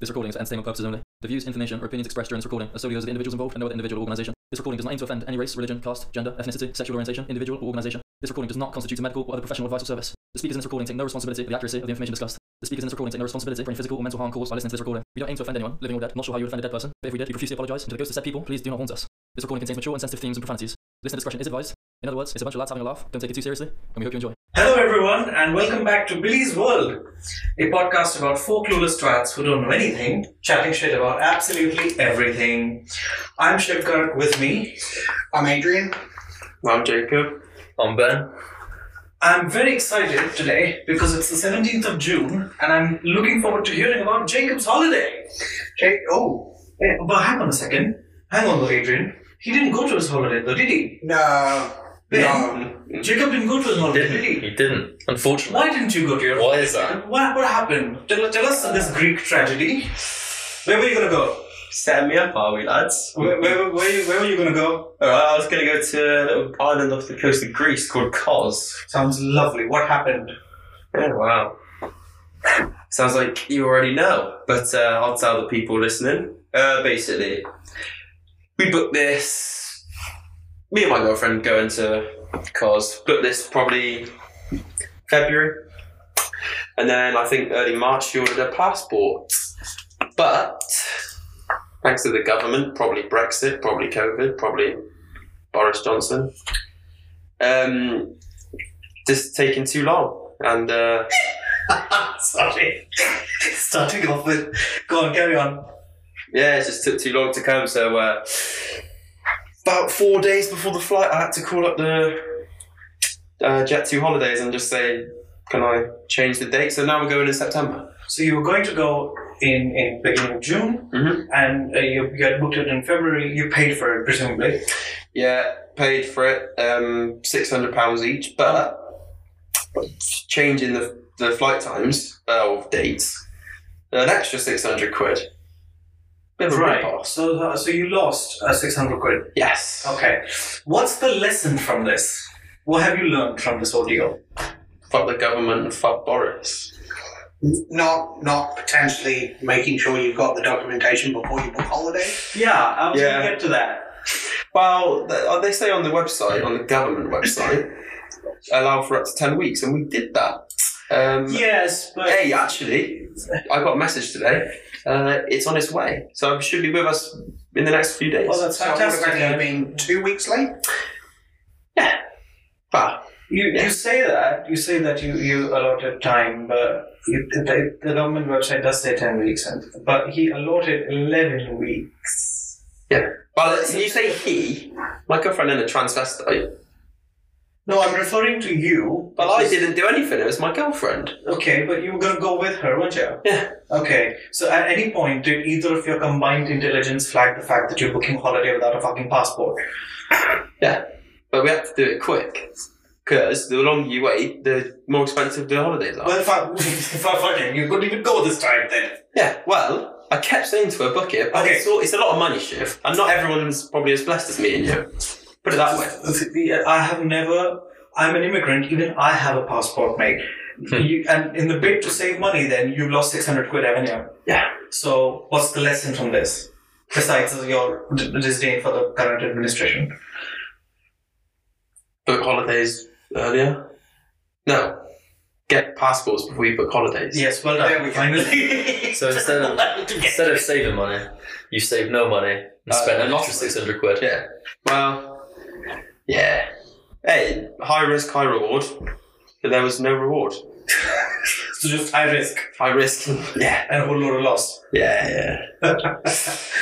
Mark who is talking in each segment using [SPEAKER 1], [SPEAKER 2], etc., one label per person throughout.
[SPEAKER 1] This recording is for entertainment purposes only. The views, information, or opinions expressed during this recording are solely those of the individuals involved and no other individual or organization. This recording does not aim to offend any race, religion, caste, gender, ethnicity, sexual orientation, individual, or organization. This recording does not constitute a medical or other professional advice or service. The speakers in this recording take no responsibility for the accuracy of the information discussed. The speakers in this recording take no responsibility for any physical or mental harm caused by listening to this recording. We don't aim to offend anyone, living or dead. Not sure how you would offend a dead person, but if we did, we profusely apologize. And to the ghosts of said people, please do not haunt us. This recording contains mature and sensitive themes and profanities. Listener discretion is advised. In other words, it's a bunch of lads having a laugh. Don't take it too seriously, and we hope you enjoy.
[SPEAKER 2] Hello, everyone, and welcome back to Billy's World, a podcast about four clueless twats who don't know anything, chatting shit about absolutely everything. I'm Shivkar, with me.
[SPEAKER 3] I'm Adrian.
[SPEAKER 4] I'm Jacob.
[SPEAKER 5] I'm Ben.
[SPEAKER 2] I'm very excited today because it's the 17th of June, and I'm looking forward to hearing about Jacob's holiday.
[SPEAKER 3] Hey, oh,
[SPEAKER 2] Eh, But hang on a second. Hang on, though, Adrian. He didn't go to his holiday, though, did he?
[SPEAKER 3] no,
[SPEAKER 2] Ben,
[SPEAKER 3] no.
[SPEAKER 2] Jacob didn't go to his holiday, did
[SPEAKER 5] Didn't
[SPEAKER 2] he?
[SPEAKER 5] he? Didn't. Unfortunately.
[SPEAKER 2] Why didn't you go to your
[SPEAKER 5] Why is that?
[SPEAKER 2] What, what happened? Tell, tell us this Greek tragedy. Where were you gonna go?
[SPEAKER 4] Stand me up, are we, lads?
[SPEAKER 2] Where, where, where, where were you gonna go?
[SPEAKER 4] Alright, I was going to go to a little island off the coast of Greece called Kos.
[SPEAKER 2] Sounds lovely. What happened?
[SPEAKER 4] Yeah, wow. Sounds like you already know, but uh, I'll tell the people listening. Uh, basically, we booked this. Me and my girlfriend going to Kos. Booked this probably February. And then I think early March she ordered a passport. But thanks to the government, probably Brexit, probably COVID, probably Boris Johnson, um, just taking too long. And uh,
[SPEAKER 2] Sorry. Starting off with. Go on, carry on.
[SPEAKER 4] yeah, it just took too long to come. So uh, about four days before the flight, I had to call up the uh, Jet Two Holidays and just say, "Can I change the date?" So now we're going in September.
[SPEAKER 2] So you were going to go in in beginning of June,
[SPEAKER 4] Mm-hmm.
[SPEAKER 2] and uh, you, you had booked it in February. You paid for it, presumably.
[SPEAKER 4] Yeah, paid for it, um, six hundred pounds each, but changing the the flight times uh, of dates, an extra six hundred quid. Bit of a ripoff.
[SPEAKER 2] So uh, so you lost uh, six hundred quid.
[SPEAKER 4] Yes.
[SPEAKER 2] Okay. What's the lesson from this? What have you learned from this ordeal?
[SPEAKER 4] Fuck the government and fuck Boris.
[SPEAKER 3] Not, not potentially making sure you've got the documentation before you book holiday.
[SPEAKER 2] Yeah, I
[SPEAKER 4] was gonna Yeah.
[SPEAKER 2] get to that.
[SPEAKER 4] Well, th- uh, they say on the website, on the government website, allow for up to 10 weeks, and we did that. Um,
[SPEAKER 2] Yes, but
[SPEAKER 4] Hey, actually, I got a message today. Uh, it's on its way. So it should be with us in the next few days.
[SPEAKER 2] well, that's
[SPEAKER 3] So I would have
[SPEAKER 2] fantastic.
[SPEAKER 3] only
[SPEAKER 2] Ed.
[SPEAKER 3] been two weeks late.
[SPEAKER 4] Bah.
[SPEAKER 2] You,
[SPEAKER 4] Yeah.
[SPEAKER 2] you say that you say that you you allotted time, but you, the, the government website does say ten weeks, and but he allotted eleven weeks.
[SPEAKER 4] Well, it's- you say he, my girlfriend and a transvestite.
[SPEAKER 2] No, I'm referring to you.
[SPEAKER 4] Well, I didn't do anything. It was my girlfriend.
[SPEAKER 2] Okay, but you were gonna go with her, weren't you?
[SPEAKER 4] Yeah.
[SPEAKER 2] Okay. So at any point, did either of your combined intelligence flag the fact that you're booking holiday without a fucking passport?
[SPEAKER 4] Yeah. But we had to do it quick. Because the longer you wait, the more expensive the holidays are.
[SPEAKER 2] Well, fuck, fuck, fucking, you couldn't even go this time then.
[SPEAKER 4] Yeah, well, I kept saying to her, book it, but
[SPEAKER 2] Okay.
[SPEAKER 4] it's, all, it's a lot of money, Shiv, and not everyone's probably as blessed as me and you. Put it that way.
[SPEAKER 2] The- the- I have never. I'm an immigrant. Even I have a passport, mate.
[SPEAKER 4] Hmm.
[SPEAKER 2] You, and in the bid to save money, then you've lost 600 quid, haven't you?
[SPEAKER 4] Yeah.
[SPEAKER 2] So what's the lesson from this? Besides your d- disdain for the current administration.
[SPEAKER 4] Book holidays earlier. No. Get passports before you book holidays.
[SPEAKER 2] Yes, well
[SPEAKER 3] There
[SPEAKER 2] done.
[SPEAKER 3] we go.
[SPEAKER 2] Finally.
[SPEAKER 5] So instead of- Instead of saving money, you save no money and
[SPEAKER 4] Uh,
[SPEAKER 5] spend an
[SPEAKER 4] lost
[SPEAKER 5] extra 600 quid.
[SPEAKER 4] Yeah. Well, yeah. Hey, high risk, high reward. But there was no reward.
[SPEAKER 2] so just high risk
[SPEAKER 4] High risk. yeah.
[SPEAKER 2] and a whole lot of loss.
[SPEAKER 4] Yeah, yeah.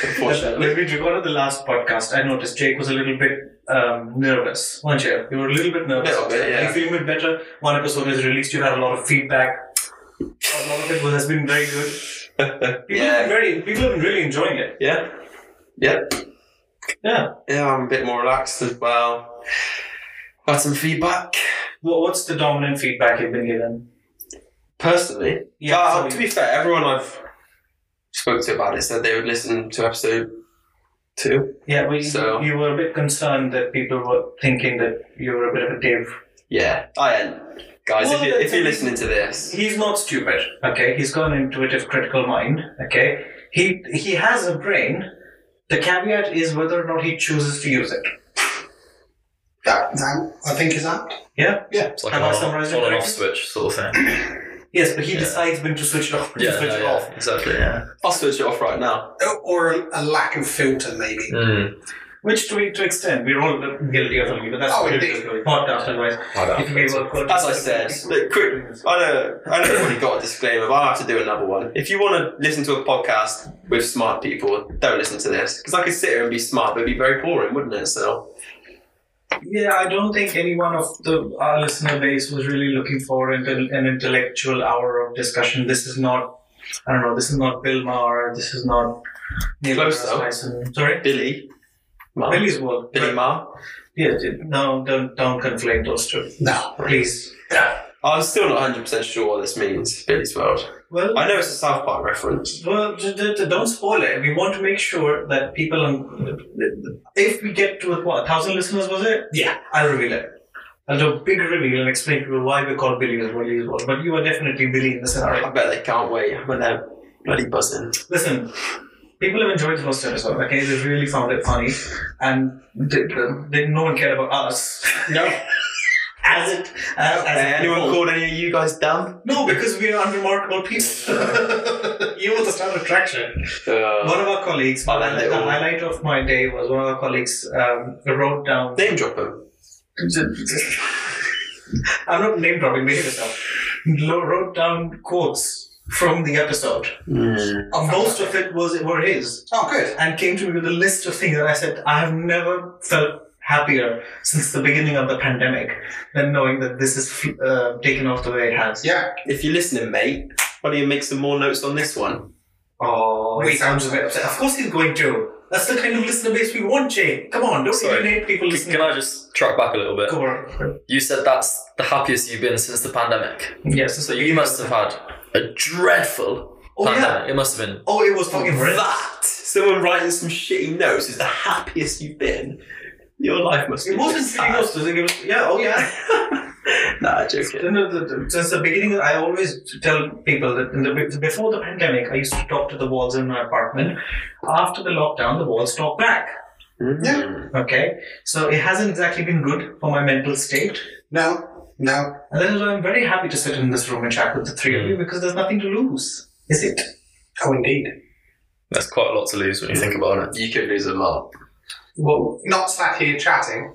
[SPEAKER 4] Unfortunately.
[SPEAKER 2] When we recorded the last podcast, I noticed Jake was a little bit um, nervous, weren't you? You were a little bit nervous.
[SPEAKER 4] Little bit, yeah.
[SPEAKER 2] You feel a bit better. One episode is released. You had a lot of feedback. A lot of it has been very good. People have been
[SPEAKER 4] yeah.
[SPEAKER 2] very, people have been really enjoying it.
[SPEAKER 4] Yeah. Yeah.
[SPEAKER 2] Yeah.
[SPEAKER 4] Yeah, I'm a bit more relaxed as well. Got some feedback.
[SPEAKER 2] What, what's the dominant feedback you've been given?
[SPEAKER 4] Personally, yeah.
[SPEAKER 2] so
[SPEAKER 4] to
[SPEAKER 2] you-
[SPEAKER 4] be fair, everyone I've spoke to about it said they would listen to episode two.
[SPEAKER 2] yeah. But you,
[SPEAKER 4] so-
[SPEAKER 2] you were a bit concerned that people were thinking that you were a bit of a div.
[SPEAKER 4] Oh, Yeah, I am.
[SPEAKER 5] Guys,
[SPEAKER 2] Well,
[SPEAKER 5] if, you,
[SPEAKER 2] the
[SPEAKER 5] if you're
[SPEAKER 2] thing-
[SPEAKER 5] listening to this,
[SPEAKER 2] He's not stupid. Okay, he's got an intuitive critical mind. Okay, he he has a brain. The caveat is whether or not he chooses to use it.
[SPEAKER 3] That, that I think is apt.
[SPEAKER 2] Yeah.
[SPEAKER 3] Yeah.
[SPEAKER 5] it's like
[SPEAKER 2] Have
[SPEAKER 5] an
[SPEAKER 2] I
[SPEAKER 5] on,
[SPEAKER 2] summarised it
[SPEAKER 5] on and off
[SPEAKER 2] correctly?
[SPEAKER 5] switch sort of thing.
[SPEAKER 2] Yes, but he
[SPEAKER 5] Yeah.
[SPEAKER 2] decides when to switch it off. When to
[SPEAKER 5] yeah,
[SPEAKER 2] switch
[SPEAKER 5] no,
[SPEAKER 2] it
[SPEAKER 5] yeah,
[SPEAKER 2] off.
[SPEAKER 5] exactly. Yeah.
[SPEAKER 4] I'll switch it off right now.
[SPEAKER 3] Or a, a lack of filter, maybe.
[SPEAKER 5] Mm.
[SPEAKER 2] Which to to extend, we're all guilty of something. But that's
[SPEAKER 3] Oh,
[SPEAKER 2] what it
[SPEAKER 3] indeed.
[SPEAKER 2] is. Podcast advice.
[SPEAKER 5] I don't
[SPEAKER 2] If we work on-
[SPEAKER 4] As I said, look, quick, I know, I know we've already got a disclaimer, but I'll have to do another one. If you want to listen to a podcast with smart people, don't listen to this. Because I could sit here and be smart, but it'd be very boring, wouldn't it? So,
[SPEAKER 2] Yeah, I don't think any one of the our listener base was really looking for an, an intellectual hour of discussion. This is not, I don't know, this is not Bill Maher. This is not Neil
[SPEAKER 4] Close,
[SPEAKER 2] deGrasse
[SPEAKER 4] though.
[SPEAKER 2] Tyson. Sorry,
[SPEAKER 4] Billy. Ma.
[SPEAKER 2] Billy's world.
[SPEAKER 4] Billy
[SPEAKER 2] But-
[SPEAKER 4] Ma.
[SPEAKER 2] Yeah, d- no, don't don't conflate those two,
[SPEAKER 3] No.
[SPEAKER 2] please.
[SPEAKER 4] I'm still not 100% sure what this means, Billy's World.
[SPEAKER 2] Well,
[SPEAKER 4] I know it's a South Park reference.
[SPEAKER 2] well, d- d- d- don't spoil it. eh? We want to make sure that people, on- if we get to what a thousand listeners, was it?
[SPEAKER 3] Yeah.
[SPEAKER 2] I'll reveal it. I'll do a big reveal and explain to you why we call Billy as Billy as well. But you are definitely Billy in the
[SPEAKER 4] I
[SPEAKER 2] scenario.
[SPEAKER 4] bet they can't wait when they're bloody buzzing.
[SPEAKER 2] Listen, people have enjoyed the first episode, okay? They really found it funny. And they, they, no one cared about us.
[SPEAKER 4] No.
[SPEAKER 2] As it, as, as
[SPEAKER 4] Has Uh, anyone
[SPEAKER 2] people.
[SPEAKER 4] called any of you guys dumb?
[SPEAKER 2] No, because we are unremarkable people. you were the star attraction. One of our colleagues,
[SPEAKER 4] Oh, that
[SPEAKER 2] the
[SPEAKER 4] little-
[SPEAKER 2] highlight of my day was one of our colleagues um, wrote down.
[SPEAKER 4] Name drop them.
[SPEAKER 2] I'm not name dropping, maybe myself. Wrote down quotes from the episode.
[SPEAKER 3] Oh,
[SPEAKER 2] Most of it was were his,
[SPEAKER 3] Oh, good.
[SPEAKER 2] and came to me with a list of things. And I said, I have never felt happier since the beginning of the pandemic than knowing that this is uh, taken off the way it has.
[SPEAKER 3] Yeah.
[SPEAKER 4] If you're listening, mate, why don't you make some more notes on this one?
[SPEAKER 2] Oh, he
[SPEAKER 3] Wait.
[SPEAKER 2] sounds a bit upset. Of course he's going to. That's the kind of listener base we want, Jay. Come on, don't
[SPEAKER 5] Sorry.
[SPEAKER 2] alienate people
[SPEAKER 5] Can,
[SPEAKER 2] listening.
[SPEAKER 5] can I just track back a little bit?
[SPEAKER 2] Go on.
[SPEAKER 5] You said that's the happiest you've been since the pandemic.
[SPEAKER 2] Yes,
[SPEAKER 5] So you must have had a dreadful
[SPEAKER 2] Oh, yeah.
[SPEAKER 5] pandemic. It must have been.
[SPEAKER 2] Oh, it was fucking horrendous.
[SPEAKER 4] That! Someone writing some shitty notes is the happiest you've been. Your life must be.
[SPEAKER 2] It wasn't
[SPEAKER 4] just
[SPEAKER 2] pretty
[SPEAKER 4] sad.
[SPEAKER 2] close to it was, yeah, oh yeah.
[SPEAKER 4] Nah, joking.
[SPEAKER 2] No, no, the- the- Since the beginning, I always tell people that in the, before the pandemic, I used to talk to the walls in my apartment. After the lockdown, the walls talk back.
[SPEAKER 4] Mm.
[SPEAKER 2] Okay, so it hasn't exactly been good for my mental state,
[SPEAKER 3] No. No.
[SPEAKER 2] and that is why I'm very happy to sit in this room and chat with the three
[SPEAKER 5] Mm.
[SPEAKER 2] of you because there's nothing to lose, is it?
[SPEAKER 3] Oh, indeed.
[SPEAKER 5] There's quite a lot to lose when you think about it.
[SPEAKER 4] You could lose a lot.
[SPEAKER 2] Well,
[SPEAKER 3] Not sat here chatting.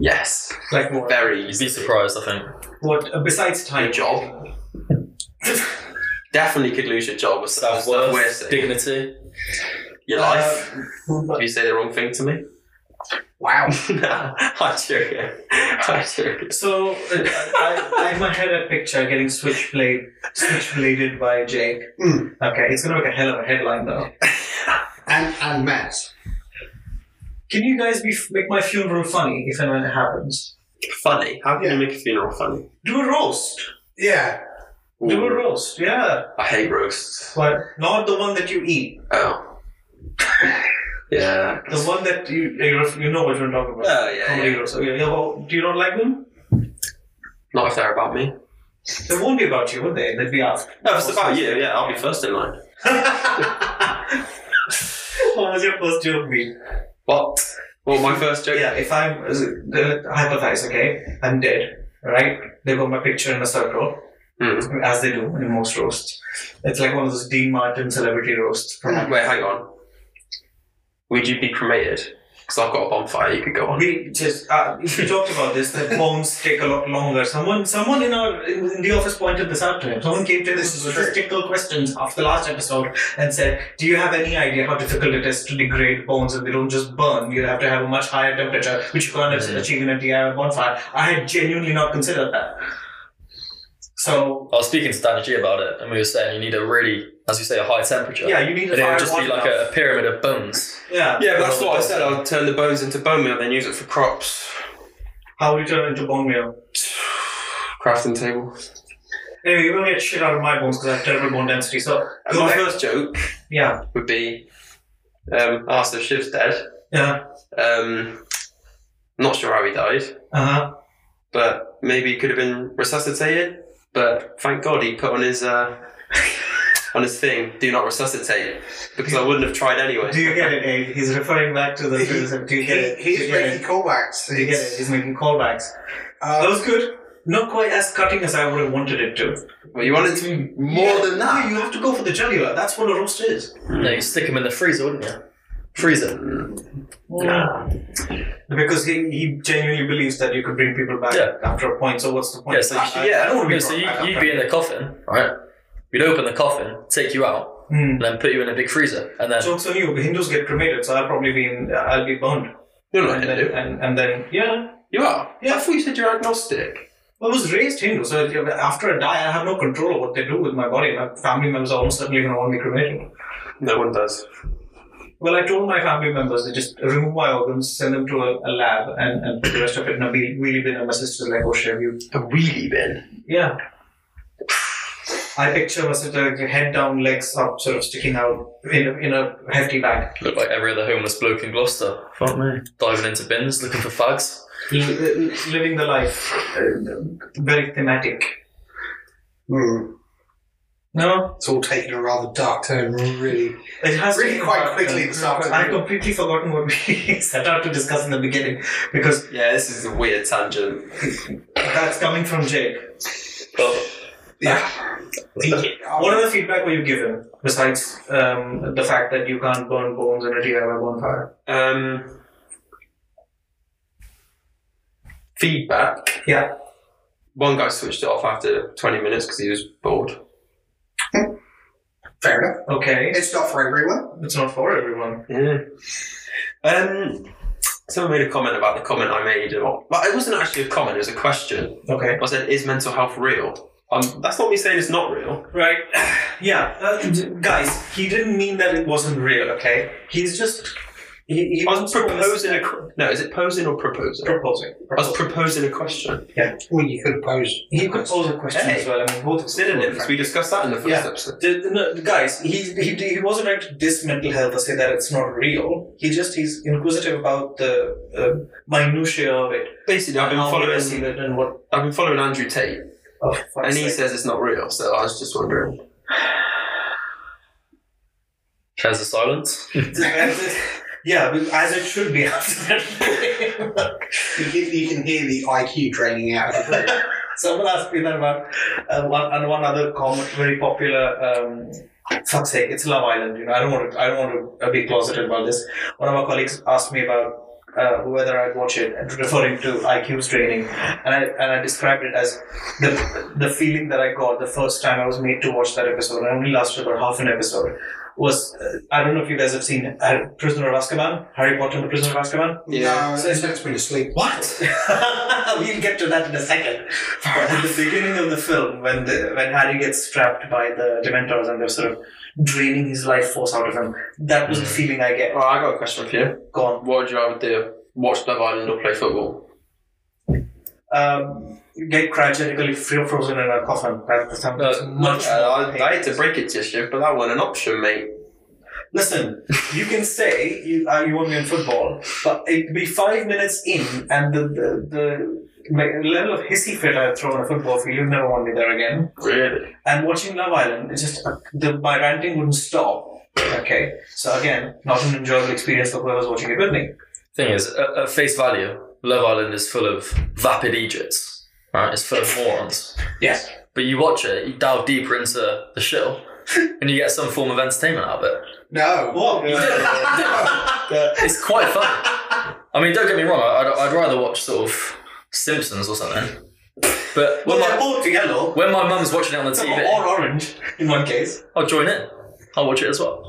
[SPEAKER 4] Yes.
[SPEAKER 2] like what?
[SPEAKER 4] Very
[SPEAKER 5] You'd
[SPEAKER 4] easy.
[SPEAKER 5] be surprised, I think.
[SPEAKER 2] What uh, besides time?
[SPEAKER 4] Your job. Definitely could lose your job with stuff
[SPEAKER 5] Self-worth,
[SPEAKER 4] we're saying.
[SPEAKER 5] dignity.
[SPEAKER 4] Your life. Did you say the wrong thing to me?
[SPEAKER 3] Wow.
[SPEAKER 4] no, I'm joking. I'm joking.
[SPEAKER 2] So uh, I, I, in my head, I picture getting switchblade, switchbladed by Jake.
[SPEAKER 4] Hmm.
[SPEAKER 3] Mm.
[SPEAKER 2] Okay, it's gonna make a hell of a headline though.
[SPEAKER 3] And and mess.
[SPEAKER 2] Can you guys be, make my funeral funny if and when it happens?
[SPEAKER 4] Funny. How can you make a funeral funny?
[SPEAKER 2] Do a roast.
[SPEAKER 3] Yeah.
[SPEAKER 2] Do a roast. Yeah,
[SPEAKER 4] I hate roasts.
[SPEAKER 2] but not the one that you eat.
[SPEAKER 4] Oh. yeah.
[SPEAKER 2] The one that you you you know what I'm talking about.
[SPEAKER 4] Oh, yeah,
[SPEAKER 2] Comedy
[SPEAKER 4] yeah.
[SPEAKER 2] roast. Okay, yeah, well, do you not like them?
[SPEAKER 4] Not if they're about me.
[SPEAKER 2] They won't be about you, will they? They'd be asked.
[SPEAKER 4] No, if it's about you, yeah, I'll be first in line.
[SPEAKER 2] What was your first joke be?
[SPEAKER 4] What? Well, my first joke.
[SPEAKER 2] Yeah, if I'm uh, hypothesize, okay, I'm dead, right? They got my picture in a circle.
[SPEAKER 4] Hmm.
[SPEAKER 2] as they do in most roasts. It's like one of those Dean Martin celebrity roasts. From
[SPEAKER 4] Wait, hang on. Would you be cremated? Because I've got a bonfire you could go on.
[SPEAKER 2] we just uh, we talked about this. The bones take a lot longer. Someone, someone in our in, in the office pointed this out to him. Someone came to him with
[SPEAKER 3] This is true.
[SPEAKER 2] statistical questions after the last episode and said, "Do you have any idea how difficult it is to degrade bones and they don't just burn? You have to have a much higher temperature, which you can't
[SPEAKER 5] Mm.
[SPEAKER 2] achieve in a DIY bonfire." I had genuinely not considered that. So
[SPEAKER 5] I was speaking to Danny G about it, and we were saying you need a really, as you say, a high temperature.
[SPEAKER 2] yeah, you need
[SPEAKER 5] And
[SPEAKER 2] a
[SPEAKER 5] it would
[SPEAKER 2] fire
[SPEAKER 5] just be
[SPEAKER 2] hot
[SPEAKER 5] like
[SPEAKER 2] enough.
[SPEAKER 5] a, a pyramid of bones.
[SPEAKER 2] yeah.
[SPEAKER 4] Yeah, but that's what I said. I'll turn the bones into bone meal, then use it for crops.
[SPEAKER 2] How do you turn it into bone meal?
[SPEAKER 4] Crafting table.
[SPEAKER 2] Anyway, you're gonna get shit out of my bones because I have terrible bone density. So
[SPEAKER 4] And
[SPEAKER 2] go
[SPEAKER 4] my
[SPEAKER 2] back.
[SPEAKER 4] first joke
[SPEAKER 2] Yeah,
[SPEAKER 4] would be, um, ah, so Shiv's dead.
[SPEAKER 2] yeah,
[SPEAKER 4] Um, not sure how he died.
[SPEAKER 2] uh huh.
[SPEAKER 4] but maybe he could have been resuscitated. But thank God he put on his uh, on his thing, do not resuscitate, because I wouldn't have tried anyway.
[SPEAKER 2] Do you get it, Abe? He's referring back to the criticism. Do you get it? Do
[SPEAKER 3] He,
[SPEAKER 2] you
[SPEAKER 3] he's
[SPEAKER 2] get
[SPEAKER 3] making
[SPEAKER 2] it?
[SPEAKER 3] callbacks.
[SPEAKER 2] Do you get it? He's making callbacks.
[SPEAKER 3] Uh,
[SPEAKER 2] that was good. Not quite as cutting as I would have wanted it to.
[SPEAKER 4] Well, you wanted to be more
[SPEAKER 2] Yeah,
[SPEAKER 4] than that.
[SPEAKER 2] No, you have to go for the jugular. That's what a roast is.
[SPEAKER 5] No, you stick him in the freezer, wouldn't you? Freezer.
[SPEAKER 2] Because he, he genuinely believes that you could bring people back
[SPEAKER 5] Yeah.
[SPEAKER 2] after a point. So what's the point?
[SPEAKER 5] Yeah, so you-
[SPEAKER 2] I- I-
[SPEAKER 4] yeah,
[SPEAKER 2] I don't want to
[SPEAKER 5] No,
[SPEAKER 2] be
[SPEAKER 5] so
[SPEAKER 2] brought
[SPEAKER 5] you,
[SPEAKER 2] back
[SPEAKER 5] you'd
[SPEAKER 2] after-
[SPEAKER 5] be in the coffin, right? We'd open the coffin, take you out,
[SPEAKER 2] Hmm.
[SPEAKER 5] and then put you in a big freezer, and then
[SPEAKER 2] Jokes on you. Hindus get cremated, so I'll probably be in, I'll be burned.
[SPEAKER 4] You're not
[SPEAKER 2] And then,
[SPEAKER 4] Hindu.
[SPEAKER 2] and, and then yeah,
[SPEAKER 4] You are. Yeah, I thought you said you're agnostic.
[SPEAKER 2] I was raised Hindu, so if- after I die, I have no control of what they do with my body. My family members are almost certainly going to want me cremated.
[SPEAKER 4] No one does.
[SPEAKER 2] Well, I told my family members they just remove my organs, send them to a, a lab, and, and put the rest of it in a wheel- wheelie bin. And my sister's like, "Oh, shit, you."
[SPEAKER 4] A wheelie bin.
[SPEAKER 2] Yeah. I picture my sister like, head down, legs up, sort of sticking out in a, in a hefty bag.
[SPEAKER 5] look like every other homeless bloke in Gloucester. Fuck me. Diving into bins, looking for fags.
[SPEAKER 2] L- uh, living the life. Uh, Very thematic.
[SPEAKER 3] hmm,
[SPEAKER 2] No?
[SPEAKER 3] it's all taking a rather dark turn, really.
[SPEAKER 2] It has
[SPEAKER 3] Really
[SPEAKER 2] taken
[SPEAKER 3] quite
[SPEAKER 2] about,
[SPEAKER 3] quickly
[SPEAKER 2] uh,
[SPEAKER 3] this afternoon.
[SPEAKER 2] I've completely forgotten what we set out to discuss in the beginning because
[SPEAKER 4] Yeah, this is a weird tangent.
[SPEAKER 2] that's coming from Jake.
[SPEAKER 5] But
[SPEAKER 3] Yeah.
[SPEAKER 2] What other feedback were you given besides um, the fact that you can't burn bones in a DIY bonfire?
[SPEAKER 4] Um, feedback.
[SPEAKER 2] Yeah.
[SPEAKER 4] One guy switched it off after 20 minutes because he was bored.
[SPEAKER 3] Fair enough.
[SPEAKER 2] Okay.
[SPEAKER 3] It's not for everyone.
[SPEAKER 2] It's not for everyone.
[SPEAKER 4] Yeah. Um, someone made a comment about the comment I made. About, but it wasn't actually a comment, it was a question.
[SPEAKER 2] Okay.
[SPEAKER 4] I said, Is mental health real? Um, that's not me saying it's not real.
[SPEAKER 2] Right. Yeah. Uh, d- guys, he didn't mean that it wasn't real, okay? He's just. He, he
[SPEAKER 4] I was
[SPEAKER 2] was
[SPEAKER 4] proposing a. qu- No, is it posing or proposing?
[SPEAKER 2] Proposing.
[SPEAKER 4] I was proposing a question.
[SPEAKER 3] Well, you could pose.
[SPEAKER 2] he could pose a question
[SPEAKER 4] Hey.
[SPEAKER 2] as well. I mean, both of
[SPEAKER 4] Synonyms. We discussed that in the first
[SPEAKER 2] Yeah.
[SPEAKER 4] episode.
[SPEAKER 2] The- the- no, guys, he, he, he wasn't trying to diss mental health or say that it's not real. He just he's inquisitive about the uh, minutia of it.
[SPEAKER 4] Basically, I've been
[SPEAKER 2] How we
[SPEAKER 4] following.
[SPEAKER 2] perceive it and what.
[SPEAKER 4] I've been following Andrew Tate,
[SPEAKER 2] Oh, fuck's
[SPEAKER 4] and he
[SPEAKER 2] sake.
[SPEAKER 4] says it's not real. So I was just wondering.
[SPEAKER 5] there's a silence.
[SPEAKER 2] yeah, but as it should be after that.
[SPEAKER 3] You can, you can hear the IQ draining out of the group.
[SPEAKER 2] Someone asked me that about uh, one and one other common, very popular. Um, fuck's sake, it's Love Island. You know, I don't want to. I don't want to uh, be closeted about this. One of my colleagues asked me about uh, whether I'd watch it, and referring to IQ's training, and I and I described it as the the feeling that I got the first time I was made to watch that episode. and It only lasted about half an episode. Was uh, I don't know if you guys have seen uh, Prisoner of Azkaban, Harry Potter and the Prisoner of Azkaban.
[SPEAKER 4] Yeah.
[SPEAKER 3] No, it's has been asleep.
[SPEAKER 2] What? we'll get to that in a second. But at the beginning of the film, when the, when Harry gets trapped by the Dementors and they're sort of draining his life force out of him, that was the feeling I get.
[SPEAKER 4] Well, I got a question for you.
[SPEAKER 2] Gone.
[SPEAKER 4] What would you rather do? Watch Love Island or play football?
[SPEAKER 2] Um, you get cryogenically fro- frozen in a coffin. That, that sounds
[SPEAKER 5] Uh,
[SPEAKER 2] much
[SPEAKER 4] Uh,
[SPEAKER 2] more
[SPEAKER 4] I, I
[SPEAKER 2] pain.
[SPEAKER 4] hate to break it to you, but that wasn't an option, mate.
[SPEAKER 2] Listen, you can say you uh, you want me in football, but it'd be five minutes in, and the the, the my level of hissy fit I throw on a football field, you never want me there again.
[SPEAKER 4] Really?
[SPEAKER 2] and watching Love Island, it's just uh, the my ranting wouldn't stop. Okay, so again, not an enjoyable experience for whoever's watching it with me.
[SPEAKER 5] Thing is, at, at face value, Love Island is full of vapid idiots. Right? It's full of morons.
[SPEAKER 2] Yes.
[SPEAKER 5] But you watch it, you delve deeper into the shill, and you get some form of entertainment out of it.
[SPEAKER 3] No.
[SPEAKER 2] What?
[SPEAKER 5] It's quite fun. I mean, don't get me wrong. I- I'd, I'd rather watch sort of Simpsons or something. But when
[SPEAKER 2] well, they're
[SPEAKER 5] my,
[SPEAKER 2] both yellow
[SPEAKER 5] when my mum's watching it on the TV,
[SPEAKER 2] or orange in one case.
[SPEAKER 5] I'll join in. I'll watch it as well.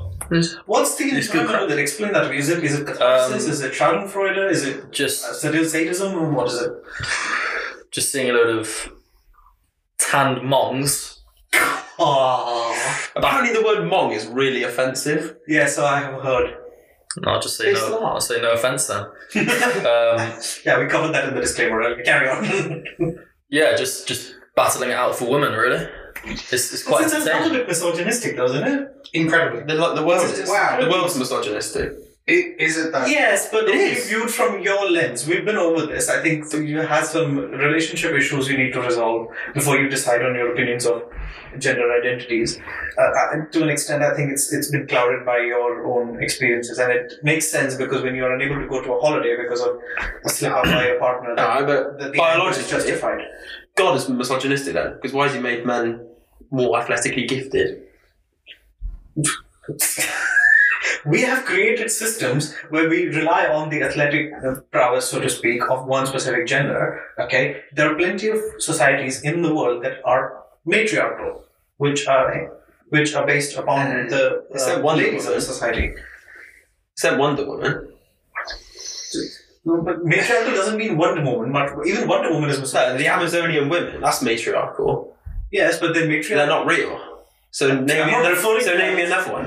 [SPEAKER 2] What's the
[SPEAKER 5] It's good
[SPEAKER 2] enjoyment
[SPEAKER 5] crap.
[SPEAKER 2] of that? Explain that to me. Is it is it catharsis?
[SPEAKER 5] Um,
[SPEAKER 2] is it Schadenfreude? Is it uh,
[SPEAKER 5] Just
[SPEAKER 2] sadis- sadism? Or What is it?
[SPEAKER 5] just seeing a load of tanned mongs.
[SPEAKER 2] Oh,
[SPEAKER 4] Apparently, the word "mong" is really offensive.
[SPEAKER 2] yeah. So I have heard.
[SPEAKER 5] No, I'll just say
[SPEAKER 4] It's
[SPEAKER 5] no.
[SPEAKER 4] not.
[SPEAKER 5] I'll say no offense then. um,
[SPEAKER 2] Yeah, we covered that in the disclaimer. Okay, Carry on.
[SPEAKER 5] yeah, just just battling it out for women really. It's, it's quite
[SPEAKER 2] it's a little
[SPEAKER 5] entertaining.
[SPEAKER 2] bit misogynistic, though, isn't it?
[SPEAKER 3] Incredibly.
[SPEAKER 4] The, the world is.
[SPEAKER 3] Wow.
[SPEAKER 4] The world's misogynistic.
[SPEAKER 3] I- Is it though?
[SPEAKER 2] Yes, but
[SPEAKER 4] It
[SPEAKER 2] only
[SPEAKER 4] is.
[SPEAKER 2] viewed from your lens. We've been over this. I think that you have some relationship issues you need to resolve before you decide on your opinions of gender identities. Uh, I, to an extent, I think it's it's been clouded by your own experiences, and it makes sense because when you are unable to go to a holiday because of a slip up by your partner, that
[SPEAKER 4] No, but
[SPEAKER 2] the, the
[SPEAKER 4] biologically-
[SPEAKER 2] biology is justified.
[SPEAKER 4] God is misogynistic then, because why has he made men more athletically gifted?
[SPEAKER 2] We have created systems where we rely on the athletic uh, prowess, so to speak, of one specific gender. Okay, there are plenty of societies in the world that are matriarchal, which are which are based upon
[SPEAKER 4] Mm.
[SPEAKER 2] the
[SPEAKER 4] Is that
[SPEAKER 2] uh,
[SPEAKER 4] one
[SPEAKER 2] ladies of
[SPEAKER 4] woman?
[SPEAKER 2] the society.
[SPEAKER 4] Except Wonder Woman.
[SPEAKER 2] No, but matriarchal doesn't mean Wonder Woman. But even Wonder Woman is
[SPEAKER 4] No,
[SPEAKER 2] misogynistic.
[SPEAKER 4] the Amazonian women, that's matriarchal.
[SPEAKER 2] Yes, but then
[SPEAKER 4] They're
[SPEAKER 2] matriarchal
[SPEAKER 4] not real. So name, me
[SPEAKER 2] I'm not
[SPEAKER 4] another,
[SPEAKER 2] referring
[SPEAKER 4] so
[SPEAKER 2] to
[SPEAKER 4] name me
[SPEAKER 2] that.
[SPEAKER 4] another one.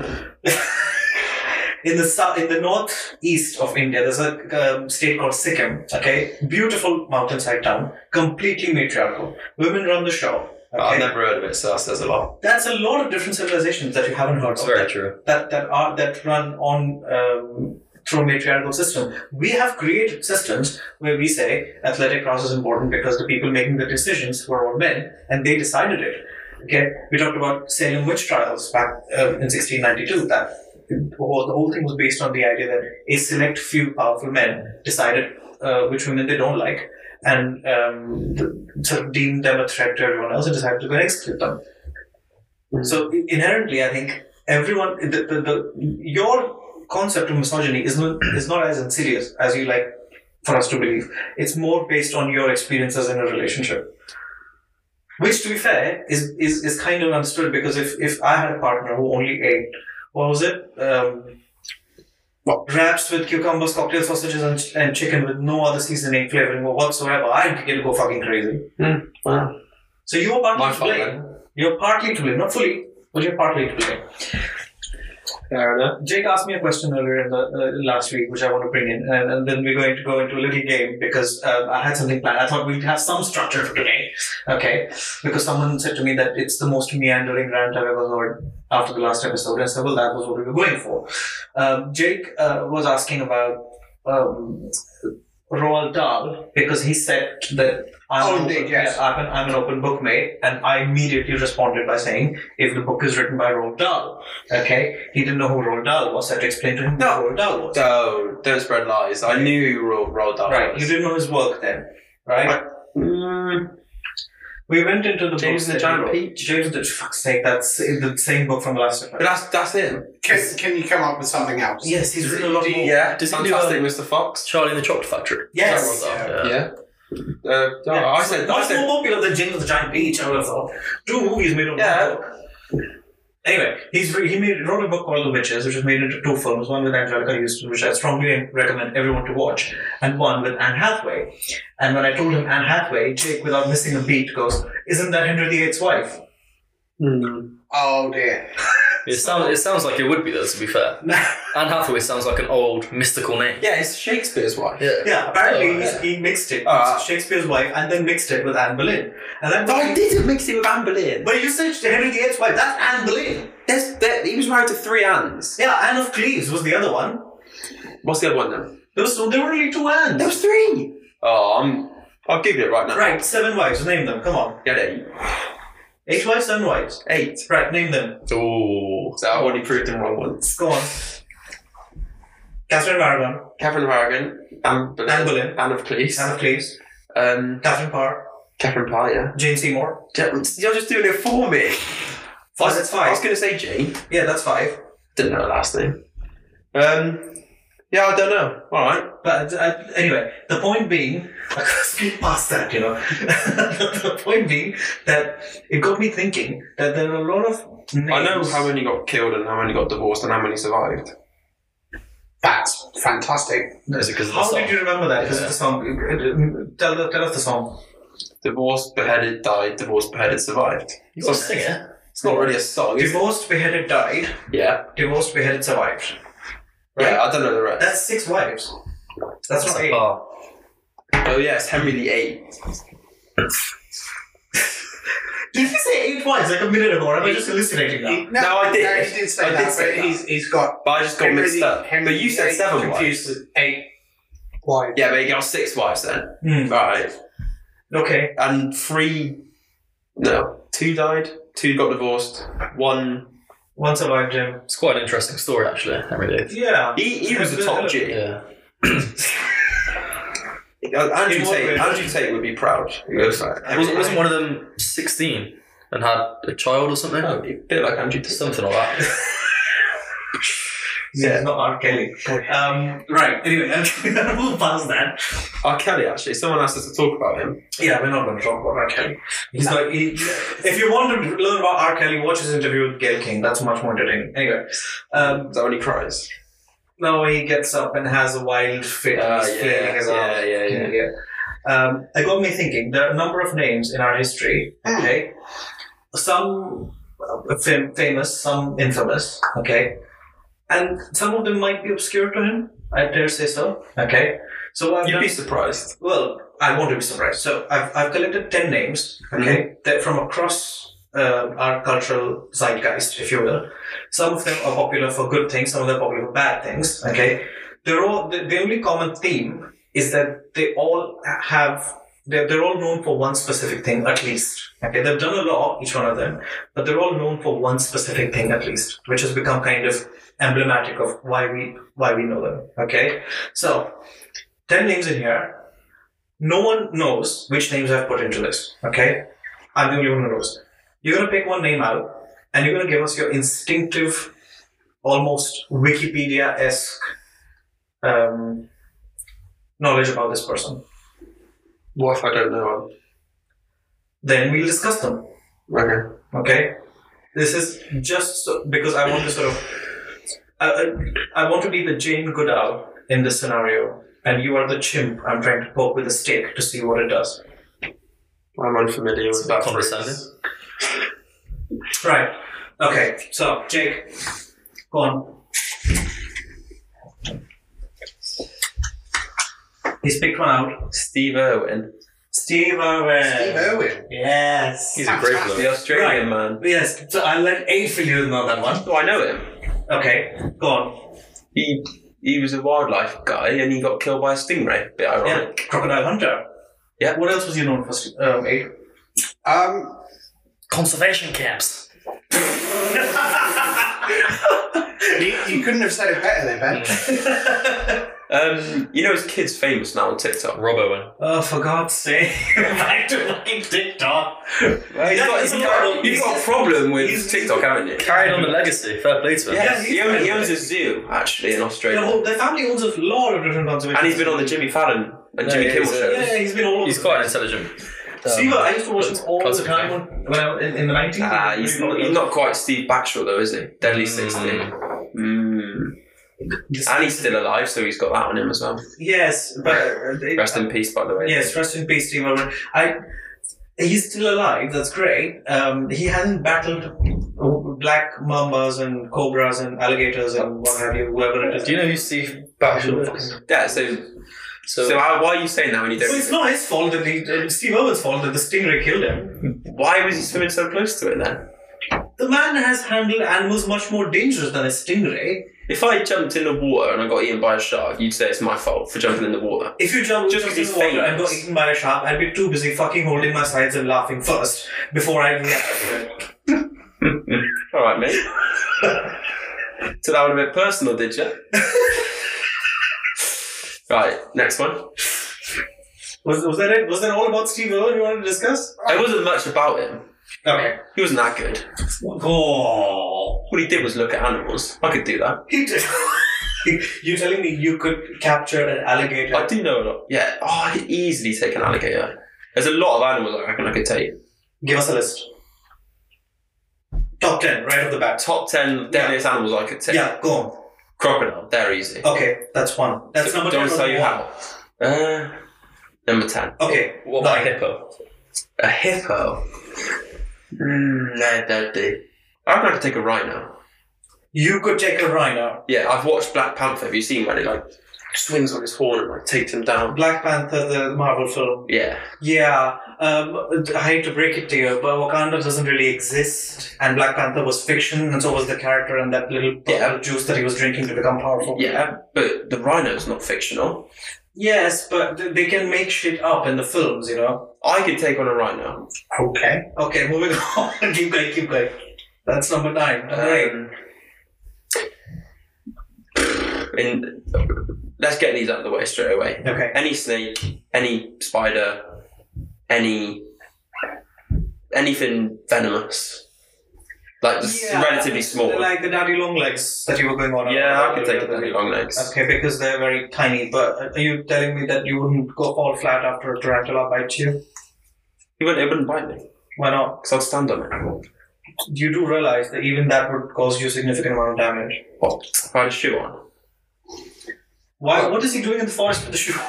[SPEAKER 2] in the south, in the northeast of India, there's a um, state called Sikkim. Okay, beautiful mountainside town, completely matriarchal. Women run the show.
[SPEAKER 4] But
[SPEAKER 2] okay?
[SPEAKER 4] I've never heard of it, so that says a lot.
[SPEAKER 2] That's a lot of different civilizations that you haven't heard of that,
[SPEAKER 5] true.
[SPEAKER 2] that that are that run on um, through matriarchal system. We have created systems where we say athletic prowess is important because the people making the decisions were all men and they decided it. Okay, we talked about Salem witch trials back um, in 1692. That the whole the whole thing was based on the idea that a select few powerful men decided uh, which women they don't like and um, th- sort of deemed them a threat to everyone else and decided to go and execute them. So i- inherently, I think everyone, the, the, the, your concept of misogyny is not, is not as insidious as you like for us to believe. It's more based on your experiences in a relationship. Which, to be fair, is, is, is kind of understood because if, if I had a partner who only ate, what was it? Um, wraps with cucumbers, cocktail sausages, and, ch- and chicken with no other seasoning, flavoring, or whatsoever, I'd get to go fucking crazy.
[SPEAKER 4] Wow.
[SPEAKER 2] So you were partly
[SPEAKER 4] My
[SPEAKER 2] to
[SPEAKER 4] fault
[SPEAKER 2] blame.
[SPEAKER 4] then.
[SPEAKER 2] You're partly to blame, not fully, but you're partly to blame.
[SPEAKER 4] Fair enough.
[SPEAKER 2] Jake asked me a question earlier in the, uh, last week, which I want to bring in, and, and then we're going to go into a little game because um, I had something planned. I thought we'd have some structure for today, okay? Because someone said to me that it's the most meandering rant I've ever heard after the last episode. I said, well, that was what we were going for. Um, Jake uh, was asking about um, Roald Dahl because he said that. I'm
[SPEAKER 3] Oh,
[SPEAKER 2] an
[SPEAKER 3] indeed,
[SPEAKER 2] open-
[SPEAKER 3] yes.
[SPEAKER 2] yeah, I'm, an, I'm an open book, mate. And I immediately responded by saying, if the book is written by Roald Dahl, Okay, he didn't know who Roald Dahl was. I had to explain to him
[SPEAKER 4] No.
[SPEAKER 2] who Roald Dahl was.
[SPEAKER 4] So, don't spread lies. I knew you were all rolled up.
[SPEAKER 2] Right, you didn't know his work then, right?
[SPEAKER 4] Right. Mm,
[SPEAKER 2] We went into the
[SPEAKER 4] James
[SPEAKER 2] books
[SPEAKER 4] and the
[SPEAKER 2] that he
[SPEAKER 4] Giant
[SPEAKER 2] wrote.
[SPEAKER 4] Peach.
[SPEAKER 2] James and the fuck's sake, that's the same book from last
[SPEAKER 4] but
[SPEAKER 2] time.
[SPEAKER 4] that's, that's him.
[SPEAKER 3] Can, can you come up with something else?
[SPEAKER 2] Yes, he's written a lot
[SPEAKER 3] Do you-
[SPEAKER 2] more.
[SPEAKER 4] Yeah.
[SPEAKER 5] Does he do,
[SPEAKER 4] Fantastic
[SPEAKER 5] um,
[SPEAKER 4] Mr. Fox.
[SPEAKER 5] Charlie in the Chocolate Factory.
[SPEAKER 2] Yes.
[SPEAKER 5] That was that, yeah.
[SPEAKER 4] Yeah. Uh, no,
[SPEAKER 2] Yeah,
[SPEAKER 4] I
[SPEAKER 2] so
[SPEAKER 4] said, I
[SPEAKER 2] much
[SPEAKER 4] said,
[SPEAKER 2] more popular than James and the Giant Peach. I would have thought two movies made on
[SPEAKER 4] Yeah.
[SPEAKER 2] one book. Anyway, he's re- he made wrote a book called The Witches, which was made into two films. One with Angelica Houston, which I strongly recommend everyone to watch, and one with Anne Hathaway. And when I told him Anne Hathaway, Jake, without missing a beat, goes, "Isn't that Henry VIII's wife?"
[SPEAKER 3] Oh dear.
[SPEAKER 5] It sounds it sounds like it would be though. To be fair, Anne Hathaway sounds like an old mystical name.
[SPEAKER 4] yeah, it's Shakespeare's wife.
[SPEAKER 5] Yeah.
[SPEAKER 2] yeah, apparently
[SPEAKER 5] Oh,
[SPEAKER 2] he's- he mixed it,
[SPEAKER 4] Oh, uh,
[SPEAKER 2] Shakespeare's wife, and then mixed it with Anne Boleyn. And then,
[SPEAKER 4] But I didn't mix it with Anne Boleyn.
[SPEAKER 2] but you said Henry VIII's wife. That's Anne Boleyn.
[SPEAKER 4] There's, there, he was married to three Annes.
[SPEAKER 2] Yeah, Anne of Cleves was the other one.
[SPEAKER 4] What's the other one then?
[SPEAKER 2] There was there were only two hands.
[SPEAKER 4] There was three. Oh, I'm. I'll Google it right now.
[SPEAKER 2] right, seven wives. Name them. Come on.
[SPEAKER 4] Get eight.
[SPEAKER 2] Eight wives, seven wives.
[SPEAKER 4] Eight.
[SPEAKER 2] Right, name them.
[SPEAKER 4] Oh. So I've already proved them wrong once.
[SPEAKER 2] Go on. Catherine Maragon,
[SPEAKER 4] Catherine of Aragon, Anne Boleyn,
[SPEAKER 2] Anne Boleyn.
[SPEAKER 4] Anne of Cleves,
[SPEAKER 2] Anne of Cleves,
[SPEAKER 4] um,
[SPEAKER 2] Catherine Parr,
[SPEAKER 4] Catherine Parr, yeah.
[SPEAKER 2] Jane Seymour.
[SPEAKER 4] Ja- You're just doing it for me. I
[SPEAKER 2] Five.
[SPEAKER 4] was-
[SPEAKER 2] That's
[SPEAKER 4] I was
[SPEAKER 2] five.
[SPEAKER 4] going to say Jane.
[SPEAKER 2] Yeah, that's five.
[SPEAKER 4] Didn't know her last name. Um, yeah, I don't know. All right.
[SPEAKER 2] But uh, anyway, the point being, I could skip past that, you know. the point being that it got me thinking that there are a lot of names.
[SPEAKER 4] I know how many got killed and how many got divorced and how many survived.
[SPEAKER 3] That's fantastic.
[SPEAKER 5] Is it because of the
[SPEAKER 2] How
[SPEAKER 5] song?
[SPEAKER 2] did you remember that? Because of the song. Tell, tell us the song.
[SPEAKER 4] Divorced, beheaded, died. Divorced, beheaded, survived.
[SPEAKER 5] You got to sing it.
[SPEAKER 4] It's not really a song. Is it?
[SPEAKER 2] Divorced, beheaded, died.
[SPEAKER 4] Yeah.
[SPEAKER 2] Divorced, beheaded, survived. Right.
[SPEAKER 4] Yeah, I don't know the rest.
[SPEAKER 2] That's six wives. That's not
[SPEAKER 5] a
[SPEAKER 2] eight.
[SPEAKER 5] bar.
[SPEAKER 4] Oh yes, Henry the Eighth.
[SPEAKER 2] Did you say eight points like a minute ago? Or am I just hallucinating now?
[SPEAKER 3] No,
[SPEAKER 4] No, I did.
[SPEAKER 3] No, he did say
[SPEAKER 4] I
[SPEAKER 3] that,
[SPEAKER 4] did say
[SPEAKER 3] but
[SPEAKER 4] that.
[SPEAKER 3] He's, he's got.
[SPEAKER 4] But I just got mixed up. but you said seven wives.
[SPEAKER 3] confused with eight wives.
[SPEAKER 4] Yeah, but you got six wives then.
[SPEAKER 2] Hmm.
[SPEAKER 4] Right.
[SPEAKER 2] Okay.
[SPEAKER 4] And three. No. Two died. Two got divorced. One.
[SPEAKER 2] One survived him.
[SPEAKER 5] It's quite an interesting story, actually. Henry David.
[SPEAKER 2] Yeah.
[SPEAKER 4] He, he was a top G.
[SPEAKER 5] Yeah.
[SPEAKER 4] Andrew
[SPEAKER 2] He was
[SPEAKER 4] Tate,
[SPEAKER 2] really-
[SPEAKER 4] Uh, Andrew Tate would be proud. He was like,
[SPEAKER 5] Wasn't, wasn't one of them 16 and had a child or something?
[SPEAKER 4] Oh, a bit like Andrew Tate.
[SPEAKER 5] Something like that.
[SPEAKER 2] Yeah. It's not R. Kelly. Um, right. Anyway, we'll past that.
[SPEAKER 4] R. Kelly, actually. Someone asked us to talk about him.
[SPEAKER 2] Yeah, we're not going to talk about R. Kelly. He's like, he, if you want to learn about R. Kelly, watch his interview with Gail King. That's much more entertaining. Anyway, um,
[SPEAKER 4] Is that when he cries?
[SPEAKER 2] now he gets up and has a wild fit.
[SPEAKER 4] Uh,
[SPEAKER 2] he's flailing his arms.
[SPEAKER 4] yeah, yeah, yeah.
[SPEAKER 2] Yeah. Um, it got me thinking. There are a number of names in our history. Okay, some uh, fam- famous, some infamous. Okay, and some of them might be obscure to him. I dare say so. Okay, so I've
[SPEAKER 4] You'd
[SPEAKER 2] done-
[SPEAKER 4] be surprised.
[SPEAKER 2] well, I want to be surprised. So I've, I've collected 10 names, okay, that from across uh, our cultural zeitgeist, if you will. Some of them are popular for good things, some of them are popular for bad things, okay. They're all, the, the only common theme is that they all have, they're, they're all known for one specific thing at least. Okay, they've done a lot, each one of them, but they're all known for one specific thing at least, which has become kind of emblematic of why we why we know them. Okay, so ten names in here. No one knows which names I've put into this. Okay, I'm the only one who knows. You're gonna pick one name out, and you're gonna give us your instinctive, almost Wikipedia esque um, knowledge about this person.
[SPEAKER 4] What if I don't know
[SPEAKER 2] Then we'll discuss them.
[SPEAKER 4] him? Okay.
[SPEAKER 2] okay this is just so, because i want to sort of I, I I want to be the jane goodall in this scenario and you are the chimp i'm trying to poke with a stick to see what it does
[SPEAKER 4] I'm unfamiliar with
[SPEAKER 5] bit
[SPEAKER 4] that.
[SPEAKER 5] condescending.
[SPEAKER 4] phrase.
[SPEAKER 2] right okay so jake go on he's picked one out
[SPEAKER 4] Steve Irwin.
[SPEAKER 2] steve irwin
[SPEAKER 3] Steve Irwin.
[SPEAKER 2] yes
[SPEAKER 5] He's a great
[SPEAKER 4] The
[SPEAKER 5] bloke.
[SPEAKER 4] Australian man.
[SPEAKER 2] yes so i'll let aphelion know that one
[SPEAKER 4] Oh, I know him.
[SPEAKER 2] okay go on
[SPEAKER 4] He he was a wildlife guy and he got killed by a stingray. Bit
[SPEAKER 2] yeah
[SPEAKER 4] ironic.
[SPEAKER 2] crocodile hunter
[SPEAKER 4] Yeah.
[SPEAKER 2] What else was he known for? Steve- Um, Abe?
[SPEAKER 3] Um,
[SPEAKER 5] Conservation camps.
[SPEAKER 3] you, you couldn't have said it better there, Ben.
[SPEAKER 4] Um, you know his kid's famous now on TikTok.
[SPEAKER 5] Robbo
[SPEAKER 2] Oh, for God's sake! Back to fucking TikTok.
[SPEAKER 4] he's got, he's got,
[SPEAKER 2] he's-
[SPEAKER 4] you've got a problem with
[SPEAKER 2] he's-
[SPEAKER 4] TikTok, haven't you?
[SPEAKER 5] Carried on the legacy. Fair play to him.
[SPEAKER 2] Yeah.
[SPEAKER 4] He owns, he owns a zoo actually in
[SPEAKER 2] The,
[SPEAKER 4] Australia,
[SPEAKER 2] whole, the family owns a lot of different conservation.
[SPEAKER 4] and he's been on the Jimmy Fallon and
[SPEAKER 5] No,
[SPEAKER 4] Jimmy
[SPEAKER 5] he is,
[SPEAKER 4] Kimmel
[SPEAKER 5] uh,
[SPEAKER 4] shows.
[SPEAKER 2] Yeah, he's been all over.
[SPEAKER 5] He's
[SPEAKER 2] the
[SPEAKER 5] quite
[SPEAKER 2] place.
[SPEAKER 5] intelligent.
[SPEAKER 4] Um,
[SPEAKER 5] um,
[SPEAKER 2] Steve, I used to watch him all the
[SPEAKER 5] Cosmic
[SPEAKER 2] time when, when I was in, in the nineties.
[SPEAKER 4] Ah, he's, not, he's not quite Steve Batchel though, is he? Deadly sixty. Mm. And he's still alive, so he's got that on him as well.
[SPEAKER 2] Yes, but uh, they-
[SPEAKER 4] Rest in peace, by the way.
[SPEAKER 2] Yes, rest in peace, Steve Irwin. I. He's still alive. That's great. Um, he hasn't battled black mambas and cobras and alligators and what have you, whoever it is.
[SPEAKER 5] Do you know who Steve Batchelor is?
[SPEAKER 4] Yeah. So, so, how, why are you saying that when you
[SPEAKER 2] So it's
[SPEAKER 4] don't?
[SPEAKER 2] not his fault that he, it's Steve Irwin's fault that the stingray killed him.
[SPEAKER 4] Why was he swimming so close to it then?
[SPEAKER 2] The man has handled animals much more dangerous than a stingray.
[SPEAKER 4] If I jumped in the water and I got eaten by a shark, you'd say it's my fault for jumping in the water.
[SPEAKER 2] If you jump
[SPEAKER 4] Just
[SPEAKER 2] jumped in the
[SPEAKER 4] because he's
[SPEAKER 2] water and
[SPEAKER 4] famous.
[SPEAKER 2] got eaten by a shark, I'd be too busy fucking holding my sides and laughing first before I react.
[SPEAKER 4] All right, mate. so that would have been personal, did you? right, next one.
[SPEAKER 2] Was, was that it? Was that all about Steve Irwin you wanted to discuss?
[SPEAKER 4] There wasn't much about him.
[SPEAKER 2] Okay.
[SPEAKER 4] He wasn't that good.
[SPEAKER 2] Oh.
[SPEAKER 4] All he did was look at animals. I could do that.
[SPEAKER 2] He did. You're telling me you could capture an alligator?
[SPEAKER 4] I do know a lot. Yeah. Oh, I could easily take an alligator. There's a lot of animals I reckon I could take.
[SPEAKER 2] Give us a list. Top 10, right off the bat.
[SPEAKER 4] Top ten deadliest animals I could take.
[SPEAKER 2] Yeah, go on.
[SPEAKER 4] Crocodile. They're easy.
[SPEAKER 2] Okay, that's one. That's number
[SPEAKER 4] Don't
[SPEAKER 2] 10
[SPEAKER 4] tell
[SPEAKER 2] on the
[SPEAKER 4] you
[SPEAKER 2] wall.
[SPEAKER 4] how. Uh, number ten.
[SPEAKER 2] Okay.
[SPEAKER 5] What about
[SPEAKER 2] nine.
[SPEAKER 5] a hippo?
[SPEAKER 4] A hippo? Mm, nah, that'd be. I reckon I could take a rhino.
[SPEAKER 2] You could take a rhino.
[SPEAKER 4] Yeah, I've watched Black Panther. Have you seen when it like
[SPEAKER 6] swings on his horn and like takes him down.
[SPEAKER 2] Black Panther, the Marvel film.
[SPEAKER 4] Yeah.
[SPEAKER 2] Yeah, um, I hate to break it to you, but Wakanda doesn't really exist, and Black Panther was fiction, and so was the character and that little
[SPEAKER 6] Yeah.
[SPEAKER 2] bottle of juice that he was drinking to become powerful.
[SPEAKER 6] Yeah, but the rhino's not fictional.
[SPEAKER 2] Yes, but th- they can make shit up in the films, you know.
[SPEAKER 4] I could take on a rhino.
[SPEAKER 3] Okay.
[SPEAKER 2] Okay, moving on. keep going, keep going. That's number nine. All right.
[SPEAKER 4] Um, and let's get these out of the way straight away.
[SPEAKER 2] Okay.
[SPEAKER 4] any snake, any spider, any anything venomous, like just relatively small.
[SPEAKER 2] Like the daddy long legs that you were going on.
[SPEAKER 4] yeah, I
[SPEAKER 2] about
[SPEAKER 4] could take a
[SPEAKER 2] earlier.
[SPEAKER 4] daddy long legs.
[SPEAKER 2] Okay, because they're very tiny. But uh, are you telling me that you wouldn't go all flat after a tarantula bites you?
[SPEAKER 4] It wouldn't, it wouldn't bite me
[SPEAKER 2] Why not?
[SPEAKER 4] because I'd stand on it.
[SPEAKER 2] You do realize that even that would cause you significant amount of damage.
[SPEAKER 4] What? If I had a shoe on,
[SPEAKER 2] Why? What is he doing in the forest with the shoe?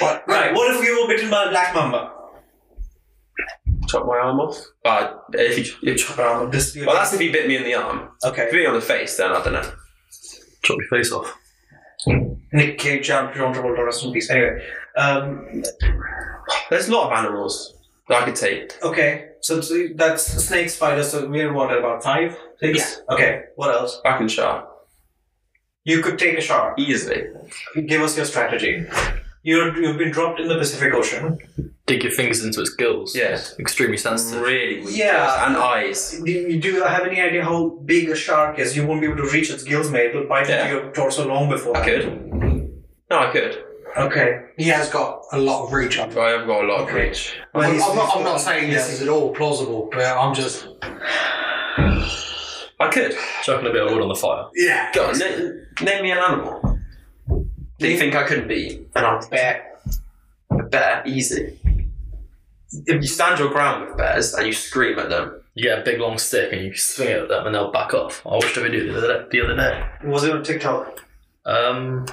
[SPEAKER 3] What?
[SPEAKER 2] right. What if you were bitten by a black mamba?
[SPEAKER 4] chop my arm off. Uh, if you, if you,
[SPEAKER 2] Um, this.
[SPEAKER 4] well, that's if he bit me in the arm. If
[SPEAKER 2] okay.
[SPEAKER 4] he bit me on the face, then I don't know.
[SPEAKER 5] Chop your face off.
[SPEAKER 2] Nick Cage, John John Travolta, rest in peace. Anyway, um,
[SPEAKER 4] There's a lot of animals that I could take.
[SPEAKER 2] okay. So, so that's snake, spider. So we're what about five, six? Okay. What else?
[SPEAKER 4] I can shark
[SPEAKER 2] You could take a shark.
[SPEAKER 4] easily.
[SPEAKER 2] Give us your strategy. You're, you've been dropped in the Pacific Ocean.
[SPEAKER 5] Dig your fingers into its gills.
[SPEAKER 4] Yeah.
[SPEAKER 5] Extremely sensitive.
[SPEAKER 4] Really weak.
[SPEAKER 2] Yeah.
[SPEAKER 4] And eyes.
[SPEAKER 2] Do you, do you have any idea how big a shark is? You won't be able to reach its gills, mate. It'll bite
[SPEAKER 4] Yeah.
[SPEAKER 2] into your torso long before.
[SPEAKER 4] I
[SPEAKER 2] that.
[SPEAKER 4] could. No, I could.
[SPEAKER 2] Okay.
[SPEAKER 3] He has got a lot of reach on him.
[SPEAKER 4] I have got a lot of
[SPEAKER 2] Okay.
[SPEAKER 4] reach.
[SPEAKER 2] Well,
[SPEAKER 3] I'm,
[SPEAKER 2] he's-
[SPEAKER 3] I'm not, I'm not saying this
[SPEAKER 2] yeah.
[SPEAKER 3] is at all plausible, but I'm just.
[SPEAKER 4] I could.
[SPEAKER 6] Mm.
[SPEAKER 5] Chucking a bit of wood on the fire.
[SPEAKER 3] Yeah.
[SPEAKER 4] Go on, na- name me an animal that you think I couldn't beat. And I'll bear. A bear, easy. If you stand your ground with bears and you scream at them,
[SPEAKER 5] You get a big long stick and you swing it at them and they'll back off. I watched a video the other day. The other day.
[SPEAKER 2] Was it on TikTok?
[SPEAKER 5] Um,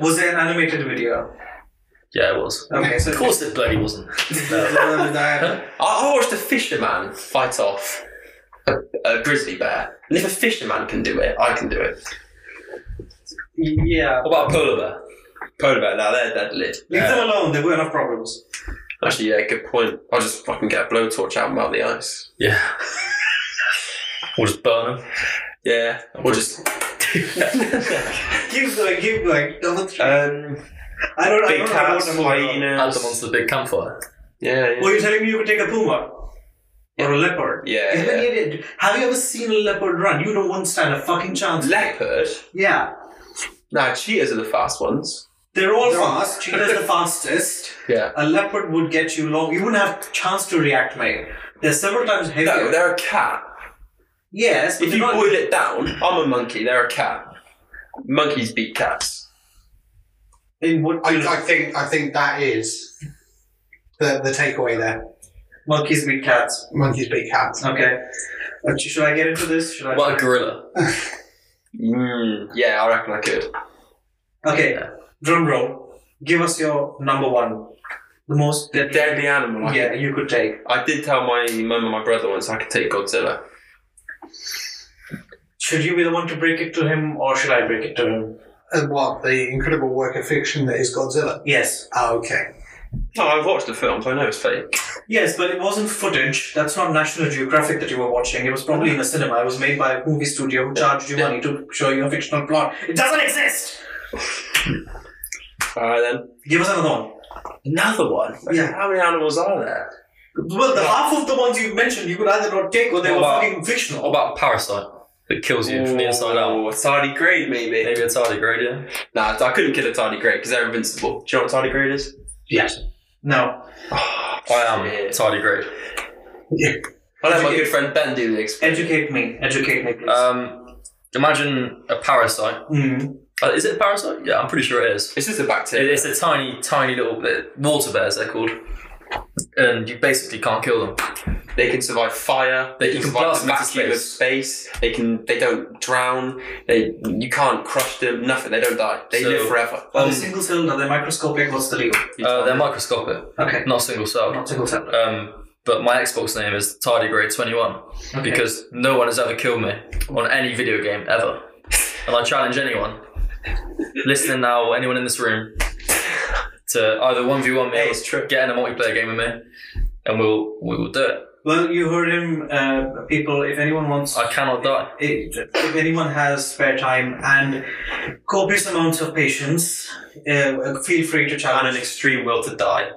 [SPEAKER 2] Was it an animated video?
[SPEAKER 5] yeah, it was.
[SPEAKER 2] Okay, so
[SPEAKER 5] Of course, it bloody wasn't. No.
[SPEAKER 2] Uh,
[SPEAKER 4] I, I watched a fisherman fight off a, a grizzly bear. And if a fisherman can do it, I can do it.
[SPEAKER 2] yeah.
[SPEAKER 4] What about a polar bear? Polar bear, now they're deadly.
[SPEAKER 2] Leave them alone. They were enough problems.
[SPEAKER 4] Actually, yeah, good point. I'll just fucking get a blowtorch out and melt the ice.
[SPEAKER 5] yeah. Or just burn them.
[SPEAKER 4] Yeah, or just.
[SPEAKER 2] Keep going. Keep going. Number three.
[SPEAKER 4] um,
[SPEAKER 2] I don't. I
[SPEAKER 4] big
[SPEAKER 2] don't
[SPEAKER 4] cats,
[SPEAKER 2] know what number.
[SPEAKER 4] hyenas.
[SPEAKER 5] Add them onto the big campfire.
[SPEAKER 4] Yeah, yeah.
[SPEAKER 2] Were you telling me you could take a puma or a leopard?
[SPEAKER 4] Yeah,
[SPEAKER 2] Even
[SPEAKER 4] yeah.
[SPEAKER 2] you did. Have you ever seen a leopard run? You don't stand a fucking chance.
[SPEAKER 4] Leopard?
[SPEAKER 2] yeah,
[SPEAKER 4] Nah, cheetahs are the fast ones. Uh,
[SPEAKER 2] they're all
[SPEAKER 3] They're all
[SPEAKER 2] fast. Cheetah's the fastest.
[SPEAKER 4] Yeah.
[SPEAKER 2] A leopard would get you long. You wouldn't have chance to react, mate. They're several times heavier.
[SPEAKER 4] No, they're a cat.
[SPEAKER 2] yes, but
[SPEAKER 4] If
[SPEAKER 2] they're
[SPEAKER 4] you
[SPEAKER 2] not-
[SPEAKER 4] boil it down, I'm a monkey, they're a cat. Monkeys beat cats.
[SPEAKER 2] in what
[SPEAKER 3] I, I think I think that is the the takeaway there.
[SPEAKER 2] monkeys beat cats.
[SPEAKER 3] Monkeys beat cats.
[SPEAKER 2] Okay, Uh, sh- should I get into this? Should I?
[SPEAKER 5] What a gorilla.
[SPEAKER 4] Mm, yeah, I reckon I could.
[SPEAKER 2] okay, drum roll. Give us your number one. The most
[SPEAKER 4] The deadly animal. I,
[SPEAKER 2] Yeah, you could take.
[SPEAKER 4] I did tell my mum and my brother once I could take Godzilla.
[SPEAKER 2] Should you be the one to break it to him, or should I break it to him?
[SPEAKER 3] And what the incredible work of fiction that is Godzilla.
[SPEAKER 2] Yes.
[SPEAKER 3] Ah, okay.
[SPEAKER 4] No, Oh, I've watched the film, so I know it's fake.
[SPEAKER 2] Yes, but it wasn't footage. That's not National Geographic that you were watching. It was probably in a cinema. It was made by a movie studio who charged you money to show you a fictional plot. It doesn't exist!
[SPEAKER 4] Alright then.
[SPEAKER 2] Give us another one.
[SPEAKER 4] Another one?
[SPEAKER 2] Yeah.
[SPEAKER 4] How many animals are there?
[SPEAKER 2] Well, the half of the ones you mentioned, you could either not take or they were
[SPEAKER 5] Wow.
[SPEAKER 2] fucking fictional.
[SPEAKER 5] What about a parasite that kills you from the inside out?
[SPEAKER 4] Ooh, a tardigrade, maybe.
[SPEAKER 5] Maybe a tardigrade, yeah?
[SPEAKER 4] Nah, I couldn't kill a tardigrade because they're invincible. Do you know what a tardigrade is?
[SPEAKER 2] No.
[SPEAKER 5] I am
[SPEAKER 4] Shit.
[SPEAKER 5] tardigrade.
[SPEAKER 4] I let my good friend Ben do the experiment.
[SPEAKER 2] Educate me. Educate me, please.
[SPEAKER 5] Um, imagine a parasite.
[SPEAKER 2] mm.
[SPEAKER 5] Uh, is it a parasite? Yeah, I'm pretty sure it is.
[SPEAKER 4] It's just a
[SPEAKER 5] It-
[SPEAKER 4] bacteria.
[SPEAKER 5] It's a tiny, tiny little bit. Water bears, they're called. And you basically can't kill them.
[SPEAKER 4] They can survive fire.
[SPEAKER 5] They
[SPEAKER 4] They
[SPEAKER 5] can
[SPEAKER 4] can survive
[SPEAKER 5] blast
[SPEAKER 4] the
[SPEAKER 5] into
[SPEAKER 4] vacuum of space. They can. They don't drown. They. You can't crush them. Nothing. They don't die. They
[SPEAKER 5] So-
[SPEAKER 4] live forever. Mm.
[SPEAKER 2] Are
[SPEAKER 5] um,
[SPEAKER 2] they single celled? Are they microscopic? What's the deal?
[SPEAKER 5] Uh, they're microscopic,
[SPEAKER 2] Okay.
[SPEAKER 5] not single cell.
[SPEAKER 2] Not single celled.
[SPEAKER 5] Um, but my Xbox name is Tardigrade 21
[SPEAKER 2] Okay.
[SPEAKER 5] because no one has ever killed me on any video game ever. And I challenge anyone listening now, anyone in this room, to either one v one me,
[SPEAKER 4] Hey,
[SPEAKER 5] or
[SPEAKER 4] it's true.
[SPEAKER 5] get in a multiplayer game with me, and we'll we will do it.
[SPEAKER 2] Well, you heard him, uh, people. If anyone wants,
[SPEAKER 5] I cannot die.
[SPEAKER 2] it, if anyone has spare time and copious amounts of patience, uh, feel free to
[SPEAKER 4] And an
[SPEAKER 2] challenge.
[SPEAKER 4] extreme will to die.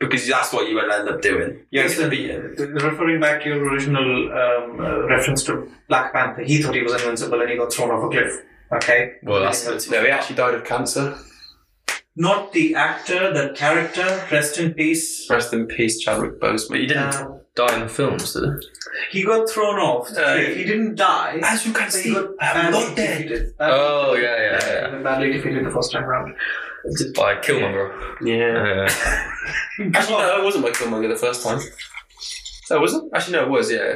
[SPEAKER 4] Because that's what you will end up doing. You're
[SPEAKER 2] Yes,
[SPEAKER 4] going
[SPEAKER 2] and-
[SPEAKER 4] to beat him.
[SPEAKER 2] Referring back to your original um, uh, reference to Black Panther, he thought he was invincible and he got thrown off a cliff. Okay,
[SPEAKER 5] Well, that's
[SPEAKER 4] No, he actually died of cancer.
[SPEAKER 2] not the actor, the character. Rest in peace.
[SPEAKER 4] Rest in peace, Chadwick
[SPEAKER 5] but
[SPEAKER 4] Boseman.
[SPEAKER 5] you didn't
[SPEAKER 2] Uh,
[SPEAKER 5] die in the films, did you?
[SPEAKER 2] he got thrown off. the
[SPEAKER 4] Uh,
[SPEAKER 2] cliff. he didn't die.
[SPEAKER 4] As you can
[SPEAKER 2] but he got badly defeated.
[SPEAKER 5] Oh yeah, yeah, yeah.
[SPEAKER 2] He got badly defeated the first time round.
[SPEAKER 5] By Killmonger.
[SPEAKER 6] Yeah.
[SPEAKER 5] Yeah.
[SPEAKER 4] Actually, no, it wasn't my Killmonger the first time. So was it? Actually, no, it was, yeah.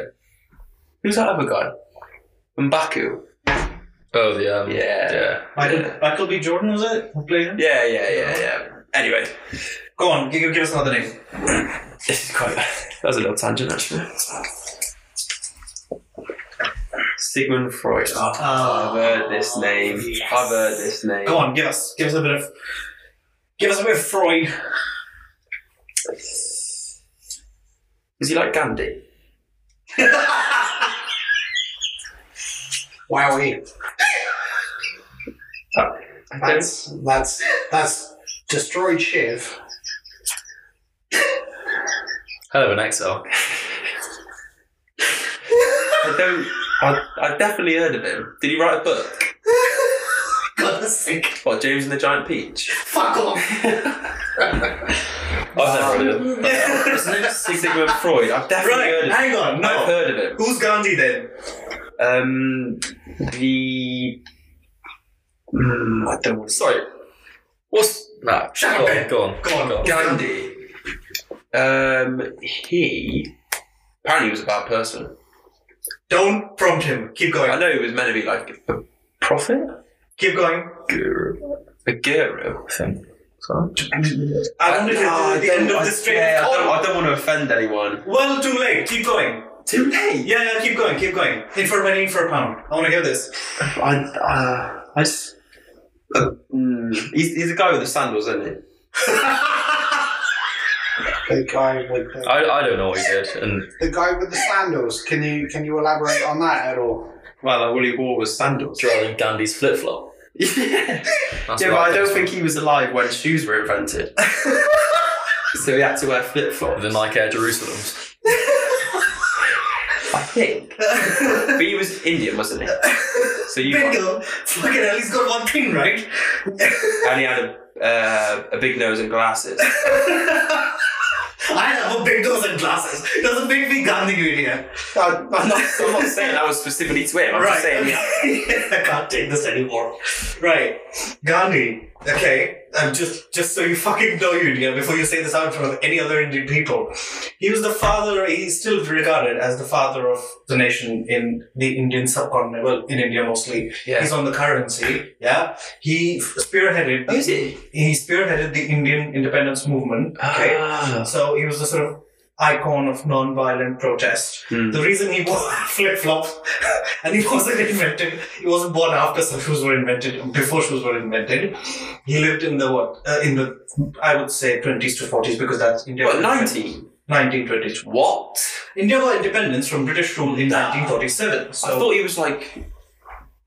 [SPEAKER 4] Who's that other guy? Mbaku.
[SPEAKER 5] Oh the um,
[SPEAKER 4] Yeah.
[SPEAKER 5] yeah.
[SPEAKER 2] Michael, Michael B. Jordan was it? Who played him?
[SPEAKER 4] Yeah, yeah, yeah, yeah. Anyway,
[SPEAKER 2] Go on, give, give us another name.
[SPEAKER 4] this is quite. That was a little tangent, actually. Sigmund Freud. Oh, I've heard this name. I've heard this name.
[SPEAKER 2] Go on, give us, give us a bit of, give us a bit of Freud.
[SPEAKER 4] Is he like Gandhi?
[SPEAKER 3] Wowie.
[SPEAKER 4] I don't-
[SPEAKER 3] That's that's that's destroyed Shiv.
[SPEAKER 5] Hell of an XL.
[SPEAKER 4] I don't. I, I've definitely heard of him. Did he write a book?
[SPEAKER 3] God's sake.
[SPEAKER 4] What, James and the Giant Peach?
[SPEAKER 3] Fuck off.
[SPEAKER 5] I've never heard of him.
[SPEAKER 4] His name's Sigmund Freud. I've definitely heard of him.
[SPEAKER 2] hang on,
[SPEAKER 4] I've heard of him.
[SPEAKER 2] Who's Gandhi then?
[SPEAKER 4] Um, the. Mm, I don't want to.
[SPEAKER 5] Sorry. What's no?
[SPEAKER 2] Shut
[SPEAKER 5] go,
[SPEAKER 2] up,
[SPEAKER 5] on,
[SPEAKER 2] Ben.
[SPEAKER 5] go on.
[SPEAKER 2] Go on.
[SPEAKER 4] Gandhi. Um, he apparently was a bad person.
[SPEAKER 2] Don't prompt him. Keep
[SPEAKER 4] I
[SPEAKER 2] going.
[SPEAKER 4] know he was meant to be like a prophet,
[SPEAKER 2] Keep going.
[SPEAKER 4] guru, a guru.
[SPEAKER 2] I wanted
[SPEAKER 4] No,
[SPEAKER 2] to get to the
[SPEAKER 4] don't-
[SPEAKER 2] end of
[SPEAKER 4] I-
[SPEAKER 2] this train.
[SPEAKER 4] yeah, I, don't, I don't want to offend anyone.
[SPEAKER 2] Well, too late. Keep going.
[SPEAKER 4] Too late.
[SPEAKER 2] Yeah, yeah, keep going, keep going. In for a penny, in for a pound. I want to hear this.
[SPEAKER 4] I, uh, I just. Uh,
[SPEAKER 2] Hmm.
[SPEAKER 4] mm, he's, he's a guy with the sandals, isn't he?
[SPEAKER 3] The guy with the,
[SPEAKER 5] I, I don't know what he did, and
[SPEAKER 3] the guy with the sandals. Can you can you elaborate on that at all?
[SPEAKER 4] Well, like, all he wore was sandals.
[SPEAKER 5] driving Gandhi's flip flop.
[SPEAKER 4] yeah,
[SPEAKER 5] That's
[SPEAKER 4] yeah but
[SPEAKER 5] what
[SPEAKER 4] I don't
[SPEAKER 5] was
[SPEAKER 4] think he was alive when shoes were invented. so he had to wear flip flops.
[SPEAKER 5] the Nike Air Jerusalems.
[SPEAKER 4] I think. but he was Indian, wasn't he? So you
[SPEAKER 2] Bingo. Fucking hell, he's got one thing, right?
[SPEAKER 4] and he had a uh, a big nose and glasses.
[SPEAKER 2] I have a big nose and glasses. Doesn't make me Gandhi good here.
[SPEAKER 4] I'm not, I'm not saying that was specifically to him. I'm just saying. Yeah.
[SPEAKER 2] I can't take this anymore. Right. Gandhi. Okay. Um, just just so you fucking know you India before you say this out in front of any other Indian people. He was the father he's still regarded as the father of the nation in the Indian subcontinent. Well, in India mostly.
[SPEAKER 4] Yeah.
[SPEAKER 2] He's on the currency. Yeah. He spearheaded
[SPEAKER 4] Who is he?
[SPEAKER 2] he spearheaded the Indian independence movement. Okay. So he was the sort of icon of non-violent protest.
[SPEAKER 4] Hmm.
[SPEAKER 2] The reason he wore flip-flop and he wasn't invented, he wasn't born after some shoes were invented, before shoes were invented. He lived in the what? Uh, in the I would say 20s to 40s because that's India.
[SPEAKER 4] What, 19?
[SPEAKER 2] 1920s.
[SPEAKER 4] What?
[SPEAKER 2] India got independence from British rule in 1947. So
[SPEAKER 4] I thought he was like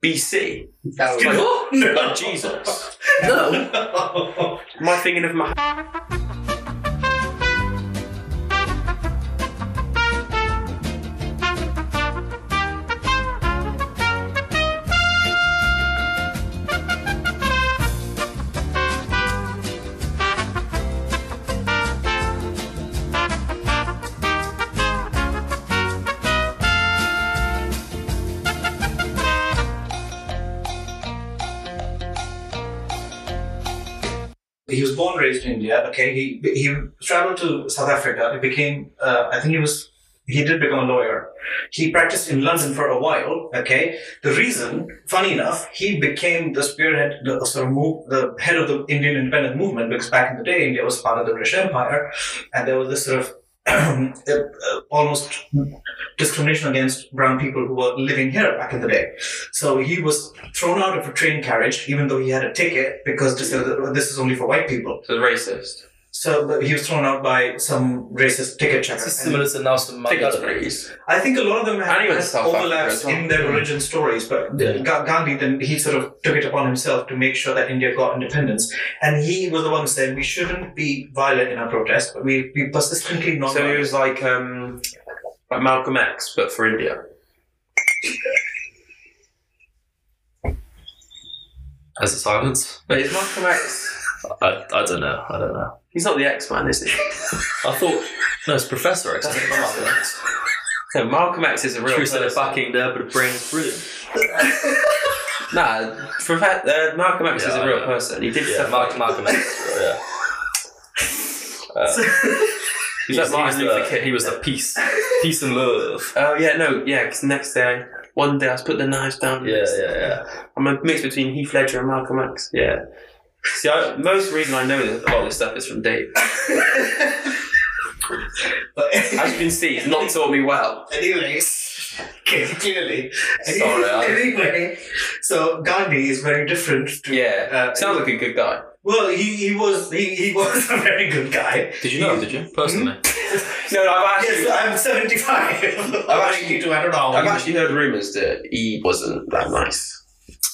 [SPEAKER 4] BC.
[SPEAKER 3] No.
[SPEAKER 4] Like,
[SPEAKER 2] No.
[SPEAKER 4] like Jesus.
[SPEAKER 5] No.
[SPEAKER 4] Am I thinking of my.
[SPEAKER 2] he was born raised in India. Okay, he he traveled to South Africa. He became, uh, I think he was, he did become a lawyer. He practiced in London for a while. Okay, the reason, funny enough, he became the spearhead, the sort of move, the head of the Indian independent movement because back in the day, India was part of the British Empire, and there was this sort of uh, uh, almost discrimination against brown people who were living here back in the day. So he was thrown out of a train carriage, even though he had a ticket, because this, uh, this is only for white people.
[SPEAKER 4] So racist.
[SPEAKER 2] So but he was thrown out by some racist ticket checker.
[SPEAKER 5] This is
[SPEAKER 2] And
[SPEAKER 5] similar to Nelson
[SPEAKER 4] Tickets,
[SPEAKER 5] Mandela.
[SPEAKER 4] please.
[SPEAKER 2] I think a lot of them have,
[SPEAKER 4] And even
[SPEAKER 2] have
[SPEAKER 4] South Africa
[SPEAKER 2] overlaps
[SPEAKER 4] as well.
[SPEAKER 2] in their origin stories, but the- Ga- Gandhi then he sort of took it upon himself to make sure that India got independence, and he was the one who said we shouldn't be violent in our protest, but we be persistently non.
[SPEAKER 4] So he was like um, like Malcolm X, but for India.
[SPEAKER 5] As a silence?
[SPEAKER 4] But is Malcolm X?
[SPEAKER 5] I, I don't know. I don't know.
[SPEAKER 4] He's not the X Man, is he?
[SPEAKER 5] I thought no, it's Professor X. isn't it?
[SPEAKER 4] No, Malcolm X is a real
[SPEAKER 5] Truth in a
[SPEAKER 4] person.
[SPEAKER 5] fucking there, but a brain brilliant.
[SPEAKER 4] Nah, for fact, uh, Malcolm X
[SPEAKER 5] Yeah, I
[SPEAKER 4] is a real
[SPEAKER 5] know.
[SPEAKER 4] person. He did
[SPEAKER 5] Yeah,
[SPEAKER 4] stuff
[SPEAKER 5] Mark,
[SPEAKER 4] like
[SPEAKER 5] Malcolm X. Yeah.
[SPEAKER 4] He
[SPEAKER 5] He was,
[SPEAKER 4] was Uh, like
[SPEAKER 5] he
[SPEAKER 4] Martin
[SPEAKER 5] was
[SPEAKER 4] Luther
[SPEAKER 5] the,
[SPEAKER 4] King.
[SPEAKER 5] he was the peace, peace and love.
[SPEAKER 4] Oh yeah, no, yeah. Because next day, one day I was put the knives down.
[SPEAKER 5] Yeah, yeah, yeah.
[SPEAKER 4] I'm a mix between Heath Ledger and Malcolm X. Yeah. See, I, most reason I know that a lot of this stuff is from Dave. As you can see, he's not taught me well.
[SPEAKER 2] Anyways, okay, clearly.
[SPEAKER 5] Sorry, I-
[SPEAKER 2] anyway, so Gandhi is very different. To,
[SPEAKER 4] Yeah,
[SPEAKER 2] Uh,
[SPEAKER 4] sounds like a good guy.
[SPEAKER 2] well, he, he was he, he was a very good guy.
[SPEAKER 5] Did you know him? Did you personally?
[SPEAKER 4] Hmm? No, no I've actually,
[SPEAKER 2] Yes, I'm 75. I'm actually, I don't know.
[SPEAKER 4] I've actually heard rumours that he wasn't that nice.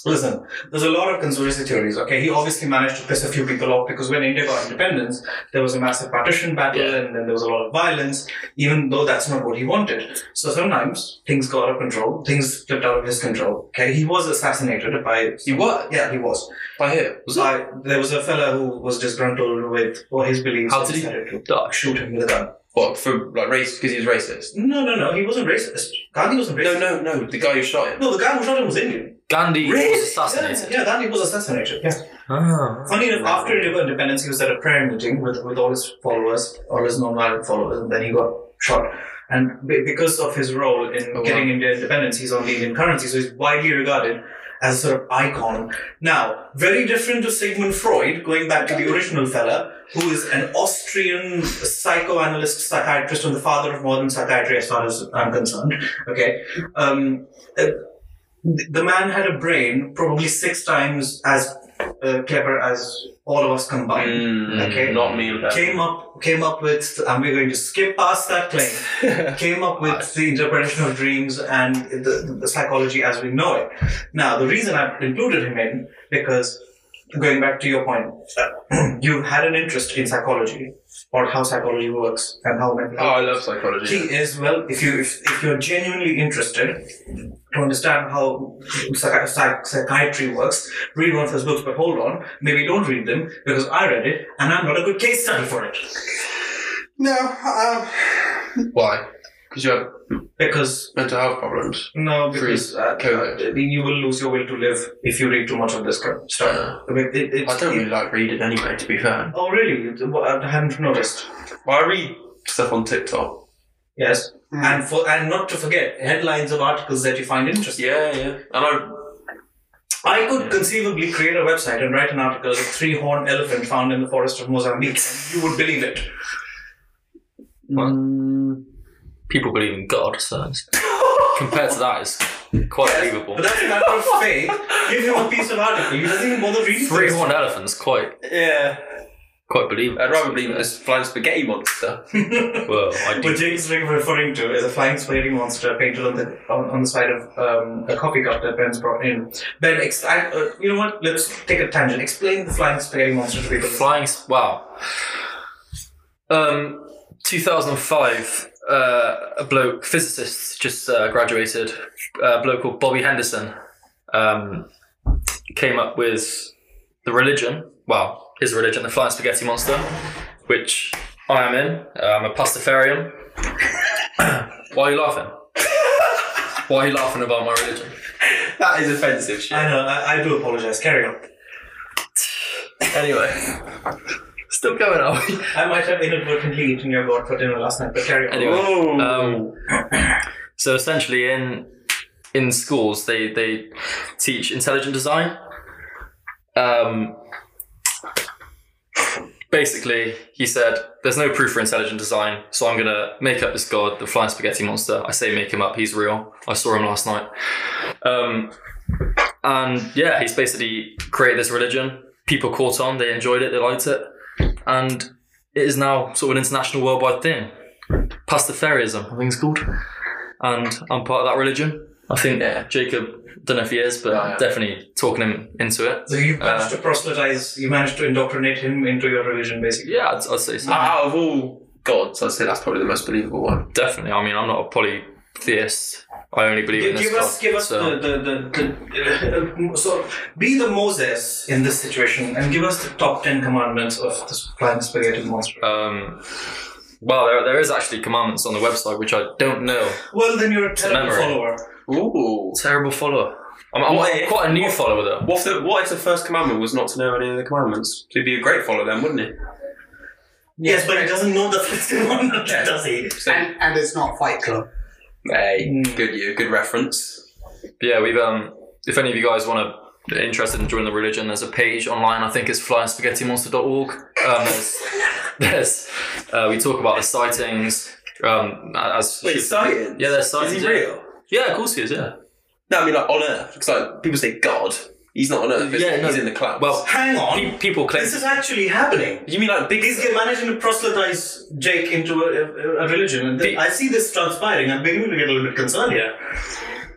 [SPEAKER 2] Listen, there's a lot of conspiracy theories. Okay, he obviously managed to piss a few people off because when India got independence, there was a massive partition battle and then there was a lot of violence, even though that's not what he wanted. So sometimes things got out of control, things flipped out of his control. Okay, he was assassinated by.
[SPEAKER 4] He was
[SPEAKER 2] Yeah, he was.
[SPEAKER 4] by who? Was it?
[SPEAKER 2] By, there was a fella who was disgruntled with what his beliefs.
[SPEAKER 5] How
[SPEAKER 2] and
[SPEAKER 5] did he
[SPEAKER 2] decided to
[SPEAKER 5] die?
[SPEAKER 2] shoot him with a gun?
[SPEAKER 4] What for? Like race? Because he was racist.
[SPEAKER 2] No, no, no. He wasn't racist. Gandhi wasn't
[SPEAKER 4] No,
[SPEAKER 2] racist.
[SPEAKER 4] no, no. The guy who shot him.
[SPEAKER 2] No, the guy who shot him was Indian.
[SPEAKER 5] Gandhi
[SPEAKER 4] Really?
[SPEAKER 5] was assassinated.
[SPEAKER 2] Yeah, Gandhi was assassinated. Yeah.
[SPEAKER 5] Oh.
[SPEAKER 2] Funny enough, after India got independence, he was at a prayer meeting with, with all his followers, all his non-violent followers, and then he got shot. And be- because of his role in
[SPEAKER 4] wow.
[SPEAKER 2] getting India independence, he's on the Indian currency, so he's widely regarded as a sort of icon. Now, very different to Sigmund Freud, going back to the original fella, who is an Austrian psychoanalyst, psychiatrist, and the father of modern psychiatry, as far as I'm concerned. Okay. Um, uh, the man had a brain probably six times as uh, clever as all of us combined. Okay.
[SPEAKER 4] Mm, Not me.
[SPEAKER 5] Mm.
[SPEAKER 4] and Ben.
[SPEAKER 2] Came up, came up with. And we're going to skip past that
[SPEAKER 4] Mm.
[SPEAKER 2] claim. came up with the interpretation of dreams and the, the psychology as we know it. Now, the reason I've included him in because going back to your point, you had an interest in psychology or how psychology works and how mental
[SPEAKER 4] Oh,
[SPEAKER 2] health
[SPEAKER 4] I love psychology.
[SPEAKER 2] key is well if you if, if you're genuinely interested to understand how psychi- psych- psychiatry works read one of his books but hold on maybe don't read them because i read it and i'm not a good case study for it
[SPEAKER 3] No, um,
[SPEAKER 4] Why? Because you have
[SPEAKER 2] because
[SPEAKER 4] mental health problems.
[SPEAKER 2] no because uh,
[SPEAKER 4] COVID.
[SPEAKER 2] uh, you will lose your will to live if you read too much of this kind of stuff I mean, it, it,
[SPEAKER 4] I don't really like reading anyway. To be fair,
[SPEAKER 2] oh really Well, i hadn't noticed
[SPEAKER 4] well, I read stuff on TikTok.
[SPEAKER 2] yes and for and not to forget headlines of articles that you find interesting
[SPEAKER 4] Yeah, yeah. And I
[SPEAKER 2] I could conceivably create a website and write an article, three horned elephant found in the forest of Mozambique, and you would believe it.
[SPEAKER 5] People believe in God, so it's- compared to that, it's quite believable.
[SPEAKER 2] But that's a matter of faith. Give him a piece of article. He doesn't even bother reading
[SPEAKER 5] Three
[SPEAKER 2] this.
[SPEAKER 5] horned elephants, quite
[SPEAKER 4] yeah.
[SPEAKER 5] quite believable.
[SPEAKER 4] I'd rather believe in this flying spaghetti monster.
[SPEAKER 5] Well, I
[SPEAKER 2] What
[SPEAKER 5] do.
[SPEAKER 2] James Ring referring to is a flying spaghetti monster painted on the on, on the side of um, a coffee cup that Ben's brought in. Ben, ex- I, uh, you know what? Let's take a tangent. Explain the flying spaghetti monster to people.
[SPEAKER 5] Flying. s- Wow. Um, 2005. Uh, a bloke, physicist, just uh, graduated. uh, A bloke called Bobby Henderson um, came up with the religion. Well, his religion, the flying spaghetti monster, which I am in. Uh, I'm a pastafarian. Why are you laughing? Why are you laughing about my religion?
[SPEAKER 4] that is offensive shit.
[SPEAKER 2] I know. I, I do apologize. Carry on.
[SPEAKER 5] Anyway, still going are we?
[SPEAKER 2] I might have inadvertently eaten your god for dinner last night, but carry on.
[SPEAKER 5] Anyway. Um, so essentially, in in schools, they they teach intelligent design. Um, basically, he said, "There's no proof for intelligent design, so I'm gonna make up this god, the flying spaghetti monster. I say make him up. He's real. I saw him last night." Um, and yeah, he's basically created this religion. People caught on. They enjoyed it. They liked it, and it is now sort of an international, worldwide thing. Pastafarianism, I think it's called. And I'm part of that religion. I think
[SPEAKER 6] Yeah.
[SPEAKER 5] Jacob, don't know if he is, but
[SPEAKER 6] Yeah,
[SPEAKER 5] I'm
[SPEAKER 6] yeah.
[SPEAKER 5] definitely talking him into it.
[SPEAKER 2] So you managed to proselytize, you managed to indoctrinate him into your religion, basically.
[SPEAKER 5] Yeah, I'd, I'd say so.
[SPEAKER 6] Out of all gods, I'd say that's probably the most believable one.
[SPEAKER 5] Definitely. I mean, I'm not a polytheist. I only believe in
[SPEAKER 2] Give,
[SPEAKER 5] this
[SPEAKER 2] give us,
[SPEAKER 5] God,
[SPEAKER 2] give us
[SPEAKER 5] so-
[SPEAKER 2] the, the, the, the so be the Moses in this situation and give us the top ten commandments of this flying spaghetti monster.
[SPEAKER 5] Um, well, there, there is actually commandments on the website which I don't know.
[SPEAKER 2] Well, then you're a terrible
[SPEAKER 5] memory.
[SPEAKER 2] follower.
[SPEAKER 6] Ooh.
[SPEAKER 5] Terrible follower. I'm, I'm,
[SPEAKER 4] What
[SPEAKER 5] I'm
[SPEAKER 4] if-
[SPEAKER 5] quite a new follower though.
[SPEAKER 4] What if, the, what if the first commandment was not to know any of the commandments? So he'd be a great follower then, wouldn't he?
[SPEAKER 2] Yes, but he doesn't know the first commandment, does he?
[SPEAKER 4] So,
[SPEAKER 3] And, and it's not Fight Club.
[SPEAKER 4] hey,
[SPEAKER 2] Mm.
[SPEAKER 4] good you, good reference.
[SPEAKER 5] But yeah, we've. Um, if any of you guys want to interested in joining the religion, there's a page online. I think it's flyingspaghettimonster.org. Um, there's, there's uh, we talk about the sightings. Um, as
[SPEAKER 6] Wait, science?
[SPEAKER 5] Yeah, there's sightings.
[SPEAKER 6] Is he
[SPEAKER 5] yeah.
[SPEAKER 6] real?
[SPEAKER 5] Yeah, of course he is. Yeah.
[SPEAKER 6] No, I mean, like, on Earth. Because, like, people say God. He's not on Earth, is he?
[SPEAKER 5] Yeah, no.
[SPEAKER 6] he's in the clouds.
[SPEAKER 5] Well,
[SPEAKER 2] Hang on,
[SPEAKER 5] pe- people claim.
[SPEAKER 2] this is actually happening.
[SPEAKER 6] you mean like big...
[SPEAKER 2] He's get- managing to proselytize Jake into a, a, a religion. And th-
[SPEAKER 5] Pe-
[SPEAKER 2] I see this transpiring. I'm beginning to get a little bit concerned here.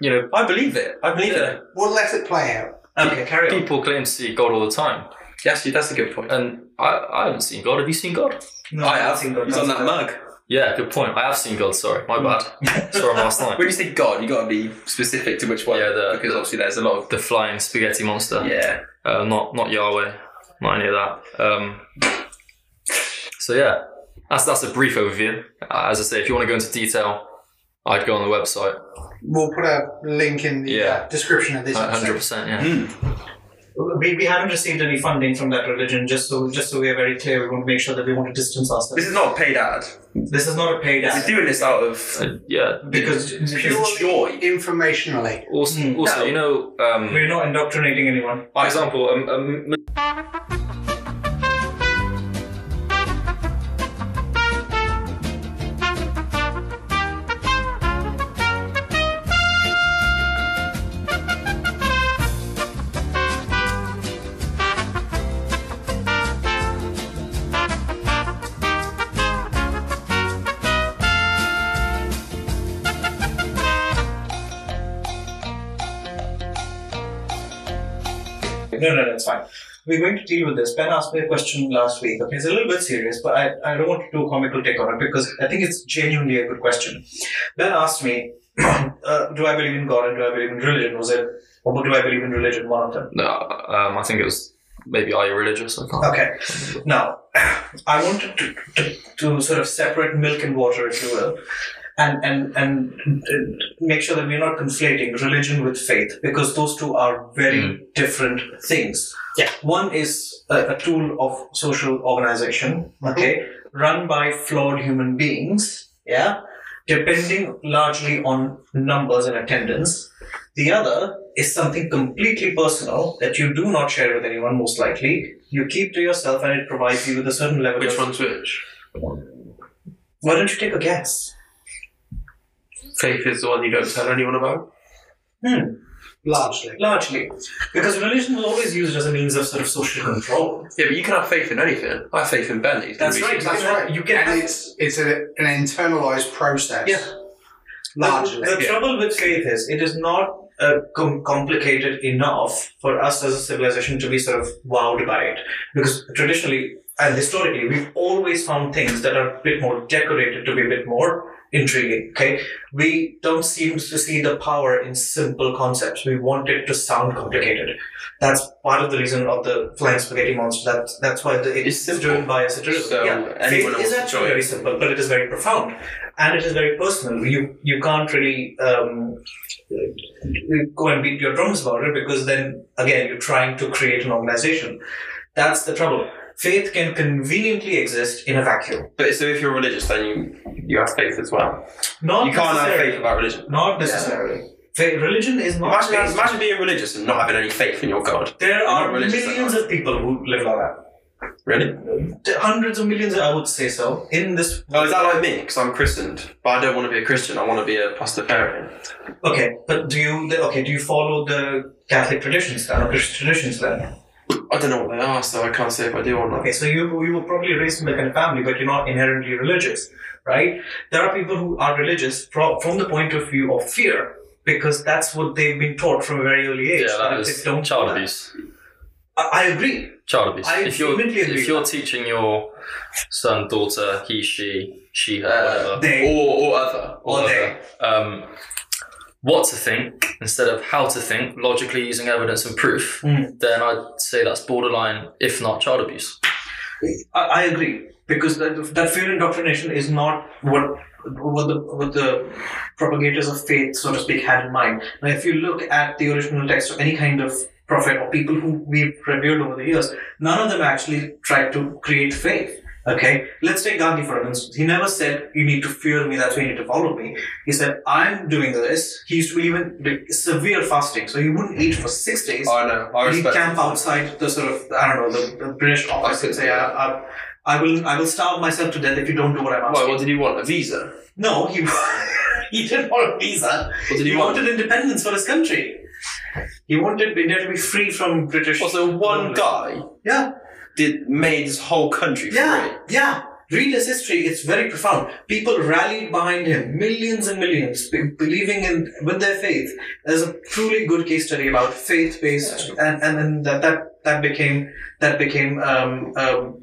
[SPEAKER 5] You know,
[SPEAKER 6] I believe it. I believe
[SPEAKER 5] Yeah.
[SPEAKER 6] it.
[SPEAKER 3] We'll let it play out.
[SPEAKER 2] Okay, carry on.
[SPEAKER 5] people claim to see God all the time,
[SPEAKER 6] Yes, that's a good point.
[SPEAKER 5] and I, I haven't seen God. Have you seen God?
[SPEAKER 2] No,
[SPEAKER 6] I have.
[SPEAKER 2] haven't seen
[SPEAKER 6] He's on that mug.
[SPEAKER 5] Yeah, good point. I have seen God. Sorry, my bad. Saw him last night.
[SPEAKER 6] When you say God, you got to be specific to which one.
[SPEAKER 5] Yeah, the-
[SPEAKER 6] because obviously there's a lot of...
[SPEAKER 5] The flying spaghetti monster.
[SPEAKER 6] Yeah.
[SPEAKER 5] Uh, not not Yahweh. Not any of that. Um, so yeah, that's that's a brief overview. Uh, As I say, if you want to go into detail, I'd go on the website.
[SPEAKER 3] We'll put a link in the
[SPEAKER 5] Yeah.
[SPEAKER 3] uh, description of this.
[SPEAKER 5] Hundred
[SPEAKER 3] episode.
[SPEAKER 5] percent. Yeah.
[SPEAKER 2] We, we haven't received any funding from that religion, just so just so we are very clear, we want to make sure that we want to distance
[SPEAKER 6] This
[SPEAKER 2] ourselves.
[SPEAKER 6] is not a paid ad.
[SPEAKER 2] This is not a paid
[SPEAKER 6] He's
[SPEAKER 2] ad.
[SPEAKER 6] doing this out of
[SPEAKER 5] Uh, yeah.
[SPEAKER 2] Because
[SPEAKER 3] Pure
[SPEAKER 6] joy.
[SPEAKER 3] Informationally.
[SPEAKER 5] Also,
[SPEAKER 2] Mm.
[SPEAKER 5] also
[SPEAKER 6] No.
[SPEAKER 5] you know, um,
[SPEAKER 2] we're not indoctrinating anyone.
[SPEAKER 5] for example, um, um,
[SPEAKER 2] No, no, that's fine. We're going to deal with this. Ben asked me a question last week. Okay, it's a little bit serious, but I, I don't want to do a comical take on it because I think it's genuinely a good question. Ben asked me, uh, Do I believe in God and do I believe in religion? Was it, or do I believe in religion? One of them.
[SPEAKER 5] no, um, I think it was maybe are you religious? I can't.
[SPEAKER 2] Okay. Now, I wanted to, to, to sort of separate milk and water, if you will, and, and, and uh, make sure that we're not conflating religion with faith because those two are very different things. Yeah. One is a, a tool of social organization, okay, run by flawed human beings, yeah, depending largely on numbers and attendance. The other is something completely personal that you do not share with anyone, most likely. You keep to yourself and it provides you with a certain level
[SPEAKER 6] Which
[SPEAKER 2] of.
[SPEAKER 6] one's which?
[SPEAKER 2] Why don't you take a guess?
[SPEAKER 6] Faith is the one you don't tell anyone about.
[SPEAKER 2] Hmm,
[SPEAKER 3] Largely.
[SPEAKER 2] largely. Because religion was always used as a means of sort of social control.
[SPEAKER 6] Yeah, but you can have faith in anything. I have faith in Ben. that he's gonna
[SPEAKER 2] That's
[SPEAKER 6] be
[SPEAKER 2] right.
[SPEAKER 3] That's
[SPEAKER 2] You can-
[SPEAKER 3] right.
[SPEAKER 2] you can
[SPEAKER 3] and
[SPEAKER 2] have-
[SPEAKER 3] it's it's a, an internalized process.
[SPEAKER 2] Yeah.
[SPEAKER 3] Largely.
[SPEAKER 2] The, the
[SPEAKER 6] yeah.
[SPEAKER 2] trouble with faith is it is not uh, com- complicated enough for us as a civilization to be sort of wowed by it. Because traditionally and historically, we've always found things that are a bit more decorated to be a bit more intriguing. Okay, we don't seem to see the power in simple concepts. We want it to sound complicated. That's part of the reason of the flying spaghetti monster. That that's why the,
[SPEAKER 6] It's
[SPEAKER 2] it's,
[SPEAKER 6] simple.
[SPEAKER 2] driven by a satirical.
[SPEAKER 6] So
[SPEAKER 2] yeah,
[SPEAKER 6] anyone
[SPEAKER 2] faith
[SPEAKER 6] who
[SPEAKER 2] is
[SPEAKER 6] wants to
[SPEAKER 2] actually
[SPEAKER 6] join.
[SPEAKER 2] very simple, but it is very profound, and it is very personal. You you can't really um, go and beat your drums about it because then again you're trying to create an organization. That's the trouble. Faith can conveniently exist in a vacuum.
[SPEAKER 6] But so if you're religious, then you you have faith as well.
[SPEAKER 2] Not
[SPEAKER 6] you can't have
[SPEAKER 2] necessarily.
[SPEAKER 6] faith without religion.
[SPEAKER 2] Not necessarily. Fa- religion is not.
[SPEAKER 6] Imagine,
[SPEAKER 2] based-
[SPEAKER 6] imagine being religious and not having any faith in your God.
[SPEAKER 2] there
[SPEAKER 6] not
[SPEAKER 2] are
[SPEAKER 6] religious,
[SPEAKER 2] millions
[SPEAKER 6] then.
[SPEAKER 2] of people who live like that.
[SPEAKER 4] Really?
[SPEAKER 2] Hundreds of millions, I would say so. In this,
[SPEAKER 4] Oh, is that like me? Because I'm christened, but I don't want to be a Christian. I want to be a Pastafarian.
[SPEAKER 2] okay, but do you okay? Do you follow the Catholic traditions then, or Christian traditions then?
[SPEAKER 4] I don't know what they are, so I can't say if I do or not.
[SPEAKER 2] Okay, so you you were probably raised in that kind of family, but you're not inherently religious, right? There are people who are religious pro- from the point of view of fear because that's what they've been taught from a very early age.
[SPEAKER 5] Yeah, that
[SPEAKER 2] if
[SPEAKER 5] is
[SPEAKER 2] they don't do
[SPEAKER 5] child
[SPEAKER 2] that-
[SPEAKER 5] abuse.
[SPEAKER 2] I, I agree.
[SPEAKER 5] Child abuse.
[SPEAKER 2] I
[SPEAKER 5] if you're
[SPEAKER 2] vehemently agree
[SPEAKER 5] if you're teaching your son, daughter, he, she, she, her,
[SPEAKER 4] Uh,
[SPEAKER 5] whatever,
[SPEAKER 2] They
[SPEAKER 4] or, or other.
[SPEAKER 5] or
[SPEAKER 2] or
[SPEAKER 5] whatever, um, what to think instead of how to think, logically using evidence and proof,
[SPEAKER 2] Mm.
[SPEAKER 5] then I'd say that's borderline, if not child abuse.
[SPEAKER 2] I, I agree because that, that fear indoctrination is not what what the what the propagators of faith, so to speak, had in mind. Now, if you look at the original text of any kind of prophet or people who we've revered over the years, none of them actually tried to create faith. Okay, let's take Gandhi for instance. He never said you need to fear me, that's why you need to follow me. He said I'm doing this. He used to even do severe fasting, so he wouldn't eat for six days
[SPEAKER 4] I know. I
[SPEAKER 2] we
[SPEAKER 4] respect.
[SPEAKER 2] camp outside the sort of I don't know the, the British office and say I, I, I will I will starve myself to death if you don't do what I'm asking.
[SPEAKER 4] Why? What did he want? A visa?
[SPEAKER 2] no, he he didn't want a visa.
[SPEAKER 4] What did
[SPEAKER 2] He
[SPEAKER 4] he want?
[SPEAKER 2] wanted independence for his country. He wanted India to be free from British.
[SPEAKER 4] Also, one guy
[SPEAKER 2] yeah,
[SPEAKER 4] did made his whole country
[SPEAKER 2] yeah,
[SPEAKER 4] free.
[SPEAKER 2] yeah. Read his history; it's very profound. People rallied behind him, millions and millions, be- believing in with their faith. There's a truly good case study about faith-based, and and, and that, that that became that became um, um,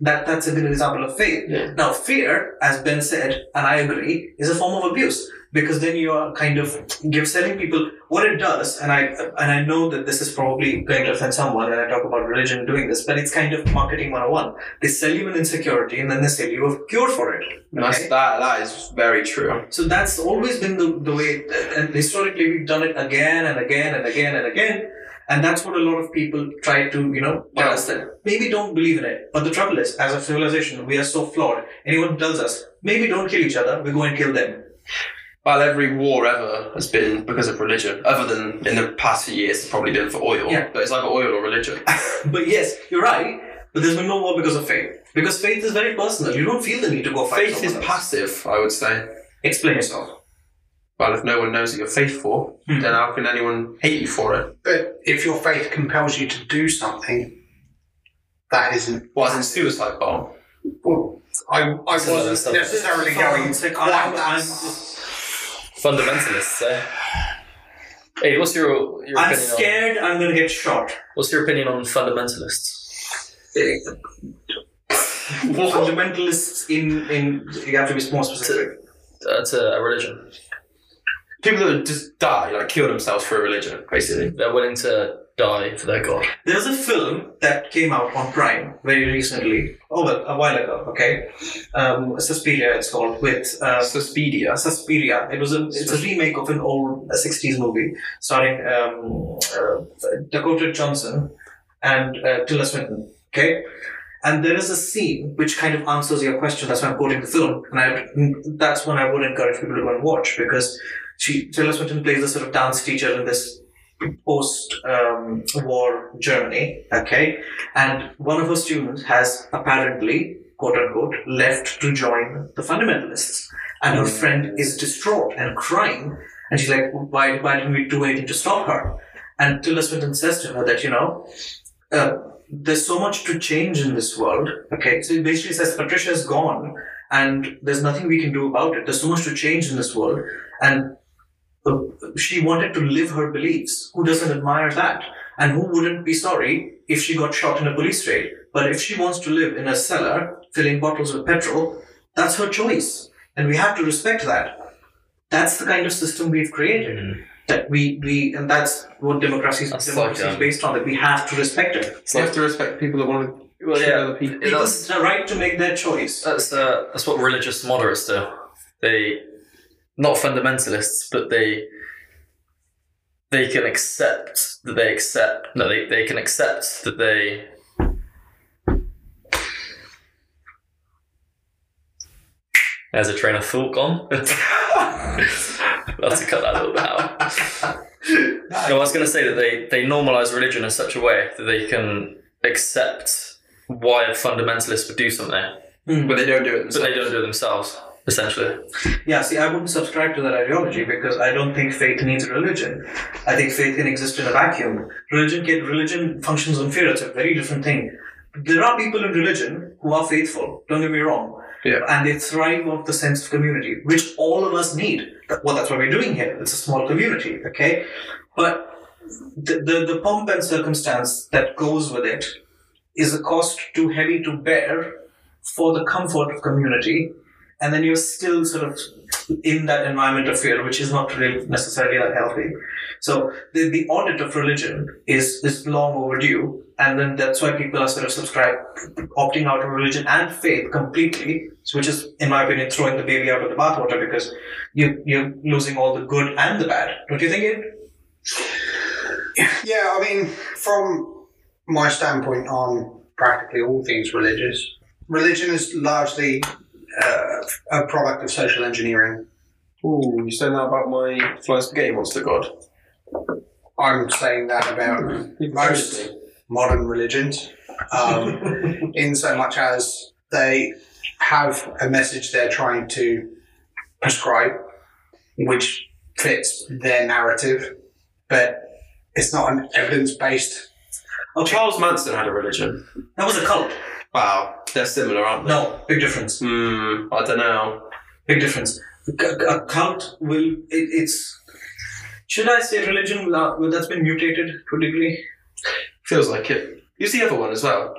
[SPEAKER 2] that that's a good example of faith.
[SPEAKER 4] Yeah.
[SPEAKER 2] Now, fear, as Ben said, and I agree, is a form of abuse because then you are kind of give selling people what it does. And I and I know that this is probably going to offend someone, and I talk about religion doing this, but it's kind of marketing 101. They sell you an insecurity, and then they sell you a cure for it.
[SPEAKER 4] And that's,
[SPEAKER 2] Okay?
[SPEAKER 4] that, that is very true.
[SPEAKER 2] So that's always been the, the way, and historically we've done it again and again and again and again. And that's what a lot of people try to, you know, tell us that maybe don't believe in it. But the trouble is, as a civilization, we are so flawed. Anyone who tells us, maybe don't kill each other, we go and kill them.
[SPEAKER 4] Well, every war ever has been because of religion, other than in the past few years, it's probably been for oil.
[SPEAKER 2] Yeah.
[SPEAKER 4] But it's either oil or religion.
[SPEAKER 2] But yes, you're right, but there's been no war because of faith. Because faith is very personal. You don't feel the need to go fight.
[SPEAKER 4] Faith is
[SPEAKER 2] someone else.
[SPEAKER 4] passive, I would say.
[SPEAKER 2] Explain yourself.
[SPEAKER 4] Well, if no one knows that you're faithful,
[SPEAKER 2] Hmm.
[SPEAKER 4] then how can anyone hate you for it?
[SPEAKER 3] But if your faith compels you to do something, that isn't.
[SPEAKER 4] Well, as in suicide bomb.
[SPEAKER 3] Well, I, I
[SPEAKER 5] So that's
[SPEAKER 3] wasn't
[SPEAKER 5] something.
[SPEAKER 3] necessarily going
[SPEAKER 2] It's like,
[SPEAKER 3] quite
[SPEAKER 2] I'm-
[SPEAKER 3] that.
[SPEAKER 5] Fundamentalists, eh? Hey, what's your, your
[SPEAKER 2] I'm
[SPEAKER 5] opinion on,
[SPEAKER 2] scared I'm going to get shot.
[SPEAKER 5] what's your opinion on fundamentalists?
[SPEAKER 2] Fundamentalists in, in, you have to be more specific.
[SPEAKER 5] That's a, a religion.
[SPEAKER 4] People that just die, like kill themselves for a religion, basically.
[SPEAKER 5] They're willing to die for their god.
[SPEAKER 2] There's a film that came out on Prime very recently. Oh well, a while ago. Okay, um, Suspiria it's called with uh,
[SPEAKER 4] Suspedia.
[SPEAKER 2] Suspiria. It was a it's a remake of an old uh, '60s movie starring um, uh, Dakota Johnson and uh, Tilda Swinton. Okay. And there is a scene which kind of answers your question. That's why I'm quoting the film, and I, that's one I would encourage people to go and watch because she Tilda Swinton plays the sort of dance teacher in this post-war Germany, um, okay, and one of her students has apparently, quote unquote, left to join the fundamentalists, and her friend is distraught and crying, and she's like, "Why, why didn't we do anything to stop her?" And Tilda Swinton says to her that you know. Uh, there's so much to change in this world. Okay, so it basically says Patricia is gone, and there's nothing we can do about it. There's so much to change in this world, and she wanted to live her beliefs. Who doesn't admire that? And who wouldn't be sorry if she got shot in a police raid? But if she wants to live in a cellar filling bottles with petrol, that's her choice. And we have to respect that. That's the kind of system we've created. That we, we and that's what democracy
[SPEAKER 5] That's
[SPEAKER 2] is
[SPEAKER 5] like, um,
[SPEAKER 2] based on, that we have to respect it.
[SPEAKER 4] So you have to respect people that want to
[SPEAKER 5] Well,
[SPEAKER 4] kill
[SPEAKER 5] yeah.
[SPEAKER 4] other people.
[SPEAKER 5] That's-
[SPEAKER 2] People's the right to make their choice.
[SPEAKER 5] That's uh, that's what religious moderates do. They not fundamentalists, but they they can accept that they accept no they, they can accept that they There's a train of thought gone. I'll have to cut that a little bit out. No, I was going to say that they, they normalize religion in such a way that they can accept why a fundamentalist would do something,
[SPEAKER 4] But they don't do it
[SPEAKER 5] but
[SPEAKER 4] themselves.
[SPEAKER 5] they don't do it themselves. Essentially,
[SPEAKER 2] Yeah, see, I wouldn't subscribe to that ideology because I don't think faith needs religion. I think faith can exist in a vacuum. Religion can religion functions on fear. It's a very different thing. There are people in religion who are faithful. Don't get me wrong.
[SPEAKER 4] Yeah.
[SPEAKER 2] And they thrive off the sense of community, which all of us need. That- Well, that's what we're doing here. It's a small community, okay? But the, the, the pomp and circumstance that goes with it is a cost too heavy to bear for the comfort of community, and then you're still sort of in that environment of fear, which is not really necessarily that healthy. So the, the audit of religion is is long overdue, and then that's why people are sort of subscribe opting out of religion and faith completely, which is, in my opinion, throwing the baby out of the bathwater because you you're losing all the good and the bad. Don't you think it? Yeah, I mean, from my standpoint on practically all things religious, religion is largely uh, a product of social engineering.
[SPEAKER 4] Ooh, you saying that about my flying spaghetti monster god?
[SPEAKER 2] I'm saying that about most modern religions, um, in so much as they have a message they're trying to prescribe, which fits their narrative, but it's not an evidence based.
[SPEAKER 4] Oh, Charles Manson had a religion.
[SPEAKER 2] That was a cult.
[SPEAKER 4] Wow, they're similar, aren't they?
[SPEAKER 2] No, big difference.
[SPEAKER 4] Hmm, I don't know.
[SPEAKER 2] big difference. A c- A cult will it, it's should I say religion uh, well, that's been mutated to a degree?
[SPEAKER 4] Feels like it. Who's the other one as well?